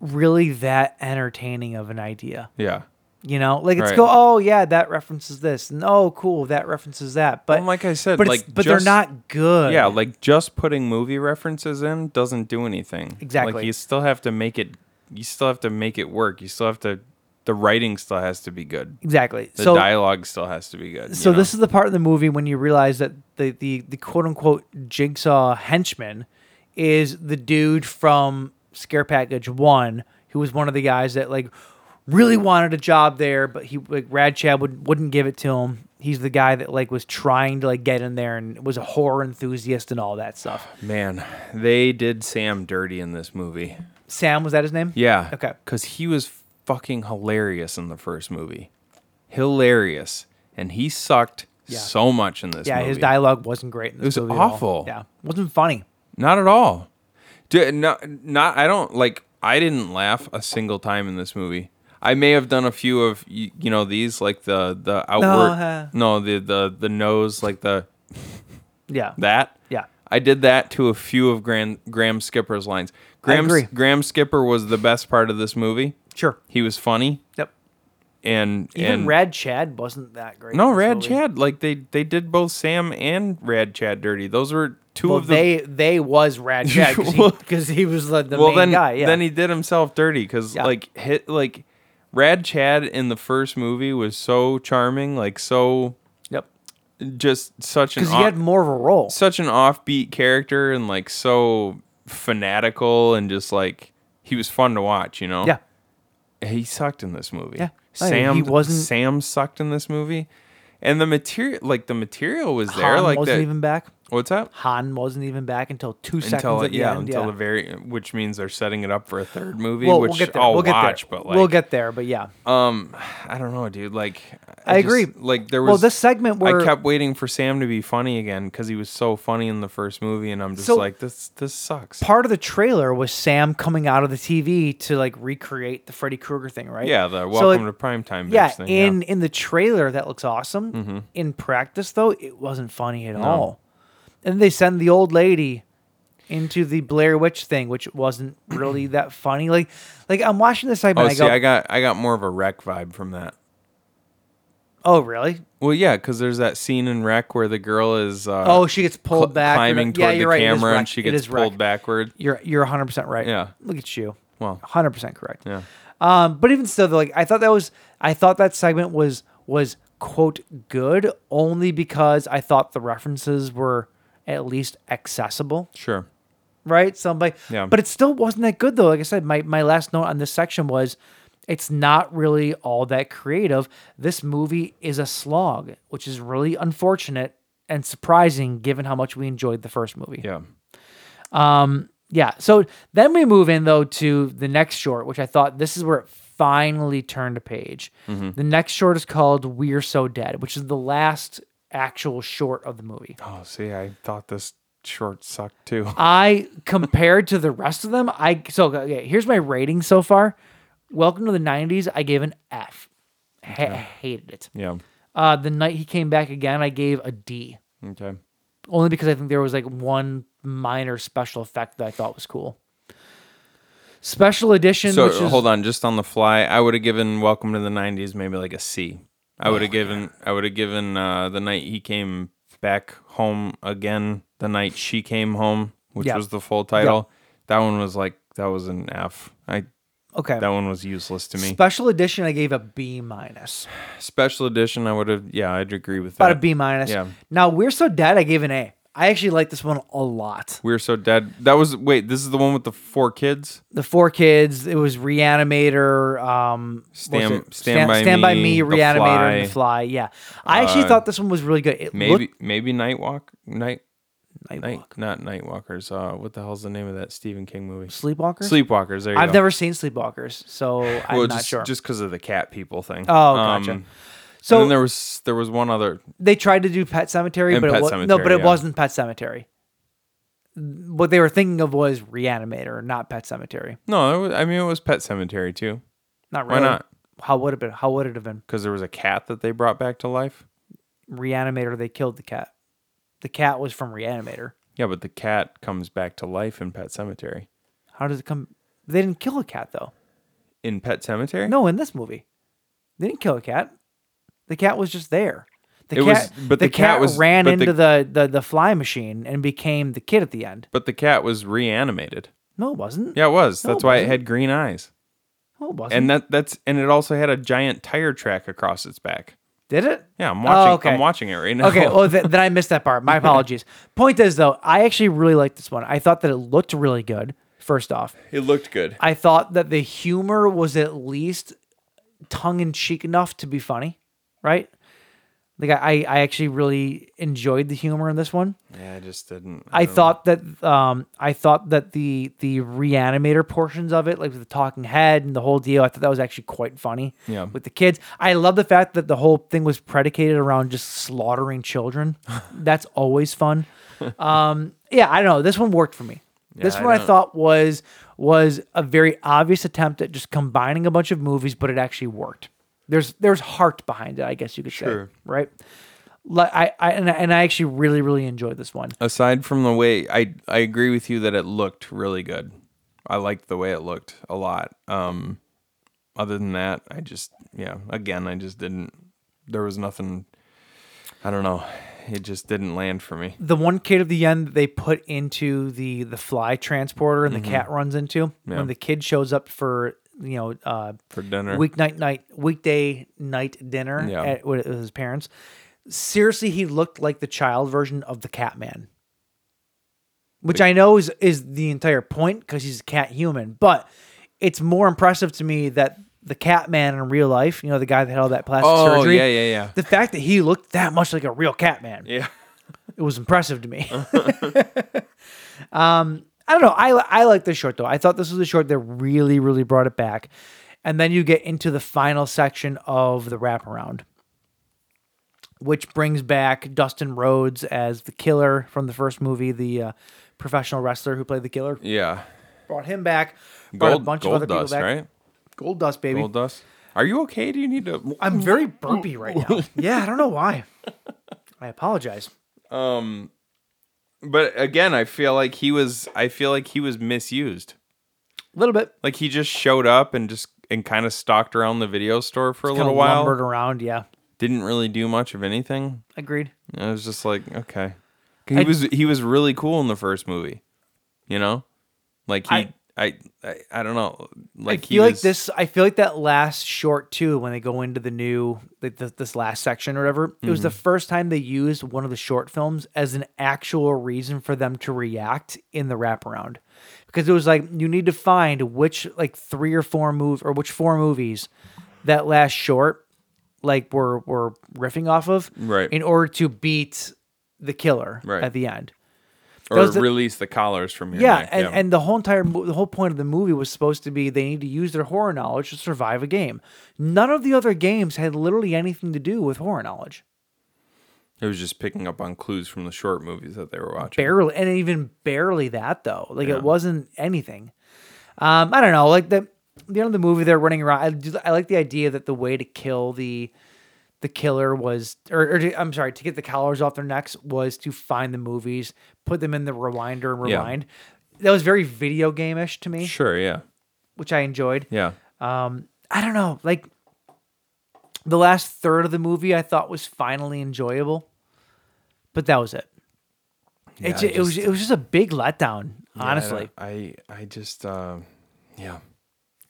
[SPEAKER 2] really that entertaining of an idea.
[SPEAKER 3] Yeah.
[SPEAKER 2] You know, like it's
[SPEAKER 3] Right.
[SPEAKER 2] go, oh yeah, that references this, and oh cool, that references that. But
[SPEAKER 3] Well, like I said,
[SPEAKER 2] but it's-
[SPEAKER 3] like
[SPEAKER 2] but
[SPEAKER 3] just-
[SPEAKER 2] they're not good.
[SPEAKER 3] Yeah, like just putting movie references in doesn't do anything.
[SPEAKER 2] Exactly.
[SPEAKER 3] Like you still have to make it. You still have to make it work. You still have to. The writing still has to be good.
[SPEAKER 2] Exactly.
[SPEAKER 3] The
[SPEAKER 2] So-
[SPEAKER 3] dialogue still has to be good.
[SPEAKER 2] So this is the part of the movie when you realize that the the, the quote unquote jigsaw henchman is the dude from Scare Package One, who was one of the guys that like really wanted a job there, but he like Rad Chad would wouldn't give it to him. He's the guy that like was trying to like get in there and was a horror enthusiast and all that stuff.
[SPEAKER 3] man, they did Sam dirty in this movie.
[SPEAKER 2] Sam was that his name?
[SPEAKER 3] Yeah.
[SPEAKER 2] Okay.
[SPEAKER 3] Because he was fucking hilarious in the first movie. Hilarious, and he sucked
[SPEAKER 2] Yeah.
[SPEAKER 3] so much in this.
[SPEAKER 2] yeah,
[SPEAKER 3] movie.
[SPEAKER 2] his dialogue wasn't great. In this
[SPEAKER 3] It was
[SPEAKER 2] movie at all.
[SPEAKER 3] awful.
[SPEAKER 2] Yeah, wasn't funny.
[SPEAKER 3] Not at all. Dude, not, not, I don't like, I didn't laugh a single time in this movie. I may have done a few of, you, you know, these, like the, the
[SPEAKER 2] uh.
[SPEAKER 3] outward, no, the, the, the nose, like the,
[SPEAKER 2] Yeah.
[SPEAKER 3] that.
[SPEAKER 2] Yeah.
[SPEAKER 3] I did that to a few of Graham, Graham Skipper's lines. Graham,
[SPEAKER 2] agree.
[SPEAKER 3] Graham Skipper was the best part of this movie.
[SPEAKER 2] Sure.
[SPEAKER 3] He was funny.
[SPEAKER 2] Yep.
[SPEAKER 3] And,
[SPEAKER 2] Even
[SPEAKER 3] and
[SPEAKER 2] Rad Chad wasn't that great.
[SPEAKER 3] no,
[SPEAKER 2] in this
[SPEAKER 3] Rad
[SPEAKER 2] movie.
[SPEAKER 3] Chad, like they, they did both Sam and Rad Chad dirty. Those were two
[SPEAKER 2] Well,
[SPEAKER 3] of the
[SPEAKER 2] they they was
[SPEAKER 3] *laughs*
[SPEAKER 2] Rad Chad
[SPEAKER 3] Well-
[SPEAKER 2] because he, was the, the main
[SPEAKER 3] then,
[SPEAKER 2] guy. Yeah.
[SPEAKER 3] Then he did himself dirty because
[SPEAKER 2] Yeah.
[SPEAKER 3] like hit like Rad Chad in the first movie was so charming, like so
[SPEAKER 2] yep.
[SPEAKER 3] just such an
[SPEAKER 2] Because he
[SPEAKER 3] off-
[SPEAKER 2] had more of a role.
[SPEAKER 3] such an offbeat character and like so fanatical and just like he was fun to watch, you know.
[SPEAKER 2] Yeah.
[SPEAKER 3] he sucked in this movie.
[SPEAKER 2] Yeah. I mean,
[SPEAKER 3] Sam
[SPEAKER 2] he wasn't-
[SPEAKER 3] Sam sucked in this movie, and the material like the material was there,
[SPEAKER 2] Han
[SPEAKER 3] like
[SPEAKER 2] wasn't
[SPEAKER 3] that.
[SPEAKER 2] even back.
[SPEAKER 3] What's up?
[SPEAKER 2] Han wasn't even back until two
[SPEAKER 3] until
[SPEAKER 2] seconds at the
[SPEAKER 3] yeah,
[SPEAKER 2] end.
[SPEAKER 3] until
[SPEAKER 2] yeah.
[SPEAKER 3] the very, which means they're setting it up for a third movie,
[SPEAKER 2] Well,
[SPEAKER 3] which
[SPEAKER 2] we'll get there.
[SPEAKER 3] I'll
[SPEAKER 2] we'll get
[SPEAKER 3] watch,
[SPEAKER 2] there.
[SPEAKER 3] but like
[SPEAKER 2] we'll get there. But yeah,
[SPEAKER 3] Um, I don't know, dude. Like,
[SPEAKER 2] I
[SPEAKER 3] just-
[SPEAKER 2] agree.
[SPEAKER 3] Like there was
[SPEAKER 2] Well, this segment where-
[SPEAKER 3] I kept waiting for Sam to be funny again because he was so funny in the first movie, and I'm just
[SPEAKER 2] So-
[SPEAKER 3] like, this this sucks.
[SPEAKER 2] part of the trailer was Sam coming out of the TV to like recreate the Freddy Krueger thing, right?
[SPEAKER 3] Yeah, the
[SPEAKER 2] So,
[SPEAKER 3] welcome
[SPEAKER 2] like,
[SPEAKER 3] to primetime. bitch
[SPEAKER 2] Yeah,
[SPEAKER 3] thing,
[SPEAKER 2] in in the trailer that looks awesome.
[SPEAKER 3] Mhm.
[SPEAKER 2] In practice, though, it wasn't funny at all. And they send the old lady into the Blair Witch thing, which
[SPEAKER 3] *clears throat*
[SPEAKER 2] wasn't really that funny. Like, like I'm watching this segment.
[SPEAKER 3] Oh,
[SPEAKER 2] I
[SPEAKER 3] see,
[SPEAKER 2] go,
[SPEAKER 3] I got I got more of a wreck vibe from that.
[SPEAKER 2] oh, really?
[SPEAKER 3] Well, yeah, because there's that scene in Wreck where the girl is uh,
[SPEAKER 2] Oh, she gets pulled back or
[SPEAKER 3] climbing
[SPEAKER 2] no- yeah,
[SPEAKER 3] toward the
[SPEAKER 2] you're right, it is
[SPEAKER 3] camera,
[SPEAKER 2] Wreck.
[SPEAKER 3] and she
[SPEAKER 2] It
[SPEAKER 3] gets
[SPEAKER 2] is Wreck.
[SPEAKER 3] pulled backward.
[SPEAKER 2] You're you're 100 percent right.
[SPEAKER 3] Yeah.
[SPEAKER 2] Look at you.
[SPEAKER 3] Well.
[SPEAKER 2] 100 percent correct.
[SPEAKER 3] Yeah.
[SPEAKER 2] Um, but even still, though, like I thought that was I thought that segment was was quote good only because I thought the references were at least accessible.
[SPEAKER 3] Sure.
[SPEAKER 2] right? So I'm like,
[SPEAKER 3] Yeah.
[SPEAKER 2] but it still wasn't that good though. Like I said, my, my last note on this section was it's not really all that creative. This movie is a slog, which is really unfortunate and surprising given how much we enjoyed the first movie.
[SPEAKER 3] Yeah.
[SPEAKER 2] Um, yeah. So then we move in though to the next short, which I thought this is where it finally turned a page.
[SPEAKER 3] Mhm.
[SPEAKER 2] The next short is called We're So Dead, which is the last actual short of the movie.
[SPEAKER 3] Oh, see, I thought this short sucked too.
[SPEAKER 2] I compared to the rest of them, I so okay, here's my rating so far. Welcome to the 90s, I gave an F. Ha- Hated it.
[SPEAKER 3] yeah.
[SPEAKER 2] Uh, the night he came back again, I gave a D.
[SPEAKER 3] Okay.
[SPEAKER 2] Only because I think there was like one minor special effect that I thought was cool. Special edition,
[SPEAKER 3] So
[SPEAKER 2] which is
[SPEAKER 3] hold on, just on the fly, I would have given Welcome to the '90s maybe like a C.
[SPEAKER 2] Oh,
[SPEAKER 3] I would have given I would have given uh, the night he came back home again, the night she came home, which
[SPEAKER 2] Yeah.
[SPEAKER 3] was the full title. That one was like that was an F. I
[SPEAKER 2] Okay.
[SPEAKER 3] That one was useless to me.
[SPEAKER 2] special edition, I gave a B minus.
[SPEAKER 3] Special edition, I would have yeah, I'd agree with that.
[SPEAKER 2] About a B minus.
[SPEAKER 3] Yeah.
[SPEAKER 2] Now we're so dead, I gave an A. I actually like this one a lot.
[SPEAKER 3] We're so dead. That was wait, this is the one with the four kids.
[SPEAKER 2] the four kids. It was Reanimator, um, what was
[SPEAKER 3] Stand-
[SPEAKER 2] it?
[SPEAKER 3] Stand
[SPEAKER 2] Stan-
[SPEAKER 3] by
[SPEAKER 2] Stand by Me,
[SPEAKER 3] Me, The
[SPEAKER 2] Reanimator, and The Fly.
[SPEAKER 3] Fly.
[SPEAKER 2] Yeah, I actually
[SPEAKER 3] Uh,
[SPEAKER 2] thought this one was really good. It
[SPEAKER 3] Maybe
[SPEAKER 2] looked,
[SPEAKER 3] maybe Nightwalk Night
[SPEAKER 2] Nightwalk.
[SPEAKER 3] Night, not Nightwalkers. Uh, what the hell's the name of that Stephen King movie?
[SPEAKER 2] Sleepwalkers?
[SPEAKER 3] Sleepwalkers. There you
[SPEAKER 2] I've
[SPEAKER 3] go.
[SPEAKER 2] never seen Sleepwalkers, so I'm
[SPEAKER 3] well,
[SPEAKER 2] not
[SPEAKER 3] just,
[SPEAKER 2] sure.
[SPEAKER 3] Just because of the cat people thing.
[SPEAKER 2] Oh, gotcha. So-
[SPEAKER 3] so then there was there was one other.
[SPEAKER 2] they tried to do Pet Cemetery,
[SPEAKER 3] And
[SPEAKER 2] but it
[SPEAKER 3] Pet
[SPEAKER 2] was no,
[SPEAKER 3] Sematary,
[SPEAKER 2] but it
[SPEAKER 3] yeah.
[SPEAKER 2] wasn't Pet Cemetery. What they were thinking of was Reanimator, not Pet Cemetery.
[SPEAKER 3] No, it was, I mean it was Pet Cemetery too.
[SPEAKER 2] Not
[SPEAKER 3] Why
[SPEAKER 2] really.
[SPEAKER 3] not?
[SPEAKER 2] How would it been? How would it have been?
[SPEAKER 3] Because there was a cat that they brought back to life.
[SPEAKER 2] Reanimator, they killed the cat. The cat was from Reanimator.
[SPEAKER 3] Yeah, but the cat comes back to life in Pet Cemetery.
[SPEAKER 2] How does it come? They didn't kill a cat though.
[SPEAKER 3] In Pet Cemetery?
[SPEAKER 2] No, in this movie, they didn't kill a cat. The cat was just there. The
[SPEAKER 3] It was-
[SPEAKER 2] cat,
[SPEAKER 3] but
[SPEAKER 2] the,
[SPEAKER 3] the cat
[SPEAKER 2] cat,
[SPEAKER 3] was-
[SPEAKER 2] ran
[SPEAKER 3] but the-
[SPEAKER 2] into the, the the fly machine and became the kid at the end.
[SPEAKER 3] But the cat was reanimated.
[SPEAKER 2] No, it wasn't.
[SPEAKER 3] Yeah, it was.
[SPEAKER 2] No,
[SPEAKER 3] That's why it
[SPEAKER 2] wasn't.
[SPEAKER 3] had green eyes.
[SPEAKER 2] No, it wasn't.
[SPEAKER 3] And that that's and it also had a giant tire track across its back.
[SPEAKER 2] Did it?
[SPEAKER 3] Yeah, *laughs* I'm
[SPEAKER 2] Oh,
[SPEAKER 3] watching.
[SPEAKER 2] okay.
[SPEAKER 3] I'm watching it right now.
[SPEAKER 2] Okay, well, th- then I missed that part. My apologies. Point is, though, I actually really liked this one. I thought that it looked really good, first off.
[SPEAKER 3] *laughs* it looked good.
[SPEAKER 2] I thought that the humor was at least tongue in cheek enough to be funny, right? Like, I, I actually really enjoyed the humor in this one.
[SPEAKER 3] Yeah, I just didn't.
[SPEAKER 2] I
[SPEAKER 3] don't know.
[SPEAKER 2] thought that um I thought that the the reanimator portions of it, like with the talking head and the whole deal, I thought that was actually quite funny.
[SPEAKER 3] Yeah.
[SPEAKER 2] With the kids. I love the fact that the whole thing was predicated around just slaughtering
[SPEAKER 3] *laughs*
[SPEAKER 2] children. That's always fun. Um yeah, I don't know. This one worked for me. this
[SPEAKER 3] Yeah, I
[SPEAKER 2] one I,
[SPEAKER 3] don't-
[SPEAKER 2] thought was was a very obvious attempt at just combining a bunch of movies, but it actually worked. There's there's heart behind it, I guess you could
[SPEAKER 3] Sure.
[SPEAKER 2] say. Right. Like I, I and I and I actually really really enjoyed this one.
[SPEAKER 3] aside from the way I I agree with you that it looked really good. I liked the way it looked a lot. Um other than that, I just yeah, again, I just didn't there was nothing I don't know. It just didn't land for me.
[SPEAKER 2] the one kid at the end that they put into the the fly transporter and the cat runs into
[SPEAKER 3] Mm-hmm. Yeah.
[SPEAKER 2] when the kid shows up for you know uh
[SPEAKER 3] For dinner.
[SPEAKER 2] weeknight night weekday night dinner
[SPEAKER 3] Yeah.
[SPEAKER 2] at, with with his parents seriously he looked like the child version of the cat man which i know is is the entire point because he's a cat human but it's more impressive to me that the cat man in real life you know the guy that had all that plastic
[SPEAKER 3] Oh,
[SPEAKER 2] surgery
[SPEAKER 3] yeah, yeah, yeah.
[SPEAKER 2] the fact that he looked that much like a real cat man
[SPEAKER 3] Yeah.
[SPEAKER 2] it was impressive to me. *laughs* um, I don't know. I I like this short though. I thought this was a short that really really brought it back, and then you get into the final section of the wraparound, which brings back Dustin Rhodes as the killer from the first movie, the uh, professional wrestler who played the killer.
[SPEAKER 3] Yeah.
[SPEAKER 2] Brought him back. Brought
[SPEAKER 3] Gold
[SPEAKER 2] a bunch
[SPEAKER 3] gold
[SPEAKER 2] of other
[SPEAKER 3] dust,
[SPEAKER 2] people back.
[SPEAKER 3] right?
[SPEAKER 2] Gold dust, baby.
[SPEAKER 3] Gold dust. Are you okay? Do you need to
[SPEAKER 2] I'm very burpy right
[SPEAKER 3] *laughs*
[SPEAKER 2] now. yeah, I don't know why. I apologize.
[SPEAKER 3] But again, I feel like he was I feel like he was misused.
[SPEAKER 2] A little bit.
[SPEAKER 3] Like he just showed up and just and kind of stalked around the video store for a
[SPEAKER 2] Kinda
[SPEAKER 3] little while.
[SPEAKER 2] lumbered around. Yeah,
[SPEAKER 3] Didn't really do much of anything.
[SPEAKER 2] agreed.
[SPEAKER 3] And I was just like, okay. He
[SPEAKER 2] I-
[SPEAKER 3] was he was really cool in the first movie, you know, like he I
[SPEAKER 2] I-
[SPEAKER 3] I I, don't know like
[SPEAKER 2] I
[SPEAKER 3] he
[SPEAKER 2] feel like
[SPEAKER 3] was-
[SPEAKER 2] this. I feel like that last short too, when they go into the new like th- this last section or whatever. It
[SPEAKER 3] Mm-hmm.
[SPEAKER 2] was the first time they used one of the short films as an actual reason for them to react in the wraparound, because it was like you need to find which like three or four move or which four movies that last short like were were riffing off of,
[SPEAKER 3] Right.
[SPEAKER 2] In order to beat the killer
[SPEAKER 3] Right.
[SPEAKER 2] at the end.
[SPEAKER 3] or
[SPEAKER 2] was the-
[SPEAKER 3] release the collars from your
[SPEAKER 2] Yeah,
[SPEAKER 3] neck,
[SPEAKER 2] and, and the whole entire mo- the whole point of the movie was supposed to be they need to use their horror knowledge to survive a game. None of the other games had literally anything to do with horror knowledge,
[SPEAKER 3] it was just picking up on clues from the short movies that they were watching.
[SPEAKER 2] barely, and even barely that though. Like it wasn't anything. Um, I don't know. Like the the end of the movie, they're running around. I, do, I like the idea that the way to kill the the killer was, or, or to, I'm sorry, to get the collars off their necks was to find the movies, put them in the rewinder and
[SPEAKER 3] Yeah.
[SPEAKER 2] rewind. That was very video game ish to me,
[SPEAKER 3] Sure, yeah,
[SPEAKER 2] which I enjoyed.
[SPEAKER 3] yeah.
[SPEAKER 2] I don't know, like the last third of the movie I thought was finally enjoyable, but that was it. it, ju- it was it was just a big letdown, honestly.
[SPEAKER 3] I I just um yeah,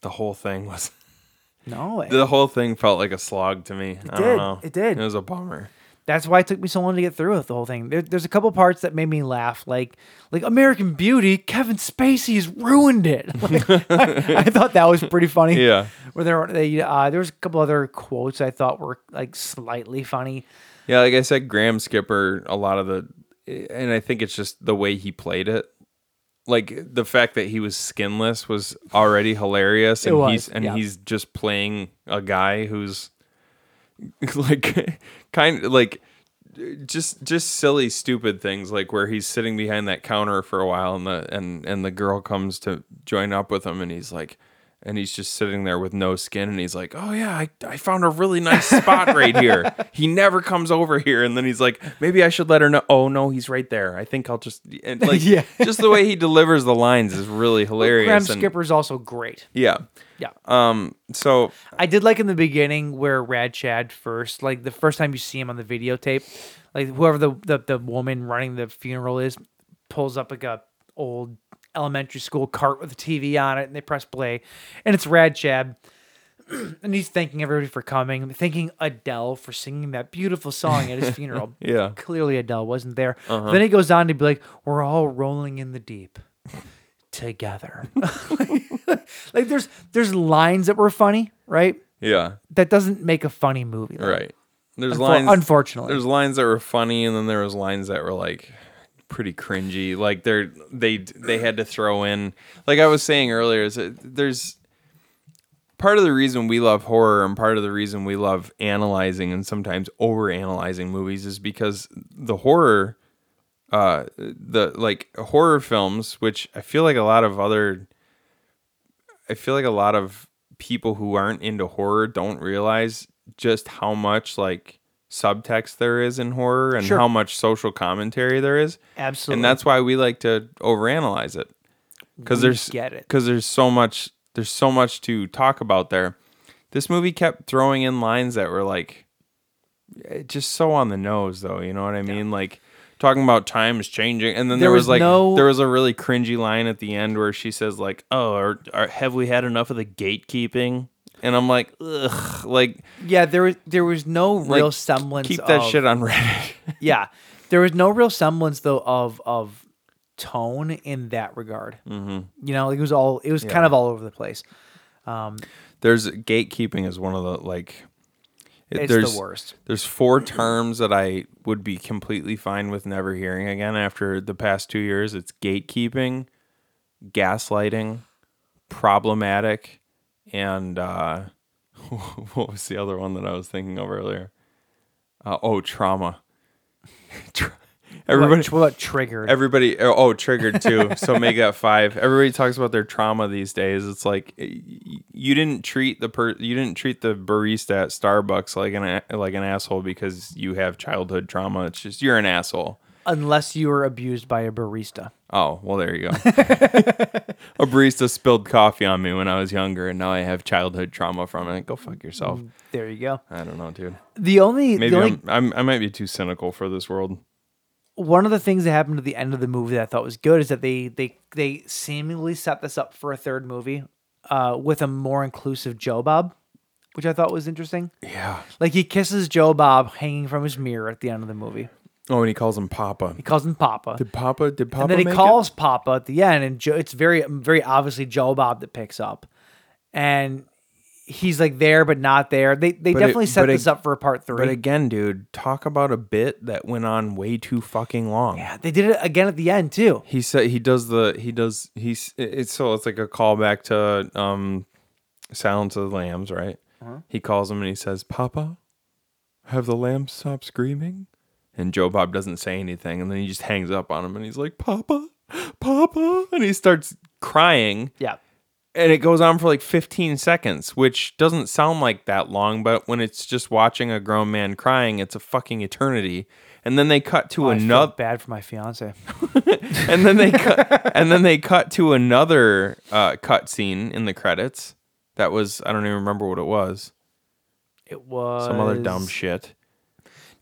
[SPEAKER 3] the whole thing was
[SPEAKER 2] No, it-
[SPEAKER 3] the whole thing felt like a slog to me. I
[SPEAKER 2] did,
[SPEAKER 3] don't know.
[SPEAKER 2] it did.
[SPEAKER 3] It was a bummer.
[SPEAKER 2] that's why it took me so long to get through with the whole thing. There, there's a couple parts that made me laugh, like like American Beauty. Kevin Spacey has ruined it. *laughs* Like, I, I thought that was pretty funny.
[SPEAKER 3] Yeah.
[SPEAKER 2] where there were they uh, there was a couple other quotes I thought were like slightly funny.
[SPEAKER 3] Yeah, like I said, Graham Skipper, a lot of the, eh, and I think it's just the way he played it. Like the fact that he was skinless was already hilarious,
[SPEAKER 2] It
[SPEAKER 3] and
[SPEAKER 2] was,
[SPEAKER 3] he's and
[SPEAKER 2] yeah.
[SPEAKER 3] he's just playing a guy who's *laughs* like kind of like just just silly stupid things like where he's sitting behind that counter for a while and the and and the girl comes to join up with him and he's like and he's just sitting there with no skin and he's like oh yeah i, I found a really nice spot right here he never comes over here and then he's like maybe i should let her know oh no he's right there i think i'll just and like
[SPEAKER 2] Yeah.
[SPEAKER 3] just the way he delivers the lines is really hilarious
[SPEAKER 2] Graham
[SPEAKER 3] and-
[SPEAKER 2] Skipper's also great.
[SPEAKER 3] yeah
[SPEAKER 2] Yeah.
[SPEAKER 3] um so
[SPEAKER 2] I did like in the beginning where Rad Chad first, like the first time you see him on the videotape, like whoever the the, the woman running the funeral is, pulls up like a old elementary school cart with a TV on it, and they press play, and it's Rad Chad. *clears throat* And he's thanking everybody for coming, thanking Adele for singing that beautiful song at
[SPEAKER 3] *laughs*
[SPEAKER 2] his funeral.
[SPEAKER 3] Yeah.
[SPEAKER 2] Clearly, Adele wasn't there.
[SPEAKER 3] Uh-huh.
[SPEAKER 2] Then he goes on to be like, We're all rolling in the
[SPEAKER 3] *laughs*
[SPEAKER 2] deep together. *laughs* like, there's there's lines that were funny, right?
[SPEAKER 3] yeah
[SPEAKER 2] that doesn't make a funny movie. though.
[SPEAKER 3] Right.
[SPEAKER 2] Unfor-
[SPEAKER 3] There's lines.
[SPEAKER 2] unfortunately.
[SPEAKER 3] there's lines that were funny, and then there was lines that were like pretty cringy. Like they're they they had to throw in. Like I was saying earlier, is that there's part of the reason we love horror, and part of the reason we love analyzing and sometimes over analyzing movies is because the horror, uh, the like horror films, which I feel like a lot of other I feel like a lot of people who aren't into horror don't realize just how much like subtext there is in horror and
[SPEAKER 2] Sure.
[SPEAKER 3] how much social commentary there is.
[SPEAKER 2] Absolutely.
[SPEAKER 3] And that's why we like to overanalyze it. Cuz
[SPEAKER 2] We
[SPEAKER 3] there's
[SPEAKER 2] get it.
[SPEAKER 3] cuz there's so much there's so much to talk about there. This movie kept throwing in lines that were like eh, just so on the nose though, you know what I mean? Like talking about time is changing and then
[SPEAKER 2] There
[SPEAKER 3] there,
[SPEAKER 2] was
[SPEAKER 3] was like
[SPEAKER 2] no-
[SPEAKER 3] there was a really cringy line at the end where she says like oh are, are, have we had enough of the gatekeeping and i'm like ugh like
[SPEAKER 2] Yeah, there was there was no real
[SPEAKER 3] like,
[SPEAKER 2] semblance.
[SPEAKER 3] keep that
[SPEAKER 2] of-
[SPEAKER 3] shit on *laughs* reddit
[SPEAKER 2] yeah, there was no real semblance though of of tone in that regard.
[SPEAKER 3] Mhm.
[SPEAKER 2] You know, it was all it was kind
[SPEAKER 3] Yeah.
[SPEAKER 2] of all over the place. Um,
[SPEAKER 3] there's gatekeeping is one of the like
[SPEAKER 2] It's the
[SPEAKER 3] there's-
[SPEAKER 2] worst.
[SPEAKER 3] there's four terms that i would be completely fine with never hearing again after the past two years it's gatekeeping gaslighting problematic and uh *laughs* what was the other one that i was thinking of earlier uh, oh trauma *laughs* Tra- everybody
[SPEAKER 2] what, what triggered?
[SPEAKER 3] Everybody, oh, oh, triggered too. so make that five. Everybody talks about their trauma these days. It's like y- y- you didn't treat the per, you didn't treat the barista at Starbucks like an a- like an asshole because you have childhood trauma. It's just you're an asshole.
[SPEAKER 2] unless you were abused by a barista.
[SPEAKER 3] Oh well, there you go. a barista spilled coffee on me when I was younger, and now I have childhood trauma from it. Go fuck yourself.
[SPEAKER 2] There you go.
[SPEAKER 3] I don't know, dude.
[SPEAKER 2] The only
[SPEAKER 3] Maybe
[SPEAKER 2] the only
[SPEAKER 3] I'm, I'm I might be too cynical for this world.
[SPEAKER 2] one of the things that happened at the end of the movie that I thought was good is that they they they seemingly set this up for a third movie uh, with a more inclusive Joe Bob, which I thought was interesting.
[SPEAKER 3] Yeah.
[SPEAKER 2] Like he kisses Joe Bob hanging from his mirror at the end of the movie.
[SPEAKER 3] Oh, and he calls him Papa.
[SPEAKER 2] He calls him Papa.
[SPEAKER 3] Did Papa? Did Papa?
[SPEAKER 2] and then he
[SPEAKER 3] make it?
[SPEAKER 2] calls Papa at the end, and Joe, it's very, very obviously Joe Bob that picks up, and he's like there but not there. They they
[SPEAKER 3] But it-
[SPEAKER 2] definitely set
[SPEAKER 3] but it-
[SPEAKER 2] this up for a part three.
[SPEAKER 3] But again, dude, talk about a bit that went on way too fucking long.
[SPEAKER 2] Yeah, they did it again at the end too.
[SPEAKER 3] He said he does the he does he's it's so it's like a callback to um Silence of the Lambs, right?
[SPEAKER 2] Uh-huh.
[SPEAKER 3] He calls him and he says, "Papa, have the lambs stopped screaming?" And Joe Bob doesn't say anything, and then he just hangs up on him and he's like, "Papa, Papa," and he starts crying
[SPEAKER 2] Yeah,
[SPEAKER 3] and it goes on for like 15 seconds, which doesn't sound like that long, but when it's just watching a grown man crying, it's a fucking eternity. And then they cut to
[SPEAKER 2] Oh, I feel
[SPEAKER 3] another,
[SPEAKER 2] bad for my fiance.
[SPEAKER 3] *laughs* and then they cut, and then they cut to another uh, cut scene in the credits. That was I don't even remember what it was.
[SPEAKER 2] It was
[SPEAKER 3] Some other dumb shit.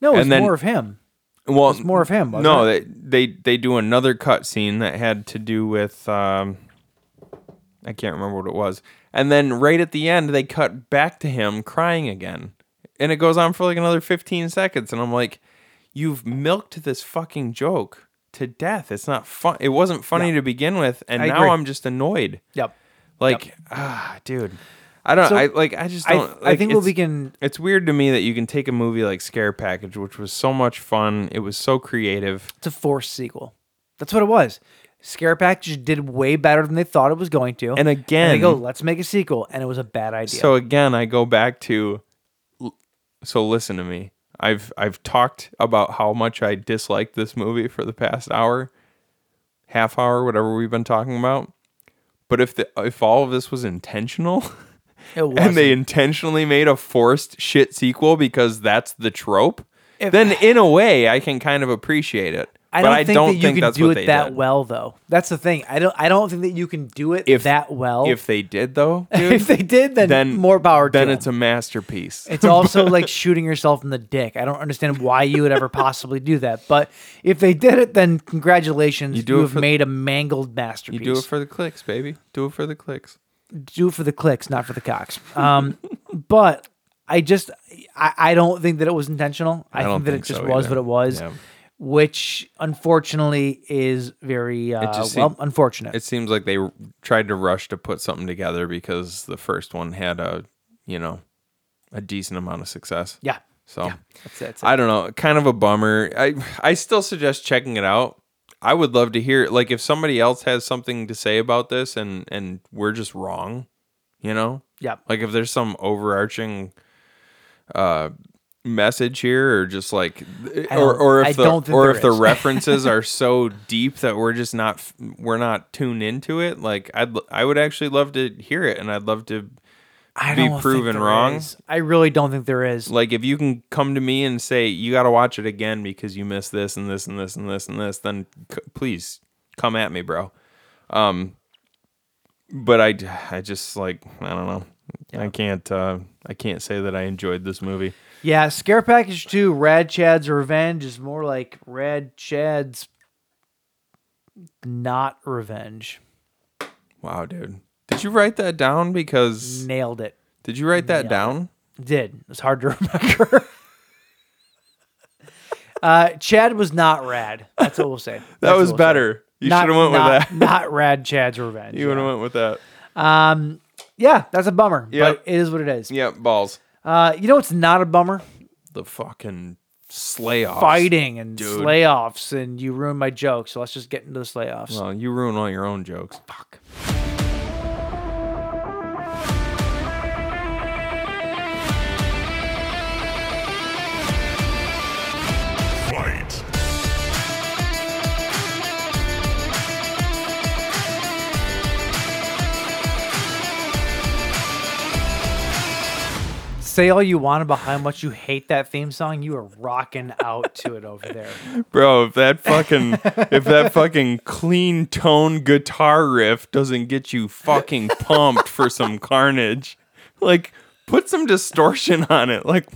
[SPEAKER 2] No, it's
[SPEAKER 3] And then-
[SPEAKER 2] more of him.
[SPEAKER 3] Well,
[SPEAKER 2] It's more of him. Wasn't
[SPEAKER 3] no,
[SPEAKER 2] it?
[SPEAKER 3] they they they do another cut scene that had to do with um, I can't remember what it was, and then right at the end they cut back to him crying again, and it goes on for like another fifteen seconds, and I'm like, you've milked this fucking joke to death. It's not fun. It wasn't funny to begin with, and
[SPEAKER 2] I
[SPEAKER 3] now
[SPEAKER 2] agree.
[SPEAKER 3] I'm just annoyed.
[SPEAKER 2] Yep.
[SPEAKER 3] Like ah, dude. I don't.
[SPEAKER 2] So,
[SPEAKER 3] I like. I just
[SPEAKER 2] I-
[SPEAKER 3] don't.
[SPEAKER 2] I
[SPEAKER 3] like,
[SPEAKER 2] think we'll
[SPEAKER 3] it's-
[SPEAKER 2] begin-
[SPEAKER 3] It's weird to me that you can take a movie like Scare Package, which was so much fun. It was so creative.
[SPEAKER 2] It's a forced sequel. That's what it was. Scare Package did way better than they thought it was going to.
[SPEAKER 3] And again-
[SPEAKER 2] they go, let's make a sequel, and it was a bad idea.
[SPEAKER 3] So again, I go back to. l- So listen to me. I've I've talked about how much I dislike this movie for the past hour, half hour, whatever we've been talking about. But if the if all of this was intentional, *laughs*
[SPEAKER 2] It
[SPEAKER 3] and they
[SPEAKER 2] wasn't.
[SPEAKER 3] intentionally made a forced shit sequel because that's the trope,
[SPEAKER 2] If-
[SPEAKER 3] then in a way I can kind of appreciate it.
[SPEAKER 2] I
[SPEAKER 3] but
[SPEAKER 2] don't
[SPEAKER 3] I
[SPEAKER 2] think
[SPEAKER 3] don't
[SPEAKER 2] that you
[SPEAKER 3] think
[SPEAKER 2] can
[SPEAKER 3] that's
[SPEAKER 2] do
[SPEAKER 3] what
[SPEAKER 2] it
[SPEAKER 3] they
[SPEAKER 2] that
[SPEAKER 3] did.
[SPEAKER 2] well, though. That's the thing. I don't. I don't think that you can do it
[SPEAKER 3] If-
[SPEAKER 2] that well.
[SPEAKER 3] If they did though,
[SPEAKER 2] *laughs* If
[SPEAKER 3] dude,
[SPEAKER 2] they did, then, more power.
[SPEAKER 3] Then
[SPEAKER 2] to 'em.
[SPEAKER 3] it's a masterpiece.
[SPEAKER 2] It's
[SPEAKER 3] *laughs*
[SPEAKER 2] also like shooting yourself in the dick. I don't understand why you would ever possibly do that. But if they did it, then congratulations.
[SPEAKER 3] You
[SPEAKER 2] You,
[SPEAKER 3] do it
[SPEAKER 2] have
[SPEAKER 3] for-
[SPEAKER 2] made a mangled masterpiece.
[SPEAKER 3] you do it for the clicks, baby. Do it for the clicks.
[SPEAKER 2] do it for the clicks, not for the cocks. Um, *laughs* but I just I, I don't think that it was intentional. I,
[SPEAKER 3] I don't
[SPEAKER 2] think that
[SPEAKER 3] think
[SPEAKER 2] it just
[SPEAKER 3] so
[SPEAKER 2] was
[SPEAKER 3] either.
[SPEAKER 2] what it was,
[SPEAKER 3] Yeah.
[SPEAKER 2] which unfortunately is very uh,
[SPEAKER 3] just
[SPEAKER 2] well
[SPEAKER 3] seem-
[SPEAKER 2] unfortunate.
[SPEAKER 3] It seems like they r- tried to rush to put something together because the first one had a, you know, a decent amount of success.
[SPEAKER 2] Yeah.
[SPEAKER 3] So
[SPEAKER 2] That's it, that's it.
[SPEAKER 3] I don't know. Kind of a bummer. I I still suggest checking it out. I would love to hear like if somebody else has something to say about this and and we're just wrong, you know?
[SPEAKER 2] Yeah.
[SPEAKER 3] Like if there's some overarching uh message here or just like
[SPEAKER 2] I
[SPEAKER 3] or
[SPEAKER 2] don't-
[SPEAKER 3] or
[SPEAKER 2] I
[SPEAKER 3] if the
[SPEAKER 2] don't think
[SPEAKER 3] or
[SPEAKER 2] there
[SPEAKER 3] if the
[SPEAKER 2] is. *laughs*
[SPEAKER 3] references are so deep that we're just not f- we're not tuned into it like I'd l- I would actually love to hear it and I'd love to
[SPEAKER 2] I
[SPEAKER 3] be
[SPEAKER 2] don't think
[SPEAKER 3] proven
[SPEAKER 2] there
[SPEAKER 3] wrong
[SPEAKER 2] is. I really don't think there is.
[SPEAKER 3] like if you can come to me and say you got to watch it again because you missed this and this and this and this and this then c- please come at me bro um but i i just like i don't know i can't uh i can't say that i enjoyed this movie
[SPEAKER 2] Yeah, Scare Package 2, Rad Chad's Revenge is more like Rad Chad's not revenge.
[SPEAKER 3] wow dude did you write that down because
[SPEAKER 2] Nailed it.
[SPEAKER 3] did you write that down
[SPEAKER 2] Did. It's hard to *laughs* remember. uh, Chad was not rad. That's what we'll say.
[SPEAKER 3] that
[SPEAKER 2] That's
[SPEAKER 3] was
[SPEAKER 2] what we'll say.
[SPEAKER 3] better you should
[SPEAKER 2] Not-
[SPEAKER 3] have went with
[SPEAKER 2] not-
[SPEAKER 3] that *laughs*
[SPEAKER 2] Not rad Chad's revenge.
[SPEAKER 3] you would have went with that
[SPEAKER 2] Um, yeah, that's a bummer.
[SPEAKER 3] Yep.
[SPEAKER 2] But it is what it is.
[SPEAKER 3] yeah balls
[SPEAKER 2] Uh, you know what's not a bummer?
[SPEAKER 3] the fucking slay off
[SPEAKER 2] Fighting and
[SPEAKER 3] dude.
[SPEAKER 2] slayoffs, and you ruined my joke. So let's just get into the slayoffs.
[SPEAKER 3] well Oh, you ruin all your own jokes fuck
[SPEAKER 4] Fight.
[SPEAKER 2] Say all you want about how much you hate that theme song. You are rocking out to it over
[SPEAKER 3] *laughs*
[SPEAKER 2] there.
[SPEAKER 3] Bro, if that fucking if that fucking clean tone guitar riff doesn't get
[SPEAKER 2] *laughs*
[SPEAKER 3] you fucking pumped for some carnage, like put some distortion on it. Like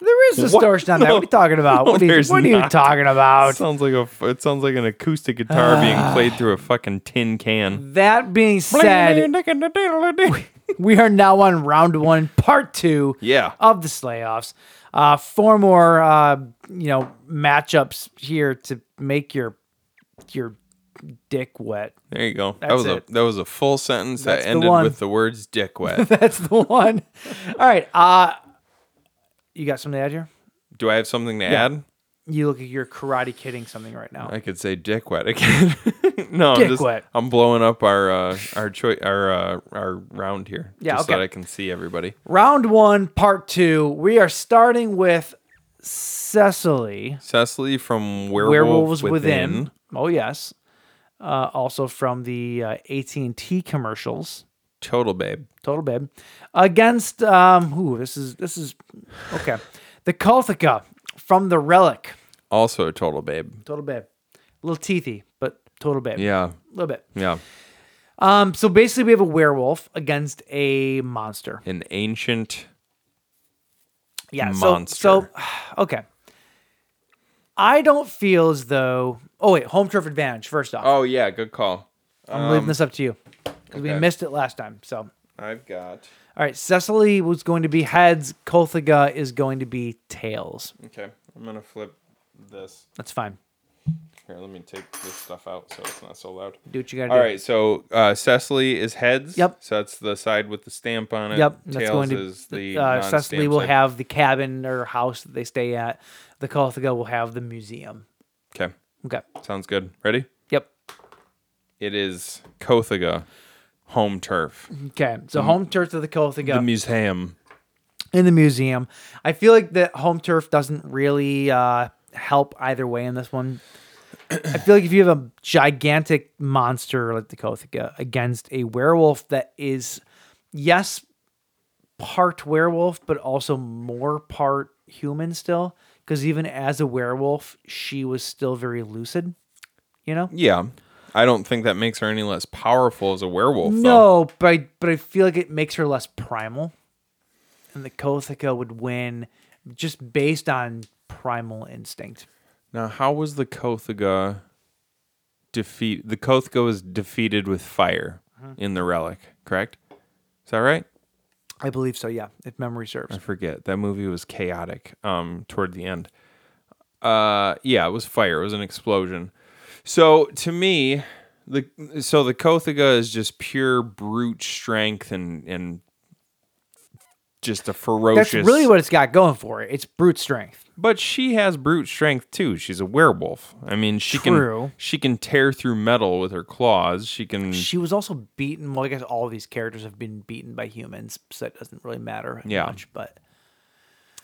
[SPEAKER 2] There is distortion on that. What are you talking about?
[SPEAKER 3] *laughs* No,
[SPEAKER 2] what are you,
[SPEAKER 3] there's
[SPEAKER 2] what are you
[SPEAKER 3] not.
[SPEAKER 2] talking
[SPEAKER 3] it
[SPEAKER 2] about?
[SPEAKER 3] sounds like a f- it sounds like an acoustic
[SPEAKER 2] Ah.
[SPEAKER 3] guitar being played through a fucking tin can.
[SPEAKER 2] That being
[SPEAKER 3] *laughs*
[SPEAKER 2] said, we are now on round one, part two
[SPEAKER 3] Yeah.
[SPEAKER 2] of the slayoffs. Uh, four more, uh, you know, matchups here to make your your dick wet. *laughs*
[SPEAKER 3] There you go. that
[SPEAKER 2] That's
[SPEAKER 3] was
[SPEAKER 2] it.
[SPEAKER 3] a that was a full sentence
[SPEAKER 2] That's
[SPEAKER 3] that
[SPEAKER 2] the
[SPEAKER 3] ended
[SPEAKER 2] one.
[SPEAKER 3] with the words dick
[SPEAKER 2] *laughs*
[SPEAKER 3] wet.
[SPEAKER 2] That's the one. All right. Uh, you got something to add here?
[SPEAKER 3] Do I have something to add?
[SPEAKER 2] You look like you're karate kidding something right now.
[SPEAKER 3] I could say dick wet again. *laughs* no, I'm just
[SPEAKER 2] Dickwet.
[SPEAKER 3] I'm blowing up our uh, our choi- our uh, our round here.
[SPEAKER 2] Yeah,
[SPEAKER 3] just so
[SPEAKER 2] okay.
[SPEAKER 3] that I can see everybody.
[SPEAKER 2] Round one, part two. We are starting with Cecily.
[SPEAKER 3] Cecily from Werewolf
[SPEAKER 2] Werewolves
[SPEAKER 3] Within.
[SPEAKER 2] Within. Oh yes. Uh, also from the uh, AT and T commercials.
[SPEAKER 3] Total babe.
[SPEAKER 2] Total babe. Against um, who? This is this is okay. The Kulthika from the Relic.
[SPEAKER 3] Also a total babe.
[SPEAKER 2] Total babe. A little teethy, but total babe.
[SPEAKER 3] Yeah,
[SPEAKER 2] A little bit.
[SPEAKER 3] yeah.
[SPEAKER 2] Um, so basically, we have a werewolf against a monster.
[SPEAKER 3] An ancient.
[SPEAKER 2] yeah, so- So,
[SPEAKER 3] monster.
[SPEAKER 2] *sighs* okay. I don't feel as though. Oh wait, home turf advantage. First off,
[SPEAKER 3] Oh yeah, good call.
[SPEAKER 2] I'm leaving this up to you because we
[SPEAKER 3] Um, okay.
[SPEAKER 2] missed it last time. So, all
[SPEAKER 3] I've got.
[SPEAKER 2] right, Cecily was going to be heads. Kolthaga is going to be tails.
[SPEAKER 3] Okay, I'm gonna flip this.
[SPEAKER 2] That's fine.
[SPEAKER 3] Here, let me take this stuff out so it's not so loud.
[SPEAKER 2] Do what you gotta
[SPEAKER 3] All
[SPEAKER 2] do.
[SPEAKER 3] right, so uh, Cecily is heads.
[SPEAKER 2] Yep.
[SPEAKER 3] So that's the side with the stamp on it.
[SPEAKER 2] Yep,
[SPEAKER 3] Tails
[SPEAKER 2] that's going to
[SPEAKER 3] is the
[SPEAKER 2] uh,
[SPEAKER 3] non-stamp
[SPEAKER 2] Cecily will
[SPEAKER 3] side.
[SPEAKER 2] have the cabin or house that they stay at. The Kolthaga will have the museum.
[SPEAKER 3] Okay,
[SPEAKER 2] Okay.
[SPEAKER 3] sounds good. Ready?
[SPEAKER 2] Yep.
[SPEAKER 3] It is Kothaga, home turf,
[SPEAKER 2] Okay.
[SPEAKER 3] Mm.
[SPEAKER 2] So home turf to the Kolthaga.
[SPEAKER 3] the museum.
[SPEAKER 2] in the museum. I feel like the home turf doesn't really uh, help either way in this one. *clears throat* I feel like if you have a gigantic monster like the Kothika against a werewolf that is, yes, part werewolf, but also more part human still. Because even as a werewolf, she was still very lucid, you know?
[SPEAKER 3] Yeah. I don't think that makes her any less powerful as a werewolf. though.
[SPEAKER 2] No, but I, but I feel like it makes her less primal, and the Kothika would win just based on primal instinct.
[SPEAKER 3] Now, how was the Kothiga defeat? The Kothiga was defeated with fire in the relic, correct? Is that right?
[SPEAKER 2] I believe so. Yeah, if memory serves.
[SPEAKER 3] I forget. That movie was chaotic um, toward the end. Uh, yeah, it was fire. It was an explosion. So to me, the so the Kothiga is just pure brute strength and and just a ferocious.
[SPEAKER 2] That's really what it's got going for it. It's brute strength.
[SPEAKER 3] But she has brute strength too. She's a werewolf. I mean, she
[SPEAKER 2] True.
[SPEAKER 3] can she can tear through metal with her claws. She can.
[SPEAKER 2] She was also beaten. Well, I guess all these characters have been beaten by humans, so it doesn't really matter
[SPEAKER 3] Yeah.
[SPEAKER 2] much. But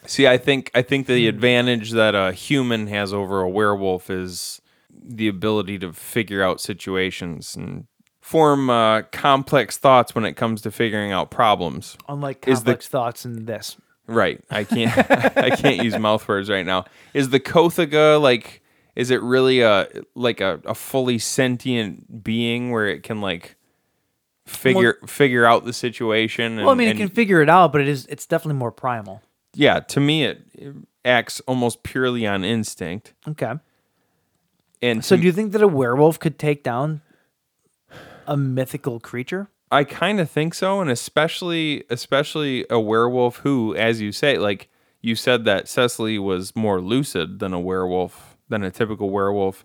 [SPEAKER 3] See, I think I think the
[SPEAKER 2] Hmm.
[SPEAKER 3] advantage that a human has over a werewolf is the ability to figure out situations and form uh, complex thoughts when it comes to figuring out problems.
[SPEAKER 2] unlike
[SPEAKER 3] Is the-
[SPEAKER 2] complex thoughts in this,
[SPEAKER 3] Right.
[SPEAKER 2] *laughs*
[SPEAKER 3] I can't *laughs* I can't use mouth words right now. Is the Kothiga like is it really a like a, a fully sentient being where it can like figure figure out the situation and,
[SPEAKER 2] well, I mean,
[SPEAKER 3] and-
[SPEAKER 2] it can figure it out, but it is it's definitely more primal.
[SPEAKER 3] yeah, to me it, it acts almost purely on instinct.
[SPEAKER 2] Okay.
[SPEAKER 3] And
[SPEAKER 2] So
[SPEAKER 3] to-
[SPEAKER 2] do you think that a werewolf could take down a mythical creature?
[SPEAKER 3] I kind of think so, and especially especially a werewolf who, as you say, like you said that Cecily was more lucid than a werewolf than a typical werewolf.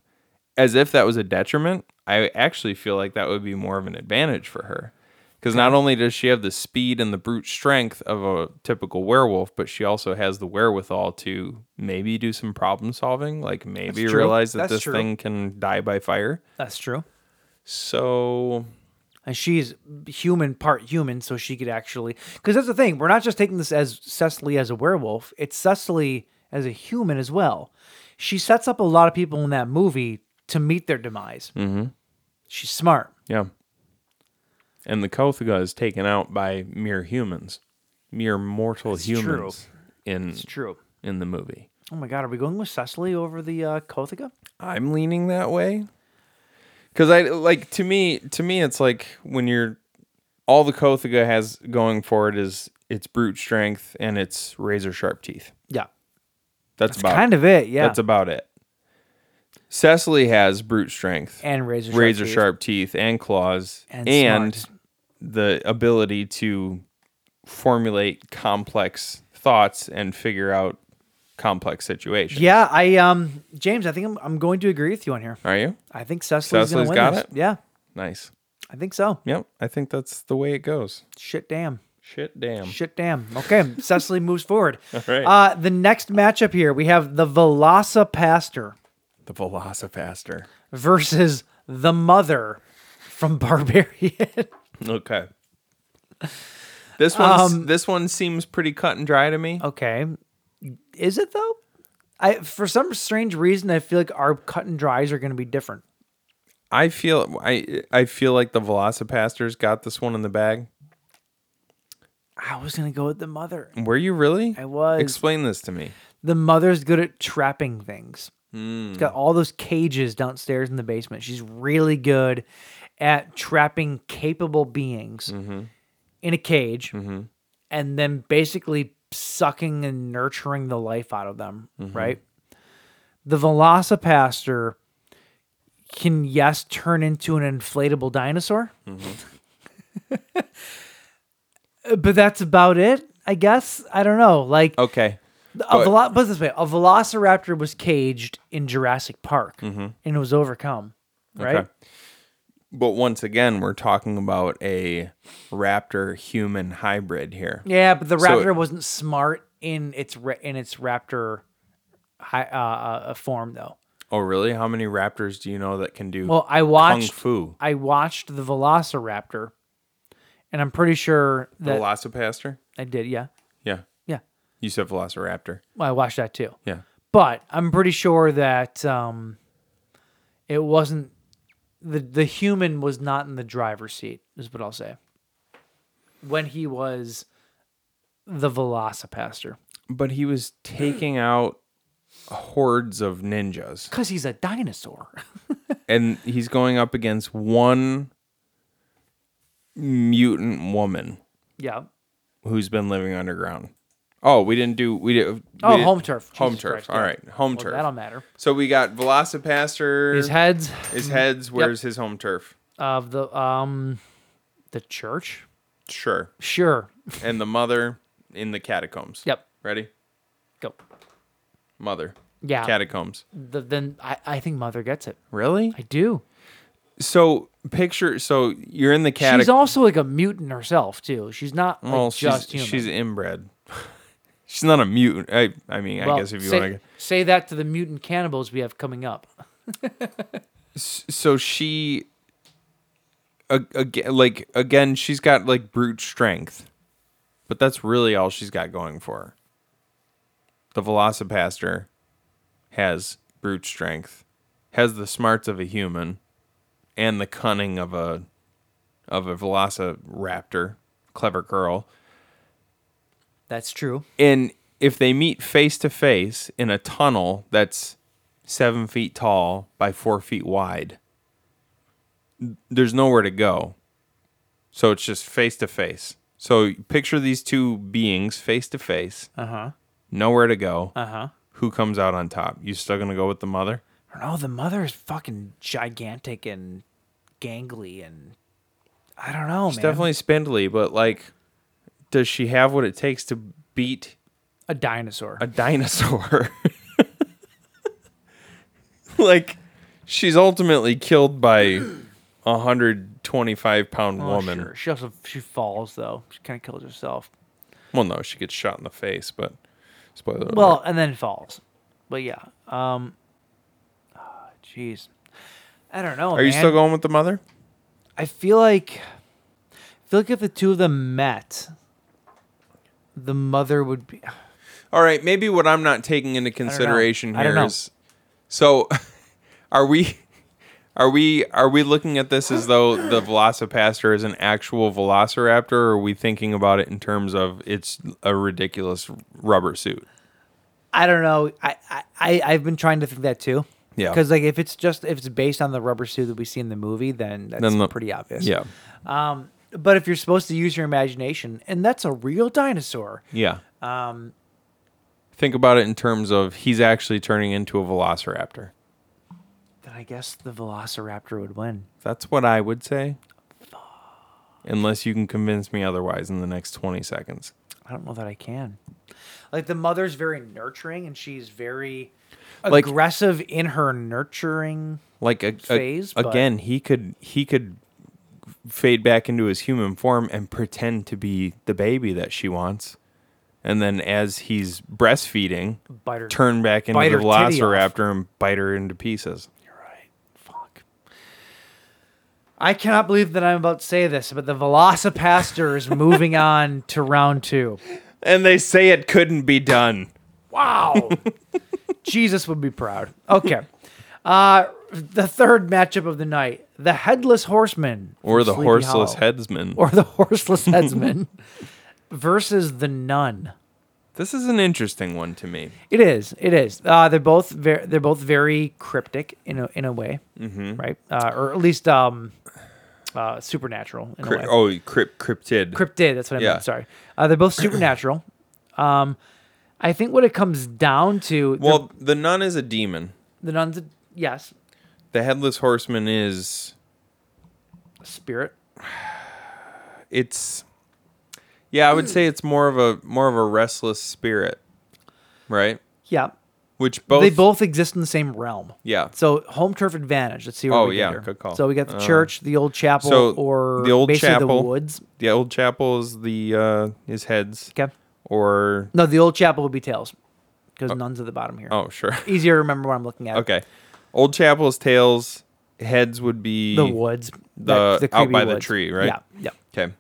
[SPEAKER 3] As if that was a detriment, I actually feel like that would be more of an advantage for her. Because not only does she have the speed and the brute strength of a typical werewolf, but she also has the wherewithal to maybe do some problem solving, like maybe
[SPEAKER 2] true.
[SPEAKER 3] realize that
[SPEAKER 2] That's
[SPEAKER 3] this
[SPEAKER 2] true.
[SPEAKER 3] thing can die by fire.
[SPEAKER 2] That's true.
[SPEAKER 3] So
[SPEAKER 2] And she's human, part human, so she could actually. Because that's the thing. We're not just taking this as Cecily as a werewolf, it's Cecily as a human as well. She sets up a lot of people in that movie to meet their demise. Mm-hmm. She's smart.
[SPEAKER 3] Yeah. And the Kothiga is taken out by mere humans, mere mortal
[SPEAKER 2] true.
[SPEAKER 3] humans in
[SPEAKER 2] It's true.
[SPEAKER 3] in the movie.
[SPEAKER 2] Oh my God, are we going with Cecily over the uh, Kothica?
[SPEAKER 3] I'm leaning that way. Cuz I like to me to me it's like when you're all the Kothiga has going for it is its brute strength and its razor sharp teeth.
[SPEAKER 2] Yeah.
[SPEAKER 3] That's,
[SPEAKER 2] That's
[SPEAKER 3] about
[SPEAKER 2] kind of it. Yeah.
[SPEAKER 3] That's about it. Cecily has brute strength
[SPEAKER 2] and razor sharp.
[SPEAKER 3] razor
[SPEAKER 2] teeth.
[SPEAKER 3] sharp teeth and claws
[SPEAKER 2] And
[SPEAKER 3] and,
[SPEAKER 2] smarts.
[SPEAKER 3] the ability to formulate complex thoughts and figure out complex situations.
[SPEAKER 2] Yeah, I um James, I think I'm, I'm going to agree with you on here.
[SPEAKER 3] Are you?
[SPEAKER 2] I think Cecily's,
[SPEAKER 3] Cecily's
[SPEAKER 2] gonna win
[SPEAKER 3] got
[SPEAKER 2] this.
[SPEAKER 3] it?
[SPEAKER 2] Yeah,
[SPEAKER 3] Nice.
[SPEAKER 2] I think so.
[SPEAKER 3] Yep. I think that's the way it goes.
[SPEAKER 2] Shit, damn.
[SPEAKER 3] Shit damn.
[SPEAKER 2] Shit, damn. Okay, *laughs* Cecily moves forward. All
[SPEAKER 3] right.
[SPEAKER 2] Uh, the next matchup here, we have the Velocipaster
[SPEAKER 3] The Velocipaster.
[SPEAKER 2] versus the Mother from *laughs* Barbarian.
[SPEAKER 3] Okay. This one
[SPEAKER 2] Um,
[SPEAKER 3] this one seems pretty cut and dry to me.
[SPEAKER 2] okay, is it though? I for some strange reason I feel like our cut and dries are going to be different.
[SPEAKER 3] I feel I I feel like the Velocipaster's got this one in the bag.
[SPEAKER 2] I was going to go with the Mother.
[SPEAKER 3] Were you really?
[SPEAKER 2] I was.
[SPEAKER 3] Explain this to me.
[SPEAKER 2] The mother's good at trapping things. She's got all those cages downstairs in the basement. She's really good at trapping capable beings in a cage and then basically sucking and nurturing the life out of them, right? The Velocipaster can, yes, turn into an inflatable dinosaur. *laughs* but that's about it, I guess. I don't know. Like,
[SPEAKER 3] Okay.
[SPEAKER 2] a
[SPEAKER 3] But-
[SPEAKER 2] velo- put it this way: a velociraptor was caged in Jurassic Park and it was overcome, right?
[SPEAKER 3] Mm-hmm. Okay. But once again, we're talking about a raptor human hybrid here.
[SPEAKER 2] Yeah, but the
[SPEAKER 3] So
[SPEAKER 2] raptor
[SPEAKER 3] it-
[SPEAKER 2] wasn't smart in its ra- in its raptor hi- uh, uh, uh, form though.
[SPEAKER 3] Oh, really? How many raptors do you know that can do
[SPEAKER 2] Well, I
[SPEAKER 3] kung
[SPEAKER 2] watched
[SPEAKER 3] fu?
[SPEAKER 2] I watched the Velociraptor, and I'm pretty sure
[SPEAKER 3] The
[SPEAKER 2] that
[SPEAKER 3] Velocipaster?
[SPEAKER 2] I did. Yeah,
[SPEAKER 3] Yeah.
[SPEAKER 2] yeah.
[SPEAKER 3] You said Velociraptor.
[SPEAKER 2] Well, I watched that too.
[SPEAKER 3] Yeah.
[SPEAKER 2] But I'm pretty sure that um, It wasn't the the human was not in the driver's seat, is what I'll say. When he was the Velocipaster.
[SPEAKER 3] But he
[SPEAKER 2] *clears throat*
[SPEAKER 3] was taking out hordes of ninjas.
[SPEAKER 2] Because he's a dinosaur.
[SPEAKER 3] and he's going up against one mutant woman
[SPEAKER 2] *laughs* Yeah.
[SPEAKER 3] who's been living underground. Oh, we didn't do we did. We
[SPEAKER 2] Oh,
[SPEAKER 3] did-
[SPEAKER 2] home turf.
[SPEAKER 3] Home
[SPEAKER 2] Jesus
[SPEAKER 3] turf.
[SPEAKER 2] Christ,
[SPEAKER 3] All
[SPEAKER 2] yeah.
[SPEAKER 3] right, home
[SPEAKER 2] Well,
[SPEAKER 3] turf.
[SPEAKER 2] that'll matter.
[SPEAKER 3] So we got Velocipaster.
[SPEAKER 2] His heads.
[SPEAKER 3] His heads.
[SPEAKER 2] Mm-hmm. Yep.
[SPEAKER 3] Where's his home turf?
[SPEAKER 2] Of the um the church?
[SPEAKER 3] Sure.
[SPEAKER 2] Sure.
[SPEAKER 3] And the mother in the catacombs.
[SPEAKER 2] Yep.
[SPEAKER 3] Ready?
[SPEAKER 2] Go.
[SPEAKER 3] Mother.
[SPEAKER 2] Yeah.
[SPEAKER 3] Catacombs.
[SPEAKER 2] The, then I, I think mother gets it.
[SPEAKER 3] Really?
[SPEAKER 2] I do.
[SPEAKER 3] So picture. So you're in the catacombs.
[SPEAKER 2] She's also like a mutant herself too. She's not like
[SPEAKER 3] well, she's,
[SPEAKER 2] just human.
[SPEAKER 3] she's inbred. *laughs* she's not a mutant. I, I mean,
[SPEAKER 2] Well,
[SPEAKER 3] I guess if you
[SPEAKER 2] say,
[SPEAKER 3] want
[SPEAKER 2] say that to the mutant cannibals we have coming up.
[SPEAKER 3] to. So she, ag- ag- like again, she's got like brute strength, but that's really all she's got going for her. The Velocipaster has brute strength, has the smarts of a human, and the cunning of a of a Velociraptor, clever girl.
[SPEAKER 2] That's true.
[SPEAKER 3] And if they meet face to face in a tunnel that's seven feet tall by four feet wide, there's nowhere to go. So it's just face to face. So picture these two beings face to face,
[SPEAKER 2] Uh-huh.
[SPEAKER 3] nowhere to go.
[SPEAKER 2] Uh-huh.
[SPEAKER 3] Who comes out on top? You still gonna go with the mother?
[SPEAKER 2] I don't know. The mother is fucking gigantic and gangly, and I don't know,
[SPEAKER 3] She's
[SPEAKER 2] man.
[SPEAKER 3] definitely spindly, but like, does she have what it takes to beat
[SPEAKER 2] a dinosaur.
[SPEAKER 3] a dinosaur. *laughs* like, she's ultimately killed by a 125 pound
[SPEAKER 2] Oh,
[SPEAKER 3] woman.
[SPEAKER 2] sure. She also she falls though. She kind of kills herself.
[SPEAKER 3] Well, no, she gets shot in the face, but spoiler
[SPEAKER 2] Well,
[SPEAKER 3] alert.
[SPEAKER 2] and then falls. But yeah. Um. ah, Jeez. I don't know.
[SPEAKER 3] Are you
[SPEAKER 2] man.
[SPEAKER 3] still going with the mother?
[SPEAKER 2] I feel like I feel like if the two of them met, the mother would be
[SPEAKER 3] All right, maybe what I'm not taking into
[SPEAKER 2] know.
[SPEAKER 3] consideration
[SPEAKER 2] I don't
[SPEAKER 3] here
[SPEAKER 2] know.
[SPEAKER 3] is so *laughs* are we are we are we looking at this as though the Velocipaster is an actual Velociraptor, or are we thinking about it in terms of it's a ridiculous rubber suit?
[SPEAKER 2] I don't know. I, I, I I've been trying to think that too.
[SPEAKER 3] Yeah.
[SPEAKER 2] Because like if it's just if it's based on the rubber suit that we see in the movie, then that's
[SPEAKER 3] Then the-
[SPEAKER 2] pretty obvious.
[SPEAKER 3] Yeah.
[SPEAKER 2] Um, but if you're supposed to use your imagination, and that's a real dinosaur.
[SPEAKER 3] Yeah.
[SPEAKER 2] Um,
[SPEAKER 3] Think about it in terms of he's actually turning into a velociraptor.
[SPEAKER 2] then I guess the Velociraptor would win.
[SPEAKER 3] That's what I would say. Unless you can convince me otherwise in the next 20 seconds.
[SPEAKER 2] I don't know that I can. Like the mother's very nurturing, and she's very
[SPEAKER 3] Like-
[SPEAKER 2] aggressive in her nurturing.
[SPEAKER 3] Like a, a-
[SPEAKER 2] Phase, but-
[SPEAKER 3] again, he could he could fade back into his human form and pretend to be the baby that she wants. And then as he's breastfeeding,
[SPEAKER 2] Bite her-
[SPEAKER 3] turn back into
[SPEAKER 2] bite
[SPEAKER 3] the
[SPEAKER 2] her titty off.
[SPEAKER 3] velociraptor and bite her into pieces.
[SPEAKER 2] I cannot believe that I'm about to say this, but the Velocipaster is
[SPEAKER 3] *laughs*
[SPEAKER 2] moving on to round two.
[SPEAKER 3] And they say it couldn't be done.
[SPEAKER 2] Wow. *laughs* Jesus would be proud. Okay. Uh, the third matchup of the night the Headless Horseman. from
[SPEAKER 3] Or the
[SPEAKER 2] Sleepy
[SPEAKER 3] horseless
[SPEAKER 2] Hollow.
[SPEAKER 3] headsman.
[SPEAKER 2] Or the Horseless
[SPEAKER 3] *laughs*
[SPEAKER 2] Headsman versus the Nun.
[SPEAKER 3] This is an interesting one to me.
[SPEAKER 2] It is. It is. Uh, they're both very. They're both very cryptic in a in a way,
[SPEAKER 3] Mhm.
[SPEAKER 2] right? Uh, or at least um, uh, supernatural in a way.
[SPEAKER 3] Crypt, oh, crypt, cryptid.
[SPEAKER 2] Cryptid. That's what I
[SPEAKER 3] Yeah.
[SPEAKER 2] meant. Sorry. Uh, they're both
[SPEAKER 3] *clears throat*
[SPEAKER 2] supernatural. um, I think what it comes down to. they're-
[SPEAKER 3] Well, the nun is a demon.
[SPEAKER 2] the nuns. Yes.
[SPEAKER 3] The headless horseman is
[SPEAKER 2] Spirit.
[SPEAKER 3] it's Yeah, I would say it's more of a more of a restless spirit. Right?
[SPEAKER 2] Yeah.
[SPEAKER 3] Which both
[SPEAKER 2] They both exist in the same realm.
[SPEAKER 3] Yeah.
[SPEAKER 2] So home turf advantage. Let's see. What
[SPEAKER 3] Oh,
[SPEAKER 2] we did
[SPEAKER 3] yeah,
[SPEAKER 2] here.
[SPEAKER 3] good call.
[SPEAKER 2] So we got the
[SPEAKER 3] Uh,
[SPEAKER 2] church, the old chapel,
[SPEAKER 3] so
[SPEAKER 2] or
[SPEAKER 3] the old
[SPEAKER 2] basically
[SPEAKER 3] chapel
[SPEAKER 2] the woods.
[SPEAKER 3] The old chapel is the uh is heads.
[SPEAKER 2] Okay.
[SPEAKER 3] Or
[SPEAKER 2] No, the old chapel would be tails, because nuns at the bottom here.
[SPEAKER 3] oh sure. *laughs*
[SPEAKER 2] Easier to remember what I'm looking at.
[SPEAKER 3] okay. Old chapel is tails, heads would be
[SPEAKER 2] The woods.
[SPEAKER 3] The,
[SPEAKER 2] That- the
[SPEAKER 3] out
[SPEAKER 2] creepy
[SPEAKER 3] by the
[SPEAKER 2] woods.
[SPEAKER 3] tree, right?
[SPEAKER 2] Yeah, yeah.
[SPEAKER 3] Okay.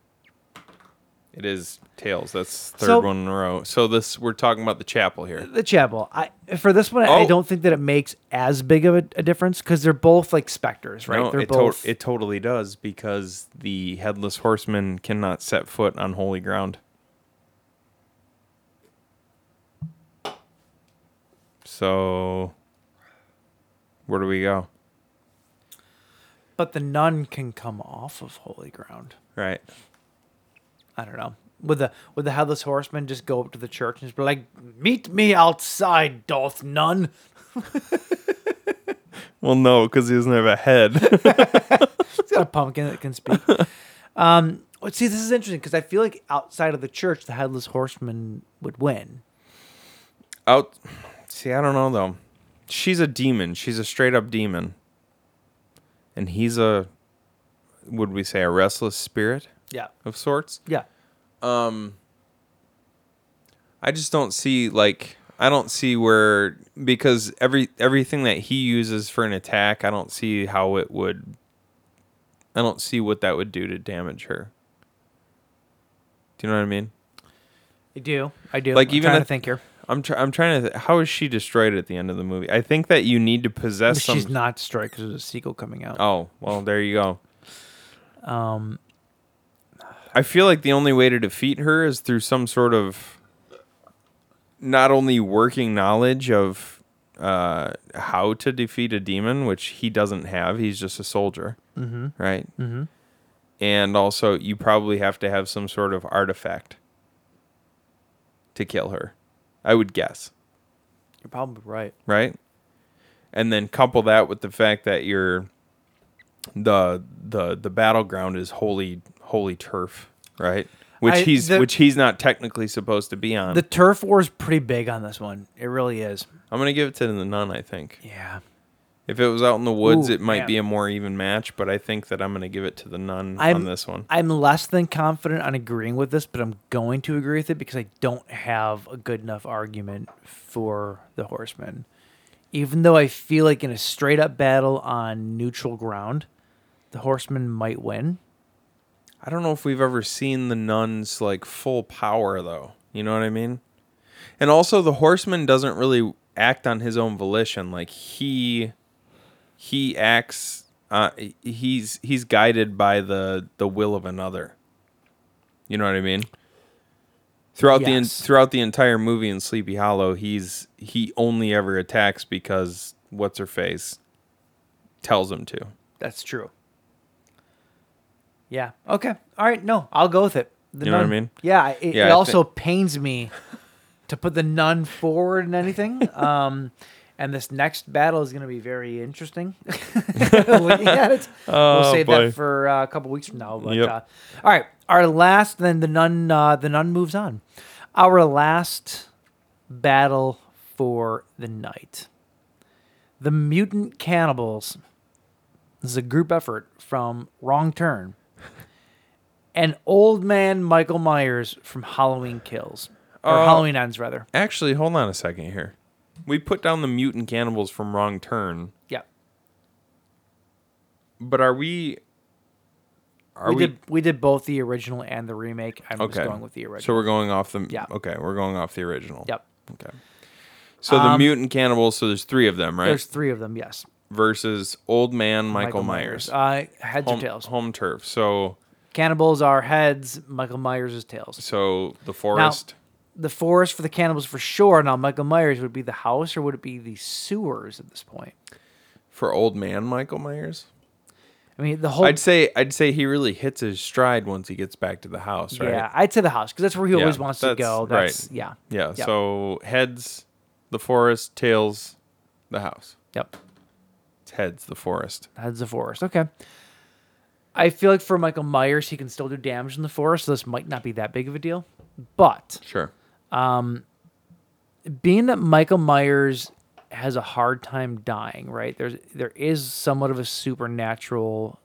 [SPEAKER 3] It is tails. That's third
[SPEAKER 2] So-
[SPEAKER 3] one in a row. So this we're talking about the chapel here.
[SPEAKER 2] The chapel. I for this one, I
[SPEAKER 3] Oh.
[SPEAKER 2] don't think that it makes as big of a, a difference because they're both like specters, right?
[SPEAKER 3] No,
[SPEAKER 2] they're
[SPEAKER 3] it, to-
[SPEAKER 2] both.
[SPEAKER 3] it totally does because the headless horseman cannot set foot on holy ground. So, where do we go?
[SPEAKER 2] but the nun can come off of holy ground.
[SPEAKER 3] Right.
[SPEAKER 2] I don't know. Would the would the headless horseman just go up to the church and just be like, "Meet me outside, doth nun."
[SPEAKER 3] Well, no, because he doesn't have a head. *laughs*
[SPEAKER 2] He's got a pumpkin that can *laughs* speak. Um, but see, this is interesting because I feel like outside of the church, the headless horseman would win.
[SPEAKER 3] Out. See, I don't know though. She's a demon. She's a straight up demon. And he's a, would we say, a restless spirit?
[SPEAKER 2] Yeah.
[SPEAKER 3] Of sorts.
[SPEAKER 2] Yeah.
[SPEAKER 3] Um. I just don't see like I don't see where because every everything that he uses for an attack, I don't see how it would. I don't see what that would do to damage her. Do you know what I mean?
[SPEAKER 2] I do. I do.
[SPEAKER 3] Like
[SPEAKER 2] I'm
[SPEAKER 3] even
[SPEAKER 2] trying
[SPEAKER 3] at-
[SPEAKER 2] to think here.
[SPEAKER 3] I'm try- I'm trying to. Th- how is she destroyed at the end of the movie? I think that you need to possess. Some-
[SPEAKER 2] She's not straight because there's a sequel coming out.
[SPEAKER 3] Oh well, there you go.
[SPEAKER 2] Um,
[SPEAKER 3] I feel like the only way to defeat her is through some sort of not only working knowledge of uh, how to defeat a demon, which he doesn't have. He's just a soldier,
[SPEAKER 2] Mhm.
[SPEAKER 3] right?
[SPEAKER 2] Mhm.
[SPEAKER 3] And also, you probably have to have some sort of artifact to kill her. I would guess
[SPEAKER 2] you're probably right.
[SPEAKER 3] right? And then couple that with the fact that your the the the battleground is holy holy turf, right? Which
[SPEAKER 2] I-
[SPEAKER 3] he's
[SPEAKER 2] the-
[SPEAKER 3] which he's not technically supposed to be on.
[SPEAKER 2] The turf war is pretty big on this one. It really is.
[SPEAKER 3] I'm gonna give it to the nun. I think
[SPEAKER 2] Yeah.
[SPEAKER 3] if it was out in the woods,
[SPEAKER 2] Ooh,
[SPEAKER 3] it might
[SPEAKER 2] man.
[SPEAKER 3] be a more even match. But I think that I'm gonna give it to the nun
[SPEAKER 2] I'm
[SPEAKER 3] on this one.
[SPEAKER 2] I'm less than confident on agreeing with this, but I'm going to agree with it because I don't have a good enough argument for the horsemen. Even though I feel like in a straight up battle on neutral ground, the horsemen might win.
[SPEAKER 3] I don't know if we've ever seen the nuns like full power though. You know what I mean? And also the horseman doesn't really act on his own volition. Like he he acts uh he's he's guided by the the will of another. You know what I mean? Throughout the en-
[SPEAKER 2] Yes.
[SPEAKER 3] throughout the entire movie in Sleepy Hollow, he's he only ever attacks because what's her face tells him to.
[SPEAKER 2] That's true. Yeah. Okay. All right. No, I'll go with it. The
[SPEAKER 3] You know what I
[SPEAKER 2] nun-
[SPEAKER 3] mean?
[SPEAKER 2] Yeah. I- It,
[SPEAKER 3] Yeah, I
[SPEAKER 2] it
[SPEAKER 3] thi-
[SPEAKER 2] also pains me to put the nun forward in
[SPEAKER 3] *laughs*
[SPEAKER 2] anything. Um, and this next battle is going to be very interesting. *laughs* Looking at it,
[SPEAKER 3] Oh,
[SPEAKER 2] we'll save
[SPEAKER 3] boy.
[SPEAKER 2] that for uh, a couple weeks from now. But
[SPEAKER 3] Yep.
[SPEAKER 2] uh, all right, our last. Then the nun. Uh, the nun moves on. Our last battle for the night. The mutant cannibals. This is a group effort from Wrong Turn. And old man Michael Myers from Halloween Kills. Or
[SPEAKER 3] Oh.
[SPEAKER 2] Halloween Ends, rather.
[SPEAKER 3] Actually, hold on a second here. We put down the mutant cannibals from Wrong Turn,
[SPEAKER 2] Yeah.
[SPEAKER 3] but are we? Are
[SPEAKER 2] we,
[SPEAKER 3] we?
[SPEAKER 2] did we did both the original and the remake. I'm
[SPEAKER 3] okay.
[SPEAKER 2] just going with the original.
[SPEAKER 3] So we're going off the.
[SPEAKER 2] Yeah.
[SPEAKER 3] Okay, we're going off the original.
[SPEAKER 2] Yep.
[SPEAKER 3] Okay. So the
[SPEAKER 2] Um,
[SPEAKER 3] mutant cannibals. So there's three of them, right?
[SPEAKER 2] There's three of them, yes.
[SPEAKER 3] Versus old man Michael, Myers.
[SPEAKER 2] Uh, heads
[SPEAKER 3] home,
[SPEAKER 2] or tails.
[SPEAKER 3] Home turf. So
[SPEAKER 2] Cannibals are heads, Michael Myers is tails.
[SPEAKER 3] so the forest.
[SPEAKER 2] Now, the forest for the cannibals for sure. Now Michael Myers would it be the house or would it be the sewers at this point?
[SPEAKER 3] for old man Michael Myers,
[SPEAKER 2] I mean the whole
[SPEAKER 3] I'd say I'd say he really hits his stride once he gets back to the house, right?
[SPEAKER 2] Yeah, I'd say the house because that's where he
[SPEAKER 3] Yeah,
[SPEAKER 2] always wants to
[SPEAKER 3] that's-
[SPEAKER 2] go.
[SPEAKER 3] right.
[SPEAKER 2] That's yeah.
[SPEAKER 3] Yeah.
[SPEAKER 2] Yep.
[SPEAKER 3] So heads, the forest. Tails, the house.
[SPEAKER 2] Yep.
[SPEAKER 3] It's heads, the forest.
[SPEAKER 2] That's the forest. Okay. I feel like for Michael Myers, he can still do damage in the forest, so this might not be that big of a deal. But
[SPEAKER 3] Sure.
[SPEAKER 2] um, being that Michael Myers has a hard time dying, right? There's there is somewhat of a supernatural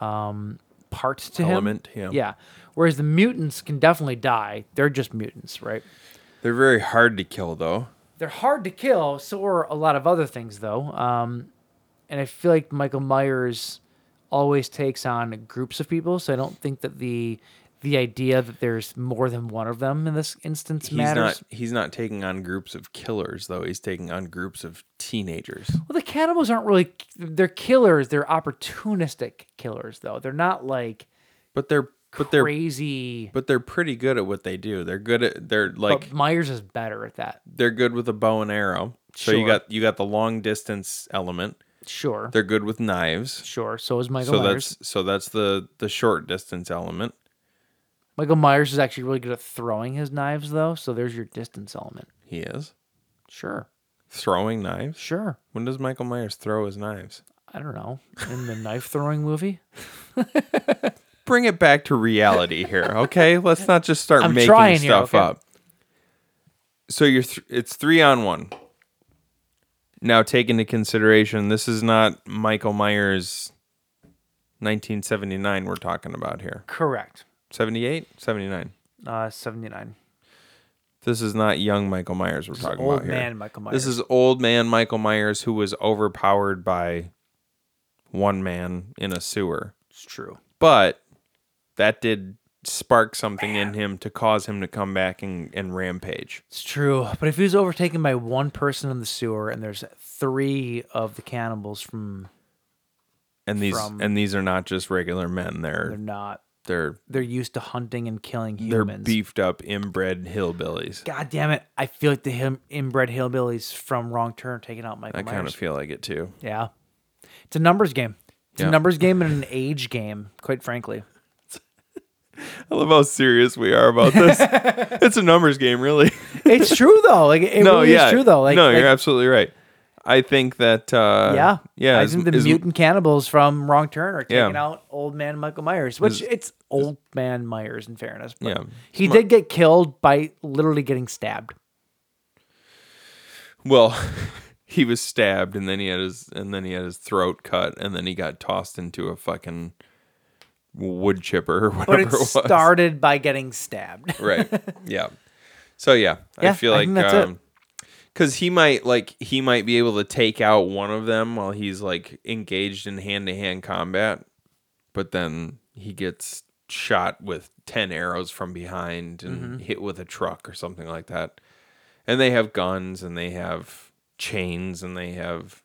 [SPEAKER 2] um part to
[SPEAKER 3] Element, yeah.
[SPEAKER 2] him. Yeah. Whereas the mutants can definitely die. They're just mutants, right?
[SPEAKER 3] They're very hard to kill, though.
[SPEAKER 2] They're hard to kill. So are a lot of other things, though. Um, and I feel like Michael Myers always takes on groups of people, so I don't think that the the idea that there's more than one of them in this instance
[SPEAKER 3] He's
[SPEAKER 2] matters.
[SPEAKER 3] not. He's not taking on groups of killers though. He's taking on groups of teenagers.
[SPEAKER 2] Well, the cannibals aren't really they're killers. They're opportunistic killers though. They're not like
[SPEAKER 3] But they're but they're
[SPEAKER 2] crazy.
[SPEAKER 3] But they're pretty good at what they do. They're good at. They're like
[SPEAKER 2] but Myers is better at that.
[SPEAKER 3] they're good with a bow and arrow. So you
[SPEAKER 2] Sure.
[SPEAKER 3] got you got the long distance element.
[SPEAKER 2] Sure.
[SPEAKER 3] They're good with knives.
[SPEAKER 2] Sure. So is Michael
[SPEAKER 3] so
[SPEAKER 2] Myers.
[SPEAKER 3] that's so that's the the short distance element.
[SPEAKER 2] Michael Myers is actually really good at throwing his knives though, so there's your distance element.
[SPEAKER 3] He is
[SPEAKER 2] Sure.
[SPEAKER 3] throwing knives.
[SPEAKER 2] Sure.
[SPEAKER 3] When does Michael Myers throw his knives?
[SPEAKER 2] I don't know. In the knife throwing movie?
[SPEAKER 3] Bring it back to reality *laughs* here, okay? Let's not just start
[SPEAKER 2] I'm
[SPEAKER 3] making
[SPEAKER 2] trying here,
[SPEAKER 3] stuff
[SPEAKER 2] okay?
[SPEAKER 3] up. So you're th- it's three on one. Now take into consideration this is not Michael Myers 1979 we're talking about here.
[SPEAKER 2] Correct.
[SPEAKER 3] 78, 79.
[SPEAKER 2] Uh 79.
[SPEAKER 3] This is not young Michael Myers we're
[SPEAKER 2] is
[SPEAKER 3] talking
[SPEAKER 2] old
[SPEAKER 3] about here.
[SPEAKER 2] man Michael
[SPEAKER 3] This is old man Michael Myers who was overpowered by one man in a sewer.
[SPEAKER 2] It's true.
[SPEAKER 3] But that did spark something in him to cause him to come back and, and rampage.
[SPEAKER 2] It's true. But if he was overtaken by one person in the sewer and there's three of the cannibals from
[SPEAKER 3] And these
[SPEAKER 2] From-
[SPEAKER 3] and these are not just regular men.
[SPEAKER 2] they're
[SPEAKER 3] They're
[SPEAKER 2] not
[SPEAKER 3] they're
[SPEAKER 2] they're used to hunting and killing
[SPEAKER 3] they're
[SPEAKER 2] humans.
[SPEAKER 3] beefed up inbred hillbillies.
[SPEAKER 2] God damn it. I feel like the him inbred hillbillies from Wrong Turn are taking out Michael
[SPEAKER 3] I
[SPEAKER 2] Myers.
[SPEAKER 3] kind of feel like it too.
[SPEAKER 2] Yeah. It's a numbers game. It's
[SPEAKER 3] Yeah.
[SPEAKER 2] a numbers game and an age game, quite
[SPEAKER 3] *laughs*
[SPEAKER 2] frankly.
[SPEAKER 3] I love how serious we are
[SPEAKER 2] *laughs*
[SPEAKER 3] about this. *laughs* it's a numbers game, really.
[SPEAKER 2] It's true though. Like it really is true though. Like
[SPEAKER 3] no,
[SPEAKER 2] like-
[SPEAKER 3] you're absolutely right. I think that uh,
[SPEAKER 2] yeah,
[SPEAKER 3] yeah.
[SPEAKER 2] I
[SPEAKER 3] as-
[SPEAKER 2] think the
[SPEAKER 3] as-
[SPEAKER 2] mutant cannibals from Wrong Turn are taking
[SPEAKER 3] Yeah.
[SPEAKER 2] out old man Michael Myers, which it's old man Myers. In fairness, but
[SPEAKER 3] Yeah.
[SPEAKER 2] he
[SPEAKER 3] Smi-
[SPEAKER 2] did get killed by literally getting stabbed.
[SPEAKER 3] *laughs* Well, *laughs* he was stabbed, and then he had his and then he had his throat cut, and then he got tossed into a fucking wood chipper or whatever
[SPEAKER 2] But
[SPEAKER 3] it,
[SPEAKER 2] it
[SPEAKER 3] was.
[SPEAKER 2] started by getting
[SPEAKER 3] *laughs*
[SPEAKER 2] stabbed.
[SPEAKER 3] right. Yeah. So yeah, I
[SPEAKER 2] Yeah,
[SPEAKER 3] feel
[SPEAKER 2] I
[SPEAKER 3] like
[SPEAKER 2] think that's it.
[SPEAKER 3] because he might like he might be able to take out one of them while he's like engaged in hand to hand combat, but then he gets shot with ten arrows from behind and
[SPEAKER 2] Mm-hmm.
[SPEAKER 3] hit with a truck or something like that. And they have guns and they have chains and they have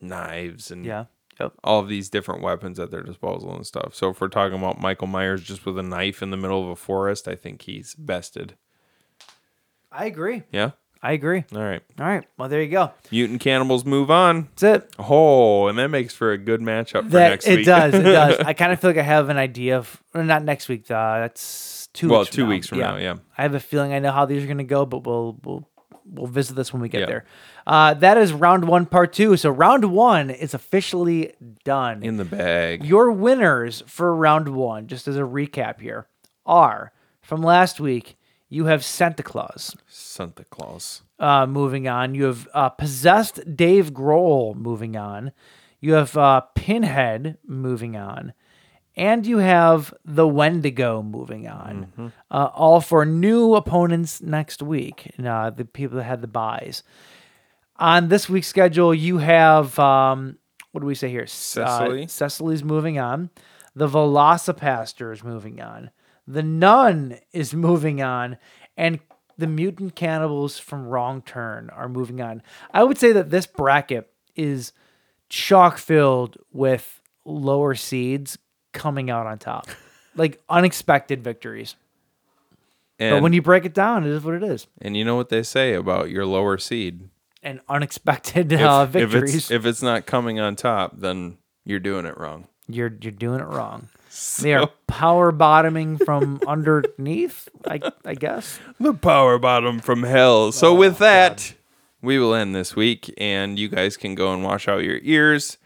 [SPEAKER 3] knives and
[SPEAKER 2] yeah. Yep.
[SPEAKER 3] all of these different weapons at their disposal and stuff. So if we're talking about Michael Myers just with a knife in the middle of a forest, I think he's bested.
[SPEAKER 2] I agree.
[SPEAKER 3] Yeah.
[SPEAKER 2] I agree.
[SPEAKER 3] All right.
[SPEAKER 2] All right. Well, there you go.
[SPEAKER 3] Mutant cannibals move on.
[SPEAKER 2] That's it.
[SPEAKER 3] Oh, and that makes for a good matchup for
[SPEAKER 2] That
[SPEAKER 3] next
[SPEAKER 2] it
[SPEAKER 3] week.
[SPEAKER 2] does. *laughs* It does. I kind of feel like I have an idea of or not next week. Uh, that's two.
[SPEAKER 3] Well,
[SPEAKER 2] weeks from
[SPEAKER 3] two
[SPEAKER 2] now.
[SPEAKER 3] weeks from now, yeah.
[SPEAKER 2] I have a feeling I know how these are going to go, but we'll we'll we'll visit this when we get
[SPEAKER 3] Yeah.
[SPEAKER 2] there. Uh, that is round one, part two. So round one is officially done.
[SPEAKER 3] *laughs* In the bag.
[SPEAKER 2] Your winners for round one, just as a recap here, are from last week. You have Santa Claus.
[SPEAKER 3] Santa Claus.
[SPEAKER 2] Uh, moving on, you have uh, possessed Dave Grohl. Moving on, you have uh, Pinhead. Moving on, and you have the Wendigo. Moving on, uh, all for new opponents next week. And, uh, the people that had the buys on this week's schedule, you have um, what do we say here? S- uh,
[SPEAKER 3] Cecily.
[SPEAKER 2] Cecily's moving on. The Velocipaster is moving on. The Nun is moving on, and the Mutant Cannibals from Wrong Turn are moving on. I would say that this bracket is chock filled with lower seeds coming out on
[SPEAKER 3] *laughs*
[SPEAKER 2] top, like unexpected victories.
[SPEAKER 3] And,
[SPEAKER 2] but when you break it down, it is what it is.
[SPEAKER 3] and you know what they say about your
[SPEAKER 2] *laughs*
[SPEAKER 3] lower seed.
[SPEAKER 2] And unexpected uh, victories.
[SPEAKER 3] it's, if it's not coming on top, then you're doing it wrong.
[SPEAKER 2] you're you're doing it
[SPEAKER 3] *laughs*
[SPEAKER 2] wrong. they are power bottoming from *laughs* underneath, I I guess.
[SPEAKER 3] The power bottom from hell. So with that, we will end this week, and you guys can go and wash out your ears,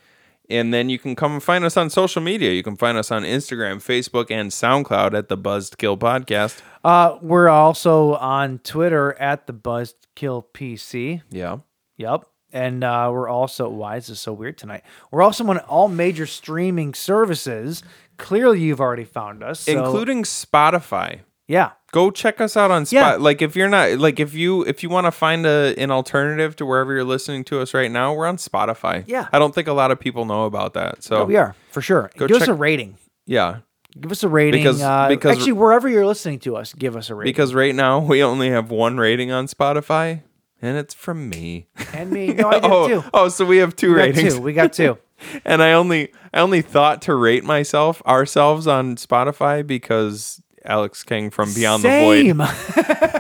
[SPEAKER 3] and then you can come and find us on social media. You can find us on Instagram, Facebook, and SoundCloud at the Buzzed Kill Podcast.
[SPEAKER 2] Uh, we're also on Twitter at the Buzzkill PC.
[SPEAKER 3] Yeah,
[SPEAKER 2] Yep. And uh, we're also why is this so weird tonight? We're also on all major streaming services. Clearly, you've already found us, so-
[SPEAKER 3] including Spotify.
[SPEAKER 2] yeah.
[SPEAKER 3] Go check us out on Spot.
[SPEAKER 2] Yeah.
[SPEAKER 3] Like if you're not like if you if you want to find a an alternative to wherever you're listening to us right now, we're on Spotify.
[SPEAKER 2] Yeah.
[SPEAKER 3] I don't think a lot of people know about that. So
[SPEAKER 2] we are for sure.
[SPEAKER 3] Oh. Go
[SPEAKER 2] Give
[SPEAKER 3] check-
[SPEAKER 2] us a rating.
[SPEAKER 3] Yeah.
[SPEAKER 2] Give us a rating.
[SPEAKER 3] Because-
[SPEAKER 2] uh,
[SPEAKER 3] because-
[SPEAKER 2] actually, wherever you're listening to us, give us a rating.
[SPEAKER 3] Because right now we only have one rating on Spotify, and it's from me.
[SPEAKER 2] and me, no,
[SPEAKER 3] *laughs*
[SPEAKER 2] I did
[SPEAKER 3] oh,
[SPEAKER 2] too.
[SPEAKER 3] oh, so we have two
[SPEAKER 2] We got
[SPEAKER 3] ratings.
[SPEAKER 2] two. We got two.
[SPEAKER 3] and I only I only thought to rate myself ourselves on Spotify because Alex King from *laughs* Beyond the
[SPEAKER 2] Same.
[SPEAKER 3] Void. *laughs*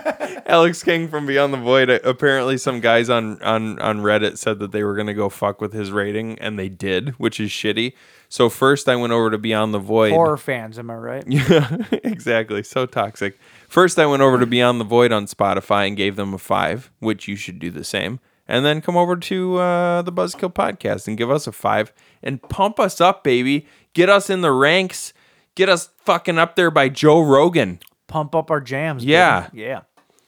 [SPEAKER 3] Alex King from Beyond the Void. uh, Apparently, some guys on on on Reddit said that they were gonna go fuck with his rating, and they did, which is shitty. So first, I went over to Beyond the Void.
[SPEAKER 2] Horror fans, am I right?
[SPEAKER 3] Yeah, *laughs* exactly. So toxic. First, I went over to Beyond the Void on Spotify and gave them a five, which you should do the same. And then come over to uh, the Buzzkill podcast and give us a five and pump us up, baby. Get us in the ranks. Get us fucking up there by Joe Rogan.
[SPEAKER 2] Pump up our jams. baby.
[SPEAKER 3] Yeah.
[SPEAKER 2] yeah.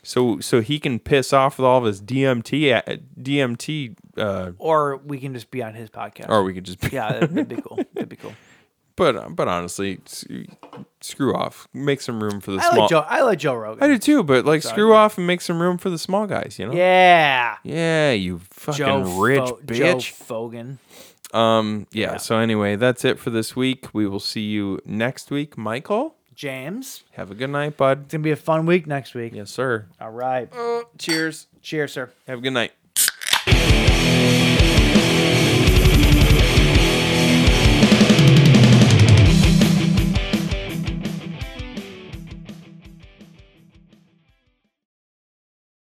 [SPEAKER 3] So so he can piss off with all of his DMT uh, DMT, uh,
[SPEAKER 2] Or we can just be on his podcast.
[SPEAKER 3] or we could just be.
[SPEAKER 2] yeah, that'd, that'd be cool. That'd be cool.
[SPEAKER 3] *laughs* But but honestly, s- screw off. Make some room for the
[SPEAKER 2] I
[SPEAKER 3] small.
[SPEAKER 2] like Joe. I like Joe Rogan.
[SPEAKER 3] I do too, but like screw off and make some room for the small guys, you know?
[SPEAKER 2] Yeah.
[SPEAKER 3] Yeah, you fucking
[SPEAKER 2] Joe
[SPEAKER 3] rich
[SPEAKER 2] Fo-
[SPEAKER 3] bitch.
[SPEAKER 2] Joe Fogan.
[SPEAKER 3] um yeah, so anyway, that's it for this week. We will see you next week, Michael.
[SPEAKER 2] James.
[SPEAKER 3] Have a good night, bud.
[SPEAKER 2] It's gonna be a fun week next week.
[SPEAKER 3] Yes, sir.
[SPEAKER 2] All right.
[SPEAKER 3] Cheers.
[SPEAKER 2] Cheers, sir.
[SPEAKER 3] Have a good night.